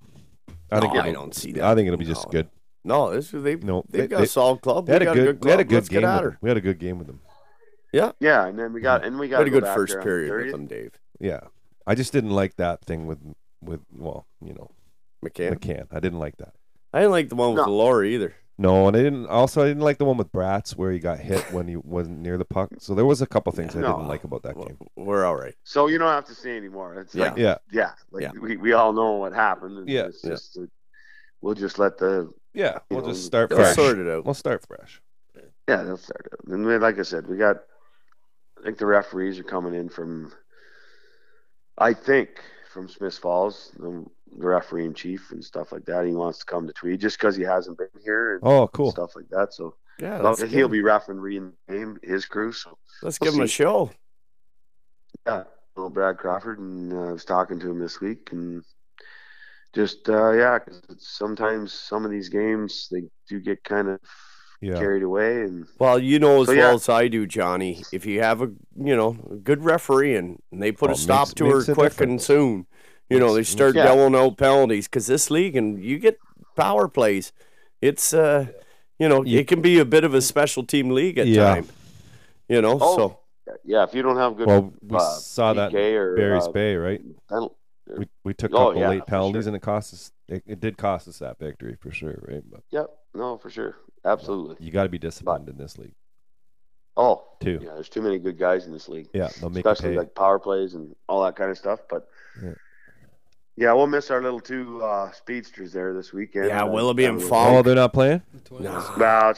No, I it'll- don't see I think it'll be just good. No, this they No, they've got a solid club. They had We a got a good, good we had a club. good Let's get game. at with her. them. We had a good game with them. Yeah, and then we got and we got Mm-hmm. Had a go good back first there on period the with 30th. them, Dave. Yeah, I just didn't like that thing with with well, you know, McCann. McCann. I didn't like that. I didn't like the one with No. the Laura either. No, and I didn't. Also, I didn't like the one with Bratz where he got hit when he wasn't near the puck. So there was a couple things I No. didn't like about that game. We're all right. So you don't have to say anymore. It's Yeah. like Yeah, yeah, like Yeah. We, we all know what happened. and Yeah. it's Yeah. just that we'll just let the yeah. You We'll know, just start They'll fresh. sort it out. We'll start fresh. yeah they'll start it. And we, like I said, we got I think the referees are coming in from I think from Smith Falls, the, the referee in chief and stuff like that. He wants to come to Tweed just because he hasn't been here and Oh, cool. stuff like that. So Yeah, well, let's, he'll give, be refereeing the game, his crew. So let's we'll give him a see. show. yeah, know Brad Crawford, and uh, I was talking to him this week, and just uh, yeah, 'cause it's sometimes some of these games they do get kind of carried away, and Well, you know as So, well yeah. as I do, Johnny. If you have a you know a good referee and, and they put Well, a it stop makes- to makes her a quick difference. and soon, you know they start Yeah. yelling out penalties because this league and you get power plays. It's uh, you know You- it can be a bit of a special team league at Yeah. time. You know, Oh, so yeah, if you don't have good, Well, we uh, saw that PK in or, Barry's uh, Bay, right? penal- We, we took a Oh, couple yeah, late for penalties, sure. and it cost us. It, it did cost us that victory for sure, right? But Yep. No, for sure. Absolutely. you got to be disciplined in this league. Oh, Two. Yeah, there's too many good guys in this league. Yeah, they'll make you especially pay. like power plays and all that kind of stuff. But Yeah. yeah, we'll miss our little two uh, speedsters there this weekend. Yeah, Uh, Willoughby and that was- Oh, they're not playing. Well, it's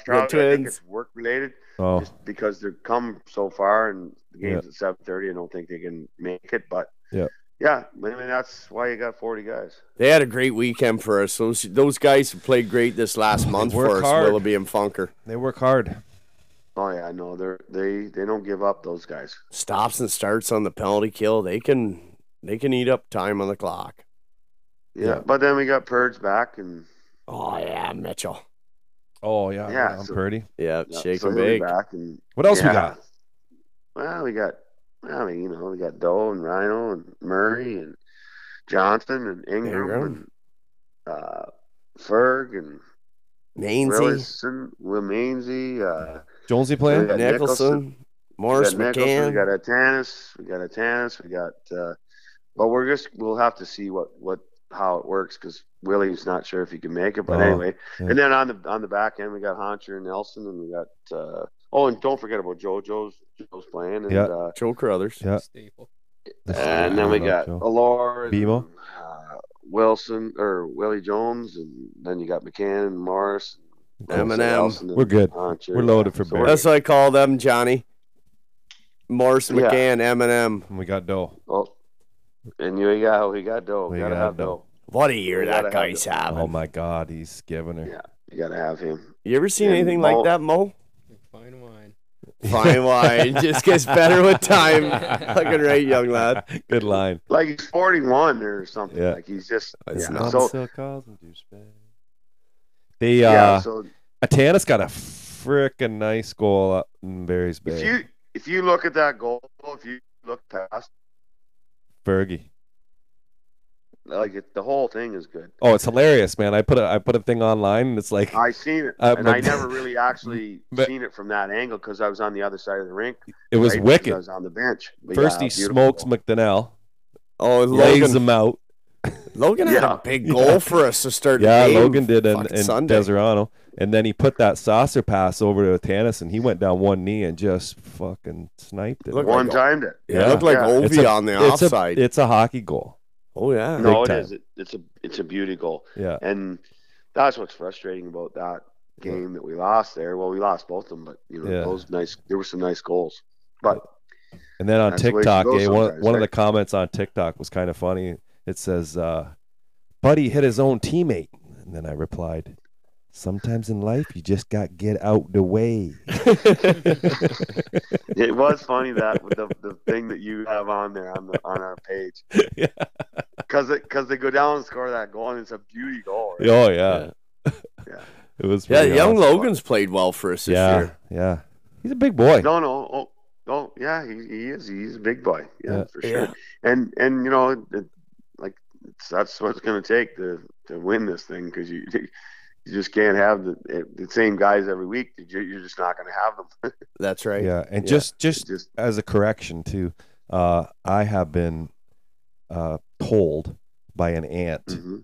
The probably I think twins. it's work related Oh, just because they've come so far and the Yeah. game's at seven thirty. I don't think they can make it, but yeah. yeah, I mean that's why you got forty guys. they had a great weekend for us. Those those guys have played great this last month work for us, hard. Willoughby and Funker. They work hard. Oh yeah, I know they're they they don't give up those guys. Stops and starts on the penalty kill. They can they can eat up time on the clock. Yeah, but then we got Purge back and oh yeah, Mitchell. Oh yeah, Yeah, I'm so- pretty. Yeah, shake and he'll be bake. back and- What else yeah. we got? Well, we got, well, you know, we got Doe and Rhino and Murray and Johnson and Ingram, and uh, Ferg and Mainsy. Willison, Will Mainsy, uh, Jonesy playing. we got Morris we got Nicholson, McCann. We got Atanis. We got Atanis. We got. Uh, but we're just we'll have to see what what how it works because Willie's not sure if he can make it. But Oh, anyway, yeah. and then on the on the back end we got Honcher and Nelson, and we got. Uh, oh, and don't forget about JoJo's Joe's playing, and Yeah. uh, Joe Crothers. Yeah. and then we got Joe. Oh. Alora and Bimo. uh, Wilson or Willie Jones, and then you got McCann and Morris. and Eminem. Nelson and We're good. Honcher. We're loaded for So bear. we're- That's what I call them, Johnny. Morris Yeah. McCann, Eminem. And we got Doe. Oh, and you got how we got Doe. We gotta got have Doe. Doe. What a year We that gotta have guy's Doe. having. Oh my God, he's giving her. You gotta have him. You ever seen And anything Mo- like that, Mo? Fine wine. Fine wine. Just gets better with time. Looking right, young lad. Good line. Like he's forty-one or something. Yeah. Like he's just It's yeah. not so so- They uh, Yeah, so- Atanas got a freaking nice goal up in Barry's Bay. if you if you look at that goal, if you look past, Fergie. like it, the whole thing is good. Oh, it's hilarious, man. I put a I put a thing online, and it's like I seen it, Uh, and but- I never really actually but- seen it from that angle because I was on the other side of the rink. It was Because wicked. I was on the bench. But first yeah, he beautiful. smokes McDonnell, Oh, lays Logan. him out. Logan had Yeah. a big Yeah. goal for us to start. the Yeah, game Logan did, and, fucking and Sunday. Deserano, and then he put that saucer pass over to Atanas, and he went down one knee and just fucking sniped it. Looked one like- timed it. Yeah, it looked like Ovi It's a- on the it's a- offside. it's a hockey goal. oh yeah. Big No, it time. is. It, it's a it's a beauty goal. Yeah. And that's what's frustrating about that game that we lost there. Well, we lost both of them, but you know Yeah. those nice. There were some nice goals, but And then on That's the way it TikTok, goes eh, one, sometimes, one of the right? comments on TikTok was kind of funny. It says, uh, Buddy hit his own teammate. And then I replied, Sometimes in life, you just got to get out the way. it was funny that with the the thing that you have on there on the on our page Yeah. because because they go down and score that goal and it's a beauty goal. right? Oh, yeah. Yeah. it was Yeah, pretty young awesome. Logan's played well for us this Yeah. year. Yeah. He's a big boy. No, no. Oh, oh yeah, he, he is. He's a big boy. Yeah, Yeah. for sure. And and you know, it, it- like it's, that's what it's going to take to to win this thing because you you just can't have the the same guys every week. You- You're just not going to have them. That's right. Yeah, and Yeah. just just Just- as a correction too, uh, I have been uh, told by an aunt Mm. mm-hmm.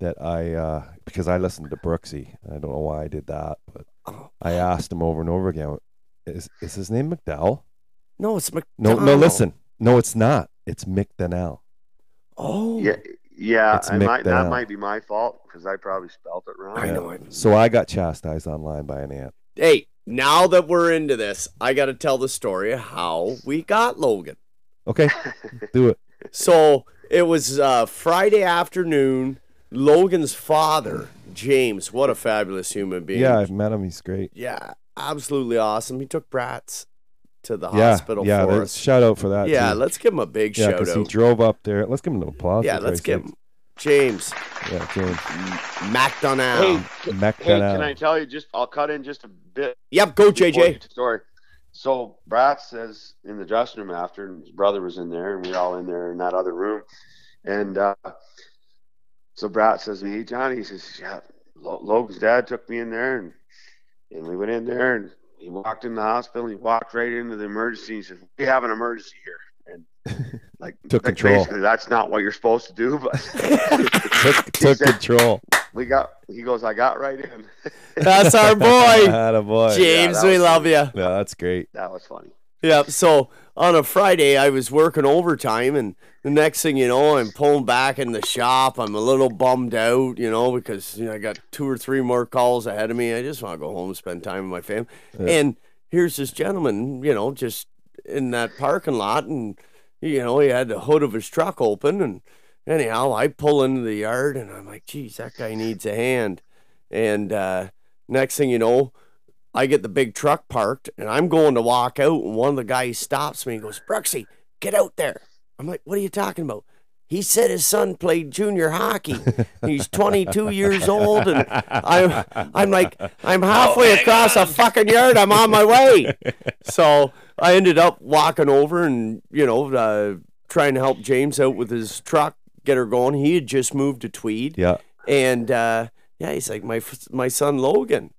that I uh, because I listened to Brooksy. I don't know why I did that, but I asked him over and over again. Is is his name McDowell? No, it's Mc. No, no. Listen, no, it's not. It's McDonnell. Oh. yeah, yeah. It's I might, that McDowell. might be my fault because I probably spelt it wrong. I know it. So I got chastised online by an aunt. Hey, now that we're into this, I got to tell the story of how we got Logan. Okay, do it. So it was uh, Friday afternoon. Logan's father, James, what a fabulous human being. Yeah, I've met him. He's great. Yeah, absolutely awesome. He took brats to the yeah, hospital yeah. for that- us. Shout out for that. Yeah, too. let's give him a big yeah, 'cause shout He out. drove up there. Let's give him an applause. Yeah, for Christ's let's give sake. him James Yeah, James. McDonough. Mac Hey, Dunham. can I tell you just I'll cut in just a bit. Yep, go, before JJ. you tell the Story. So Brat says in the dressing room after, and his brother was in there, and we were all in there in that other room. And uh, so Brat says to me, hey, Johnny, he says, yeah, Lo- Logan's dad took me in there, and and we went in there, and he walked in the hospital, and he walked right into the emergency. And he says, we have an emergency here. Took Like, control. Basically, that's not what you're supposed to do, but Took, took control. we got. He goes, I got right in. That's our boy. boy. James, we love you. Yeah, that's great. That was funny. Yeah. So on a Friday, I was working overtime, and the next thing you know, I'm pulling back in the shop. I'm a little bummed out, you know, because you know, I got two or three more calls ahead of me. I just want to go home and spend time with my family. Yeah. And here's this gentleman, you know, just in that parking lot, and you know, he had the hood of his truck open, and anyhow, I pull into the yard, and I'm like, geez, that guy needs a hand. And uh, next thing you know, I get the big truck parked and I'm going to walk out, and one of the guys stops me and goes, Bruxy, get out there. I'm like, what are you talking about? He said his son played junior hockey. He's 22 years old, and I'm, I'm like, I'm halfway Oh across a fucking yard. I'm on my way. So I ended up walking over and, you know, uh, trying to help James out with his truck, get her going. He had just moved to Tweed. Yeah. And uh, yeah, he's like, my, f- my son Logan.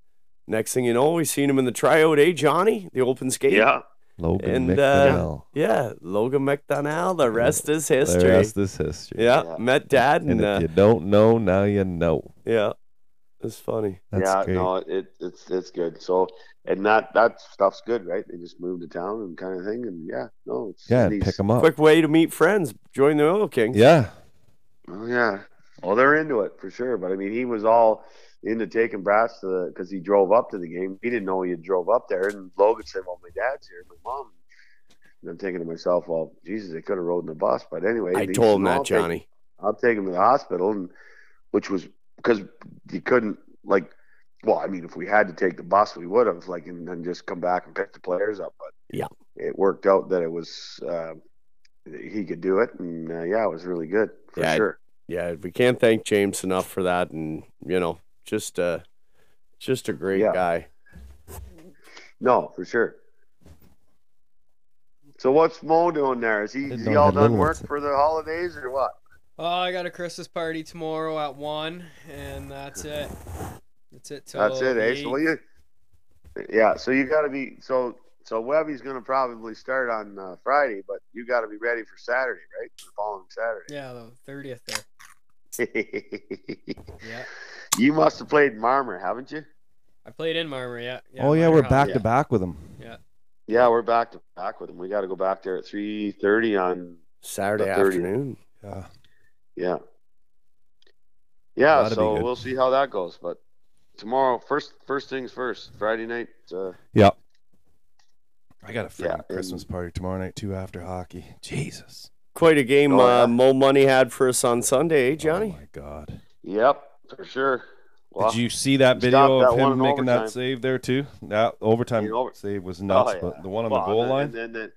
Next thing you know, we seen him in the tryout, eh, Johnny? The open skate. Yeah. Logan And uh, McDonnell. yeah, Logan McDonnell. The rest is history. The rest is history. Yeah, met dad and, And if uh, you don't know, now you know. yeah, it's funny. That's yeah, great. no, it it's it's good. So and that that stuff's good, right? They just moved to town and kind of thing, and yeah, no, it's Yeah, and these- pick 'em up. Quick way to meet friends. Join the Oil Kings. Oh. Yeah. Oh yeah, well they're into it for sure. But I mean, he was all into taking Brass to the because he drove up to the game. He didn't know he had drove up there, and Logan said, "Well, my dad's here, my mom." And I'm thinking to myself, "Well, Jesus, they could have rode in the bus." But anyway, I he told him said, that, "I'll take- Johnny. I'll take him to the hospital, and which was because he couldn't like. Well, I mean, if we had to take the bus, we would have like, and then just come back and pick the players up. But Yeah. it worked out that it was uh, he could do it, and uh, yeah, it was really good for Yeah, sure. Yeah, we can't thank James enough for that, and you know, just uh, just a great guy. No, for sure. So what's Mo doing there? Is he, is know he I all had done little work ones. for the holidays or what? Oh, I got a Christmas party tomorrow at one, and that's it. That's it. Till That's it, eh? So eight. what you, yeah, so you got to be so so Webby's going to probably start on uh, Friday, but you got to be ready for Saturday, right? The following Saturday. Yeah, the thirtieth there. Yeah, you must have played Marmer, haven't you? I played in Marmor. Yeah. oh yeah, Marmor we're Hall. back to back with him. Yeah. Yeah, we're back to back with him. We got to go back there at three thirty on Saturday the 30th. afternoon. Yeah. Yeah. Yeah, That'd be so good. we'll see how that goes. But tomorrow, first first things first, Friday night. Uh, Yeah. I got a Yeah, friggin' Christmas party tomorrow night too after hockey. Jesus. Quite a game. Oh, yeah. uh, Mo Money had for us on Sunday, eh, Johnny? Oh, my God. yep, for sure. Well, Did you see that we video stopped of that one him in making overtime. that save there too? That overtime In over- save was nuts, Oh, yeah. but the one on Well, the goal and line. then, and then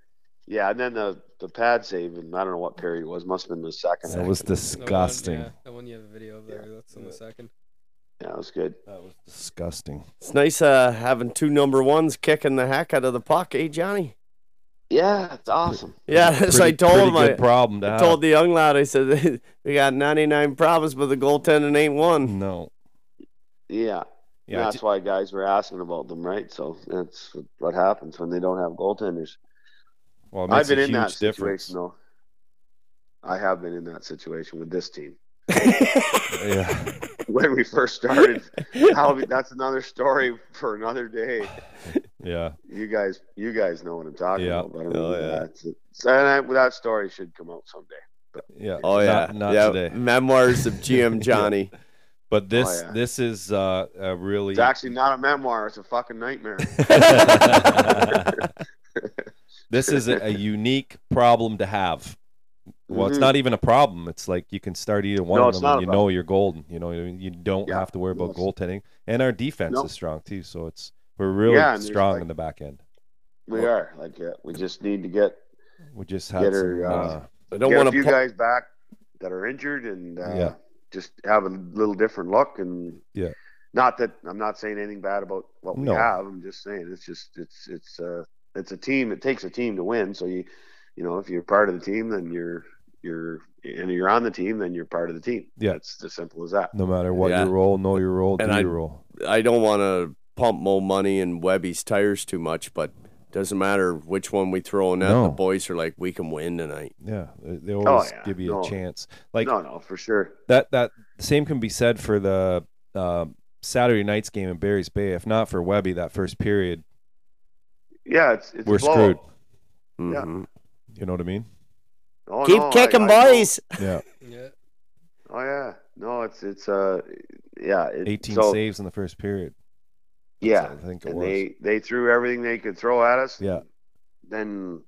the, yeah, and then the the pad save, and I don't know what period it was. Must have been the second. That was Second. disgusting. That one you have a video of there. That's in the second. Yeah, that was good. That was disgusting. It's nice uh, having two number ones kicking the heck out of the puck, eh, Johnny? Yeah, it's awesome. Yeah, as I Pretty- told pretty him, I good problem to I have. told the young lad, I said, "We got 99 problems, but the goaltending ain't one." No. Yeah. Yeah, And I that's ju- why guys were asking about them, right? So that's what happens when they don't have goaltenders. Well, it I've makes been a in that huge difference. situation though. I have been in that situation with this team. yeah. When we first started, that'll be- that's another story for another day. Yeah. You guys, you guys know what I'm talking Yeah. about. But I mean, Oh, yeah. that's it. So, and I, that story should come out someday. Yeah. Oh Not- yeah, Not, yeah. today. Memoirs of GM Yeah. Johnny. But this Oh, yeah. this is uh, a really It's actually not a memoir. It's a fucking nightmare. this is a, a unique problem to have. Well, it's Mhm. not even a problem. It's like you can start either one No, of it's them, not and a you know problem. you're golden. You know, you don't Yeah, have to worry about no, goaltending, and our defense No. is strong too. So it's we're really Yeah, and there's strong like- in the back end. We are like yeah, we just need to get We just had get her. some, uh, uh, get a few guys back that are injured and uh, Yeah. just have a little different look and Yeah. not that I'm not saying anything bad about what we No. have. I'm just saying it's just it's it's uh it's a team. It takes a team to win. So you you know if you're part of the team, then you're you're and you're on the team, then you're part of the team. Yeah. It's as simple as that. No matter what Yeah. your role, know your role, do and I, your role. I don't want to pump more money in Webby's tires too much, but doesn't matter which one we throw in. That No. the boys are like, we can win tonight. Yeah, they they always give you a chance. Like Oh, no, no, for sure. That that same can be said for the um Saturday night's game in Barry's Bay. If not for Webby, that first period, Yeah, it's it's a we're blowout. screwed. Yeah. Mm-hmm. You know what I mean? Oh, Keep no, I- kicking, I know. boys. Yeah, Oh yeah. No, it's it's uh yeah. It, 18 so- saves in the first period. Yeah, I think it and was. they they threw everything they could throw at us. Yeah. Then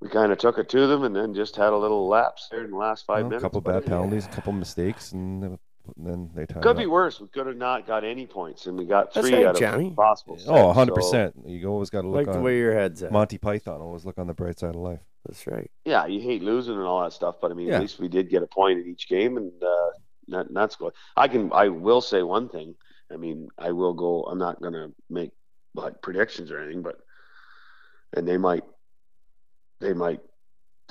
we kind of took it to them, and then just had a little lapse there in the last five Well, a minutes. couple but bad penalties, a couple mistakes, and then- and then they tied Could it be up. worse. We could have not got any points, and we got That's three right, out of Johnny. possible. six, Oh, 100 so- percent. You always got to look Like the on- way your head's at. Monty Python always look on the bright side of life. That's right. Yeah, you hate losing and all that stuff, but I mean, Yeah. at least we did get a point in each game, and uh, that, that's good. I can, I will say one thing. I mean, I will go. I'm not gonna make like predictions or anything, but and they might, they might,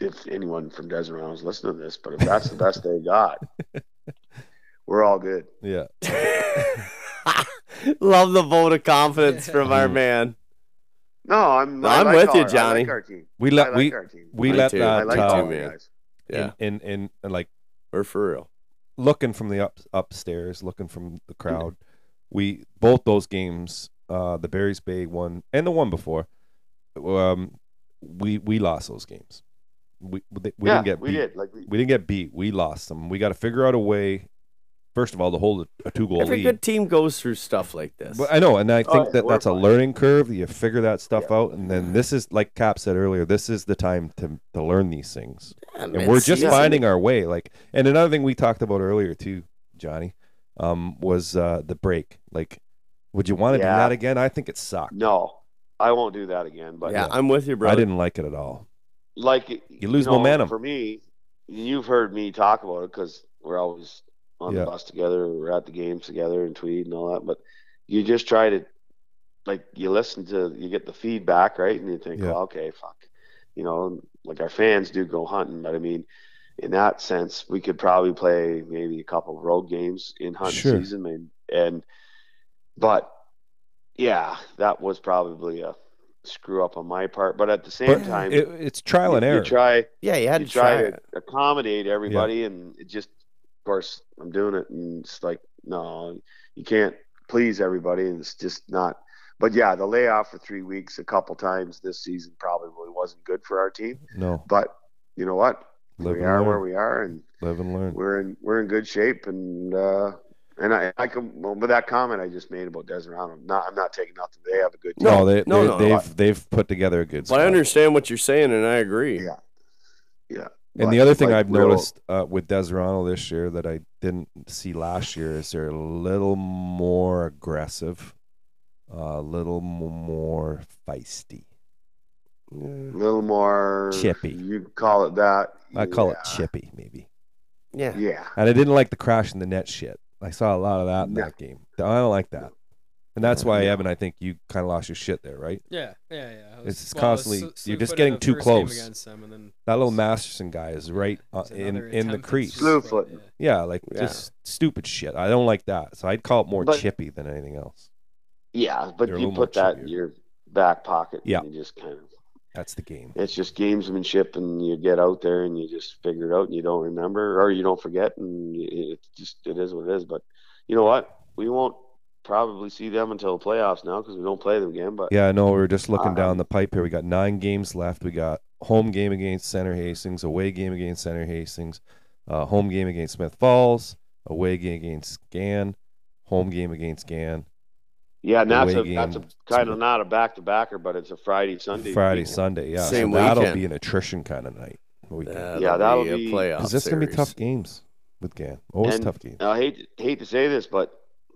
if anyone from Desert Island is listening to this, but if that's the best they got, we're all good. Yeah. Love the vote of confidence from our Mm. man. No, I'm. I I'm like with you, our- I like Johnny. our team. We let I like we our team. we Me let too. that I like uh, all you guys. Yeah. in, in, in, in like we're for real. Looking from the up, upstairs, looking from the crowd, we both those games, uh, the Barry's Bay one and the one before, um, we we lost those games. We we, we Yeah, didn't get we beat. did, like, we- didn't get beat. We lost them. We got to figure out a way. First of all, to hold a, a two goal Every lead. good team goes through stuff like this. Well, I know, and I Oh, think yeah, that we're that's a learning curve. You figure that stuff out, and then this is like Cap said earlier. This is the time to to learn these things, and man, we're just season. finding our way. Like, and another thing we talked about earlier too, Johnny, um, was uh, the break. Like, would you want to do Yeah. that again? I think it sucked. No, I won't do that again. But with you, I brother. didn't like it at all. like You lose know, momentum. For me, you've heard me talk about it because we're always on Yeah. the bus together, we're at the games together, and tweet and all that. But you just try to, like, you listen to, you get the feedback, right? And you think, Yeah. oh, okay, fuck, you know, like our fans do go hunting, but I mean, in that sense, we could probably play maybe a couple road games in hunting Sure. season, and, and but yeah, that was probably a screw up on my part. But at the same But time, it- it's trial and you- error. You try, yeah, you had you to try, try to accommodate everybody, and it just, of course, I'm doing it, and it's like, no, you can't please everybody, and it's just not. But yeah, the layoff for three weeks a couple times this season probably really wasn't good for our team. No, But you know what? Live we and are learn. where we are, and live and learn. we're in we're in good shape and uh and I, I can well, with that comment I just made about Desiree, I'm not I'm not taking nothing. They have a good No, team. they, they, they've they've put together a good. But I squad. understand what you're saying, and I agree. Yeah, yeah. And the other thing I've real- noticed uh, with Deserano this year that I didn't see last year is they're a little more aggressive, a little m- more feisty. a little more Chippy. You could call it that. I call it chippy, maybe. Yeah. Yeah. And I didn't like the crash in the net shit. I saw a lot of that in that game. I don't like that. And that's why, Evan, I think you kind of lost your shit there, right? Yeah, yeah, yeah. I It's was- well, I was constantly, so- so you're put just in getting the too first game close. against them and then that little Masterson guy is right uh, in, in the crease. Slew foot. Yeah, like Yeah. just stupid shit. I don't like that. So I'd call it more But- chippy than anything else. Yeah, but They're a you little more put that in your back pocket. Yeah. And you just kind of That's the game. it's just gamesmanship, and you get out there and you just figure it out, and you don't remember or you don't forget, and y- it's just it is what it is. But you know what? We won't probably see them until playoffs now because we don't play them again. But Yeah, I know. We're just looking down the pipe here. We got nine games left. We got home game against Center Hastings, away game against Center Hastings, uh, home game against Smith Falls, away game against Gan, home game against Gan. Yeah, and that's a away that's a game kind of not a back to backer, but it's a Friday Sunday. Friday, weekend. Sunday. Yeah, so Same that'll weekend. be an attrition kind of night. Weekend. Yeah, that'll be a be- playoff Because that's gonna be series. tough games with Gan. Always And tough games. I hate hate to say this, but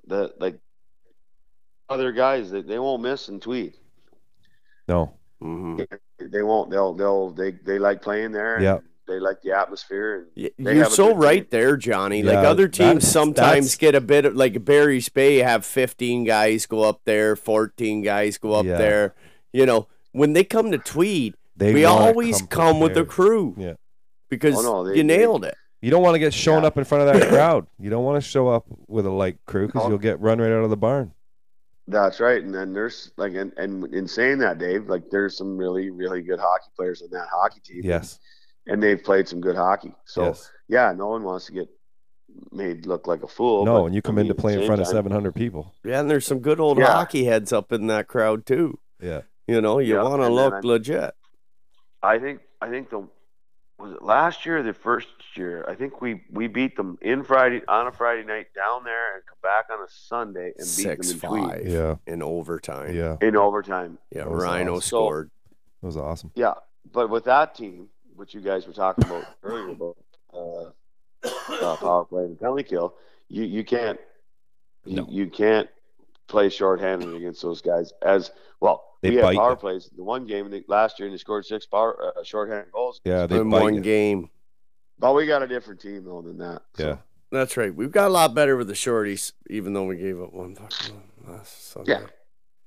the like other guys they, they won't miss and tweet. No, Mm-hmm. They won't. They'll. They'll. They. They like playing there. and Yeah. They like the atmosphere. And they You're have a so good team. right there, Johnny. like Yeah, other teams that's- sometimes that's- get a bit of like Barry's Bay have 15 guys go up there, 14 guys go up Yeah. there. You know, when they come to Tweed, They we wanna always come come, with a prepared. crew. Yeah. Because Oh, you nailed it. You don't want to get shown up in front of that crowd. You don't want to show up with a light crew because Oh. you'll get run right out of the barn. That's right. And then there's like, and, and in saying that, Dave, like there's some really, really good hockey players on that hockey team. Yes. And they've played some good hockey. So Yes. yeah, no one wants to get made look like a fool. no, but, and you I come in mean, to play in same front of time- 700 people. Yeah, and there's some good old Yeah. hockey heads up in that crowd too. Yeah. You know, you Yeah, want to and then look I'm- legit. I think I think the was it last year or the first year? I think we we beat them in Friday on a Friday night down there and come back on a Sunday and beat Six them in Tweed. five Yeah. in overtime. Yeah. in overtime. Yeah, That was Rhino awesome. scored. That was awesome. Yeah, but with that team, which you guys were talking about earlier about uh, uh, power play and penalty kill, you you can't you, you can't play shorthanded against those guys. As well, They we had bite power you. plays. The one game they, last year, and they scored six power uh, shorthanded goals. Yeah, they in bite one you. game. But we got a different team though than that. Yeah. That's right. We've got a lot better with the shorties, even though we gave up one fucking one last Sunday. Yeah.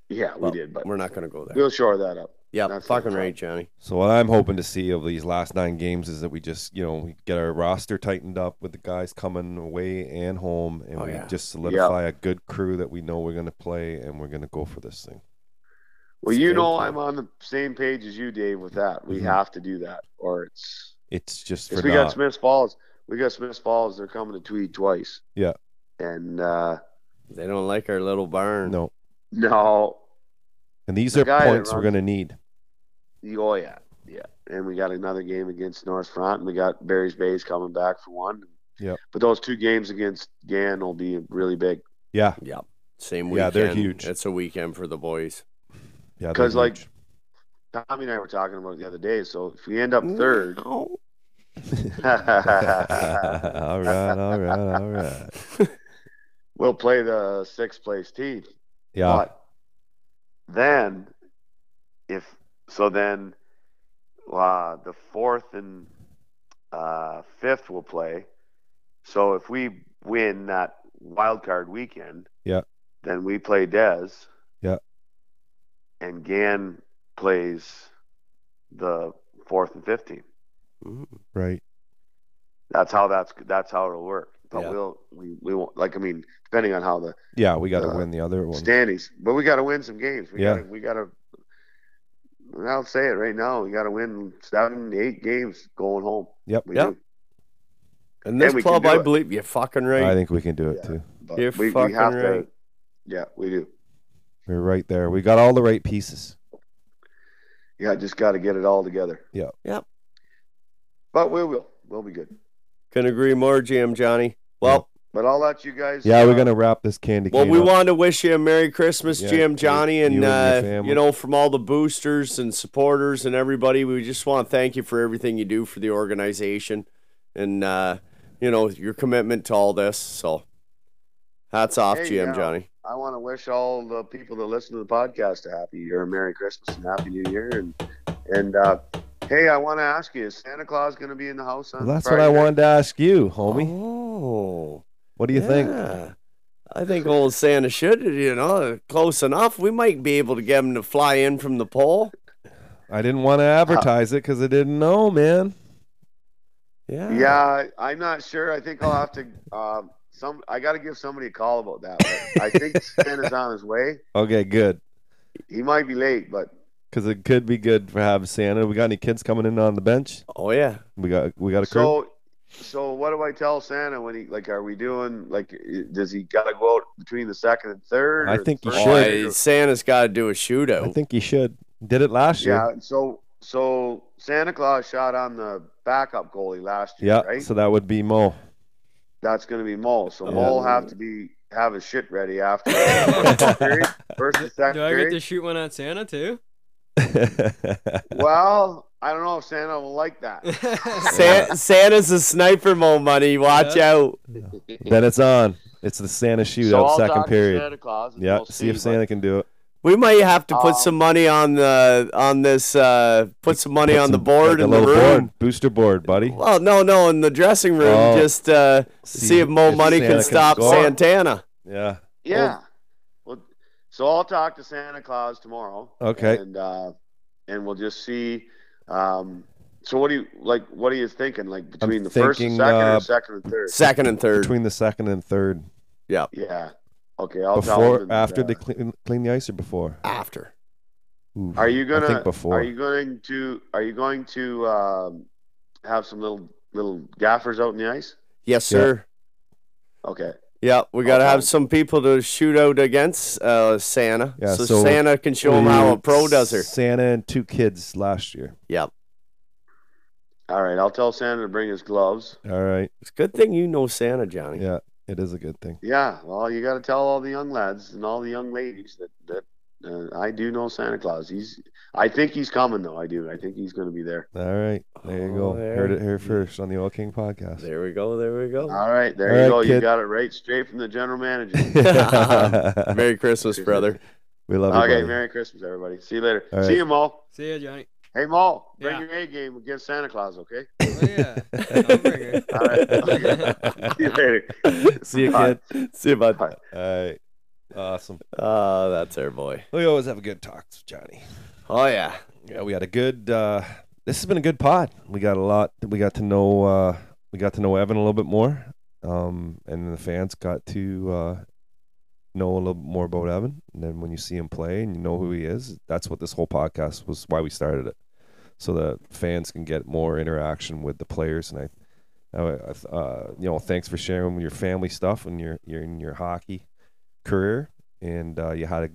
Yeah, we Well, did, but we're not going to go there. We'll shore that up. Yeah, That's fucking right, Johnny. So what I'm hoping to see of these last nine games is that we just, you know, we get our roster tightened up with the guys coming away and home, and Oh, we yeah. just solidify a good crew that we know we're going to play, and we're going to go for this thing. Well, you know, I'm on the same page as you, Dave, with that. We Mhm. have to do that, or it's It's just for Because we naught. got Smith Falls. We got Smith Falls. They're coming to Tweed twice, yeah. and uh, They don't like our little barn. No. no, And these The are guy that points we're going runs- to need. oh yeah, yeah. And we got another game against North Front, and we got Barry's Bay's coming back for one. Yeah. But those two games against Gan will be really big Yeah. Yeah. Same Yeah, weekend. they're huge. It's a weekend for the boys. Yeah. because, like, Tommy and I were talking about it the other day. So if we end up third, all right, all right, all right. we'll play the sixth place team. Yeah. then if so then uh, the fourth and uh, fifth will play so if we win that wild card weekend Yeah. then we play dez Yeah. and gan plays the fourth and fifth team Right. that's how that's that's how it'll work but we'll we, we won't like i mean depending on how the Yeah, we got to Uh, win the other one. standings. But we got to win some games. We Yeah. gotta, we got to. I'll say it right now. We got to win seven, eight games going home. Yep. We Yep. do. And this And we can club, do I it. believe you're fucking right. I think we can do it too. But You're we, fucking we have right. to. Yeah, we do. We're right there. We got all the right pieces. Yeah, just got to get it all together. Yeah. Yep. But we will. We'll be good. Can agree more, GM Johnny. Well, But I'll let you guys. Yeah, uh, we're going to wrap this candy well, cane we up. wanted to wish you a Merry Christmas, Yeah, GM Johnny, and, you and your uh, family. you know, from all the boosters and supporters and everybody, we just want to thank you for everything you do for the organization, and uh, you know your commitment to all this. So, hats off, Hey, GM yeah. Johnny. I want to wish all the people that listen to the podcast a happy year, a Merry Christmas, and Happy New Year. And and uh, hey, I want to ask you: Is Santa Claus going to be in the house on? Well, that's what Friday I night? wanted to ask you, homie. Oh, What do you think? Yeah. I think old Santa should, you know, close enough. We might be able to get him to fly in from the pole. I didn't want to Uh, advertise it because I didn't know, man. Yeah. Yeah, I- I'm not sure. I think I'll have to. Um, some I got to give somebody a call about that. But I think Santa's on his way. Okay, good. He might be late, but Because it could be good for having Santa. We got any kids coming in on the bench? Oh yeah. We got we got a crew. so so what do I tell Santa when he like? Are we doing like? i- Does he got to go out between the second and third? I or think he first? Boy, Santa's got to do a shootout. I think you should. Did it last Yeah. year. So so Santa Claus shot on the backup goalie last year, Yeah. right? So that would be Mo. That's going to be Mo. So Yeah. Mo'll have to be have his shit ready after first period, first and second Do I get period. to shoot one at Santa too? Well, I don't know if Santa will like that. Sa- Santa's a sniper, mo money. Watch Yeah. out. then it's on. It's the Santa shootout I'll second talk to period. Santa Claus and yeah. we'll see if see, Santa can do it. We might have to put Oh. Um, some money on the on this. Uh, put some money Put on the some- like board a in the little room. board, booster board, buddy. Well, no, no, in the dressing room. Oh. just uh, see, See if Mo if Money Santa can can stop score. Santana. Yeah. Yeah. Well, so I'll talk to Santa Claus tomorrow. Okay. And uh, and we'll just see. Um, so what do you like? What are you thinking? Like between the first and thinking, second, uh, or second and third? Between the second and third. Yeah. Yeah. Okay. I'll tell before, him. uh, after they clean, clean the ice or before? After. Ooh, Are you gonna? I think before. Are you going to? Are you going to um, have some little little gaffers out in the ice? Yes, Yeah. sir. Okay. Yeah, we got to have some people to shoot out against uh, Santa, Yeah, so, Santa can show him how a pro does her. Santa and two kids last year. Yep. All right. I'll tell Santa to bring his gloves. All right. It's a good thing you know Santa, Johnny. Yeah, it is a good thing. Yeah. Well, you got to tell all the young lads and all the young ladies that that uh, I do know Santa Claus. He's. I think he's coming though. I do. I think he's going to be there. All right. There you Oh, go. there. Heard it here first on the Oil King podcast. There we go. There we go. All right. There All you right, go. You kid. got it right straight from the general manager. Merry Christmas, brother. We love you. okay. brother. Merry Christmas, everybody. See you later. All right. See you, Mo. See ya, Johnny. Hey, Mo. Bring Yeah. your A game against Santa Claus. Okay. Oh, yeah. I'll bring her. All right. Okay. See you later. See you, Bye. kid. See you, bud. All right. Awesome. Oh, that's our boy. We always have a good talk with Johnny. Oh yeah. Yeah, we had a good. Uh, this has been a good pod. We got a lot. We got to know. Uh, we got to know Evan a little bit more, um, and the fans got to uh, know a little bit more about Evan. And then when you see him play and you know who he is, that's what this whole podcast was. Why we started it, so that fans can get more interaction with the players. And I, I- I- uh, you know, thanks for sharing your family stuff and your your your hockey career. And uh, you had a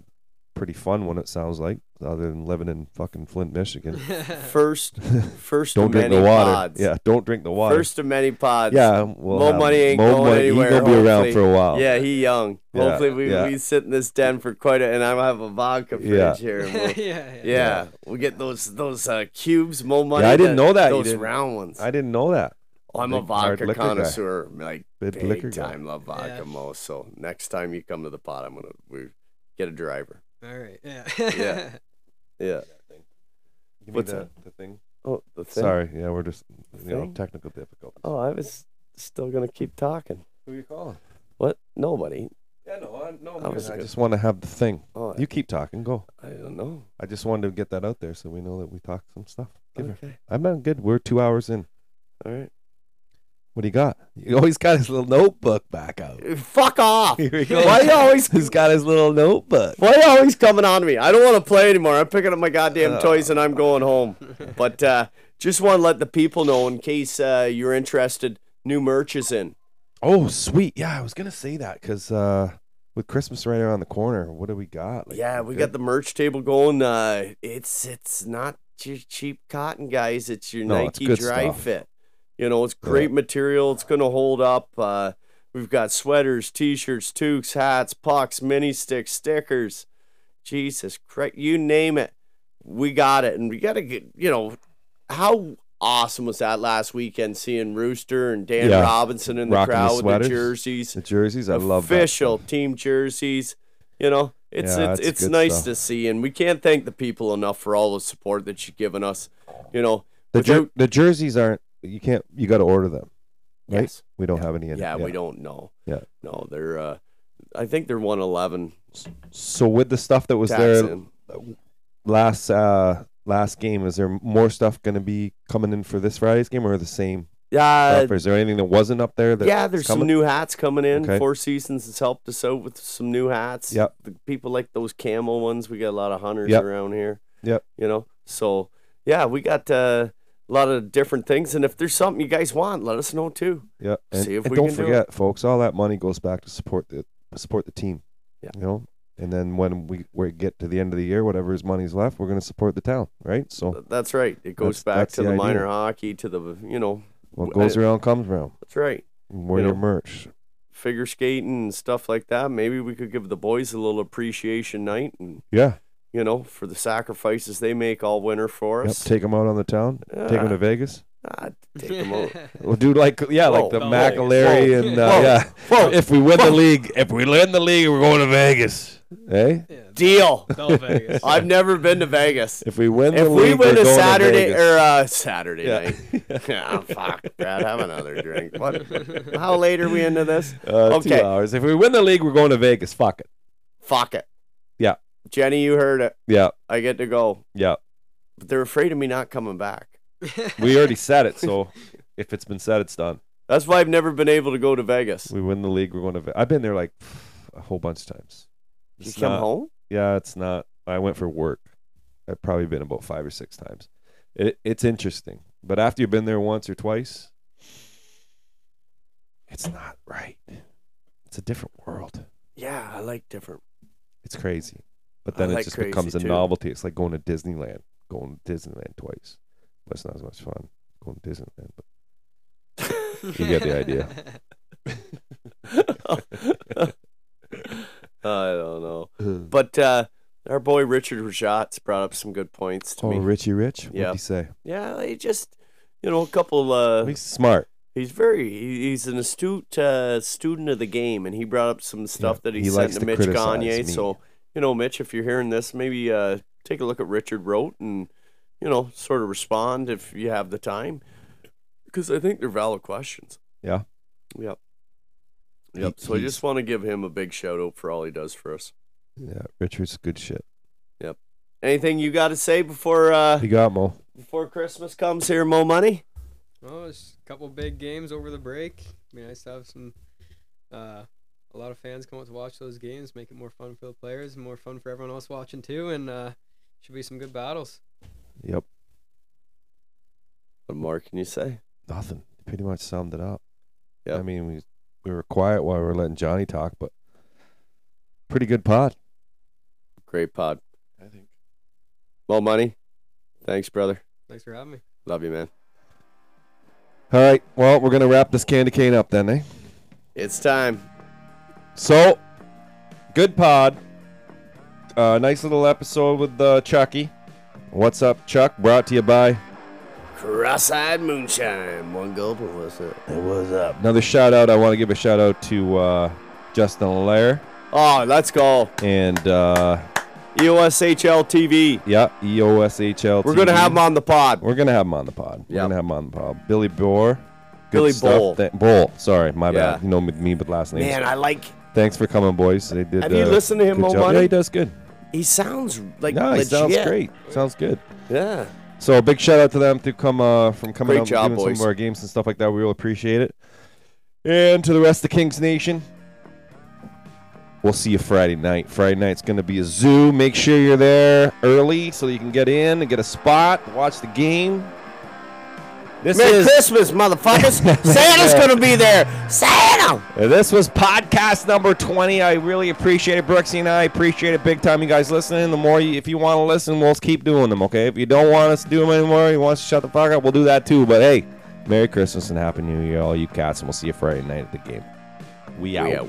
pretty fun one. It sounds like, other than living in fucking Flint, Michigan. First, first. Don't of drink many the water. Pods. Yeah, don't drink the water. First of many pods. Yeah, we'll Mo have- money ain't Mo going Money, he anywhere. gonna be around hopefully. for a while. Yeah, he young. Yeah, hopefully we, yeah. we sit in this den for quite a and I have a vodka fridge Yeah. here. and we'll- Yeah, yeah. Yeah. We'll get those those uh, cubes, Mo money. yeah, I didn't know that. you Those didn't- round ones. I didn't know that. I'm a Big hard vodka liquor guy. connoisseur, like Big big liquor guy. time love vodka Yeah. Mo. So next time you come to the pot, I'm gonna we get a driver. All right. Yeah. Yeah. Yeah. Give me What's the- that? the thing? Oh, the thing. Sorry, yeah, we're just you know Thing? technical difficulties. Oh, I was still gonna keep talking. Who you calling? What? Nobody. Yeah, no, I, no, I was I good. just want to have the thing. Oh, you keep talking. Go. I don't know. I just wanted to get that out there so we know that we talked some stuff. Give her. Okay. I'm not good. We're two hours in. All right. What do you got? He always got his little notebook back out. Fuck off. Here we go. Why you always He's got his little notebook. Why are you always coming on to me? I don't want to play anymore. I'm picking up my goddamn Oh. toys and I'm going home. But uh, just want to let the people know in case uh, you're interested, new merch is in. Oh, sweet. Yeah, I was gonna say that because uh, with Christmas right around the corner, what do we got? Like, Yeah, we got the merch table going. Uh, it's it's not your cheap cotton, guys. It's your No, it's Nike good Dry stuff. Fit. You know, it's great material. It's gonna hold up. Uh, we've got sweaters, t-shirts, toques, hats, pucks, mini sticks, stickers. Jesus Christ, you name it, we got it, and we gotta get. You know, how awesome was that last weekend? Seeing Rooster and Dan Yeah. Robinson in the Rocking the crowd with sweaters. the jerseys the jerseys. I love that. official team jerseys. You know, it's Yeah, it's, that's it's good nice stuff. to see, and we can't thank the people enough for all the support that you've given us. You know, The, jer- without- the jerseys aren't. You can't. You got to order them, right? Yes. We don't have any. In yeah, it. we don't know. Yeah. No, they're uh, I think they're one eleven. So with the stuff that was Tax there in. last uh, last game, is there more stuff going to be coming in for this Friday's game, or the same? Yeah, stuff? Or is there anything that wasn't up there? That Uh, yeah. There's some new hats coming in. Okay. Four Seasons has helped us out with some new hats. Yep. The people like those camo ones. We got a lot of hunters Yep. around here. Yep. you know so yeah we got uh, a lot of different things and if there's something you guys want let us know too Yeah, and, See if and we don't can do it. forget, folks, all that money goes back to support the support the team. Yeah. you know. And then when we, we get to the end of the year, whatever his money's left, we're going to support the town, right? So that's right it That's- goes back that's to the the, idea. minor hockey to the you know what w- goes I- around comes around. that's right Wear you your know. merch. figure skating and stuff like that maybe we could give the boys a little appreciation night and Yeah. you know for the sacrifices they make all winter for Yep. us Take them out on the town. Take 'em Take them Yeah. to Vegas. Ah, take them out. Well, dude, like yeah, like the Whoa. McAlery Whoa. and uh, Whoa. yeah. Whoa. If we win Whoa. the league, if we win the league, we're going to Vegas. Eh? Hey, Deal. No Vegas. I've never been to Vegas. if we win the If we league, win we're a going to Saturday Vegas. or uh, Saturday Yeah. night, Ah, fuck, Brad, have another drink. What? How late are we into this? Uh, okay, Two hours. If we win the league, we're going to Vegas. Fuck it. fuck it, Yeah. Jenny. You heard it. Yeah. I get to go, Yeah. but they're afraid of me not coming back. We already said it, so if it's been said, it's done. That's why I've never been able to go to Vegas. We win the league, we're going to Vegas. I've been there like a whole bunch of times. You It's come not- home? Yeah, it's not. I went for work. I've probably been about five or six times. It, it's interesting, but after you've been there once or twice, it's not right. It's a different world. Yeah, I like different. It's crazy. But I then like it just crazy becomes a too. novelty. It's like going to Disneyland. Going to Disneyland twice. But it's not as much fun going to Disneyland. But you get the idea. Oh, I don't know, but uh, our boy Richard Rajat's brought up some good points to oh, me. Richie Rich? What'd Yeah. he say? Yeah, he just, you know, a couple. Uh, He's smart. He's very he- he's an astute uh, student of the game, and he brought up some stuff that he, he sent likes to to Mitch criticize Gagne. me. So you know, Mitch, if you're hearing this, maybe uh, take a look at Richard wrote and you know sort of respond if you have the time, because I think they're valid questions. Yeah. Yep. Yep. So I he's- just want to give him a big shout out for all he does for us. Yeah, Richard's good shit. Yep. Anything you got to say before uh, You got Mo. before Christmas comes here, Mo Money? Well, there's a couple big games over the break. Be nice to have some, uh, a lot of fans come out to watch those games, make it more fun for the players, more fun for everyone else watching too, and uh, should be some good battles. Yep. What more can you say? Nothing. Pretty much summed it up. Yep. I mean, we we were quiet while we were letting Johnny talk, but pretty good pod. Great pod. I think. Well, money. Thanks, brother. Thanks for having me. Love you, man. All right. Well, we're gonna wrap this candy cane up then, eh? It's time. So, good pod. Uh, nice little episode with uh, Chucky. What's up, Chuck? Brought to you by Cross-eyed moonshine. One gulp and what's up? It was up. another shout out. I want to give a shout out to uh, Justin Allaire Oh, let's go. and uh, E EOSHL TV. yeah, EOSHL. We're gonna TV. have him on the pod. We're gonna have him on the pod. We're Yep. gonna have him on the pod. Billy Bohr. Good Billy stuff. Bowl. Th- Bowl. Sorry, my Yeah. bad. You know me, me but last name. Man, I like. Thanks for coming, boys. They did. Have you uh, listened to him good on job. Monday? Yeah, he does good. He sounds like no, he legit. sounds great. Sounds good. Yeah. So a big shout out to them to come uh, from coming Great out job, and doing boys. some of our games and stuff like that. We will appreciate it. And to the rest of Kings Nation, we'll see you Friday night. Friday night's going to be a zoo. Make sure you're there early so you can get in and get a spot, watch the game. This Merry is Christmas, motherfuckers. Santa's gonna be there. Santa. this was podcast number 20. I really appreciate it, Brooksy and I appreciate it big time. You guys listening. The more, you, if you want to listen, we'll keep doing them. Okay. If you don't want us to do them anymore, you want us to shut the fuck up, we'll do that too. But hey, Merry Christmas and Happy New Year, all you cats, and we'll see you Friday night at the game. We out. out.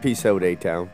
Peace out, A Town.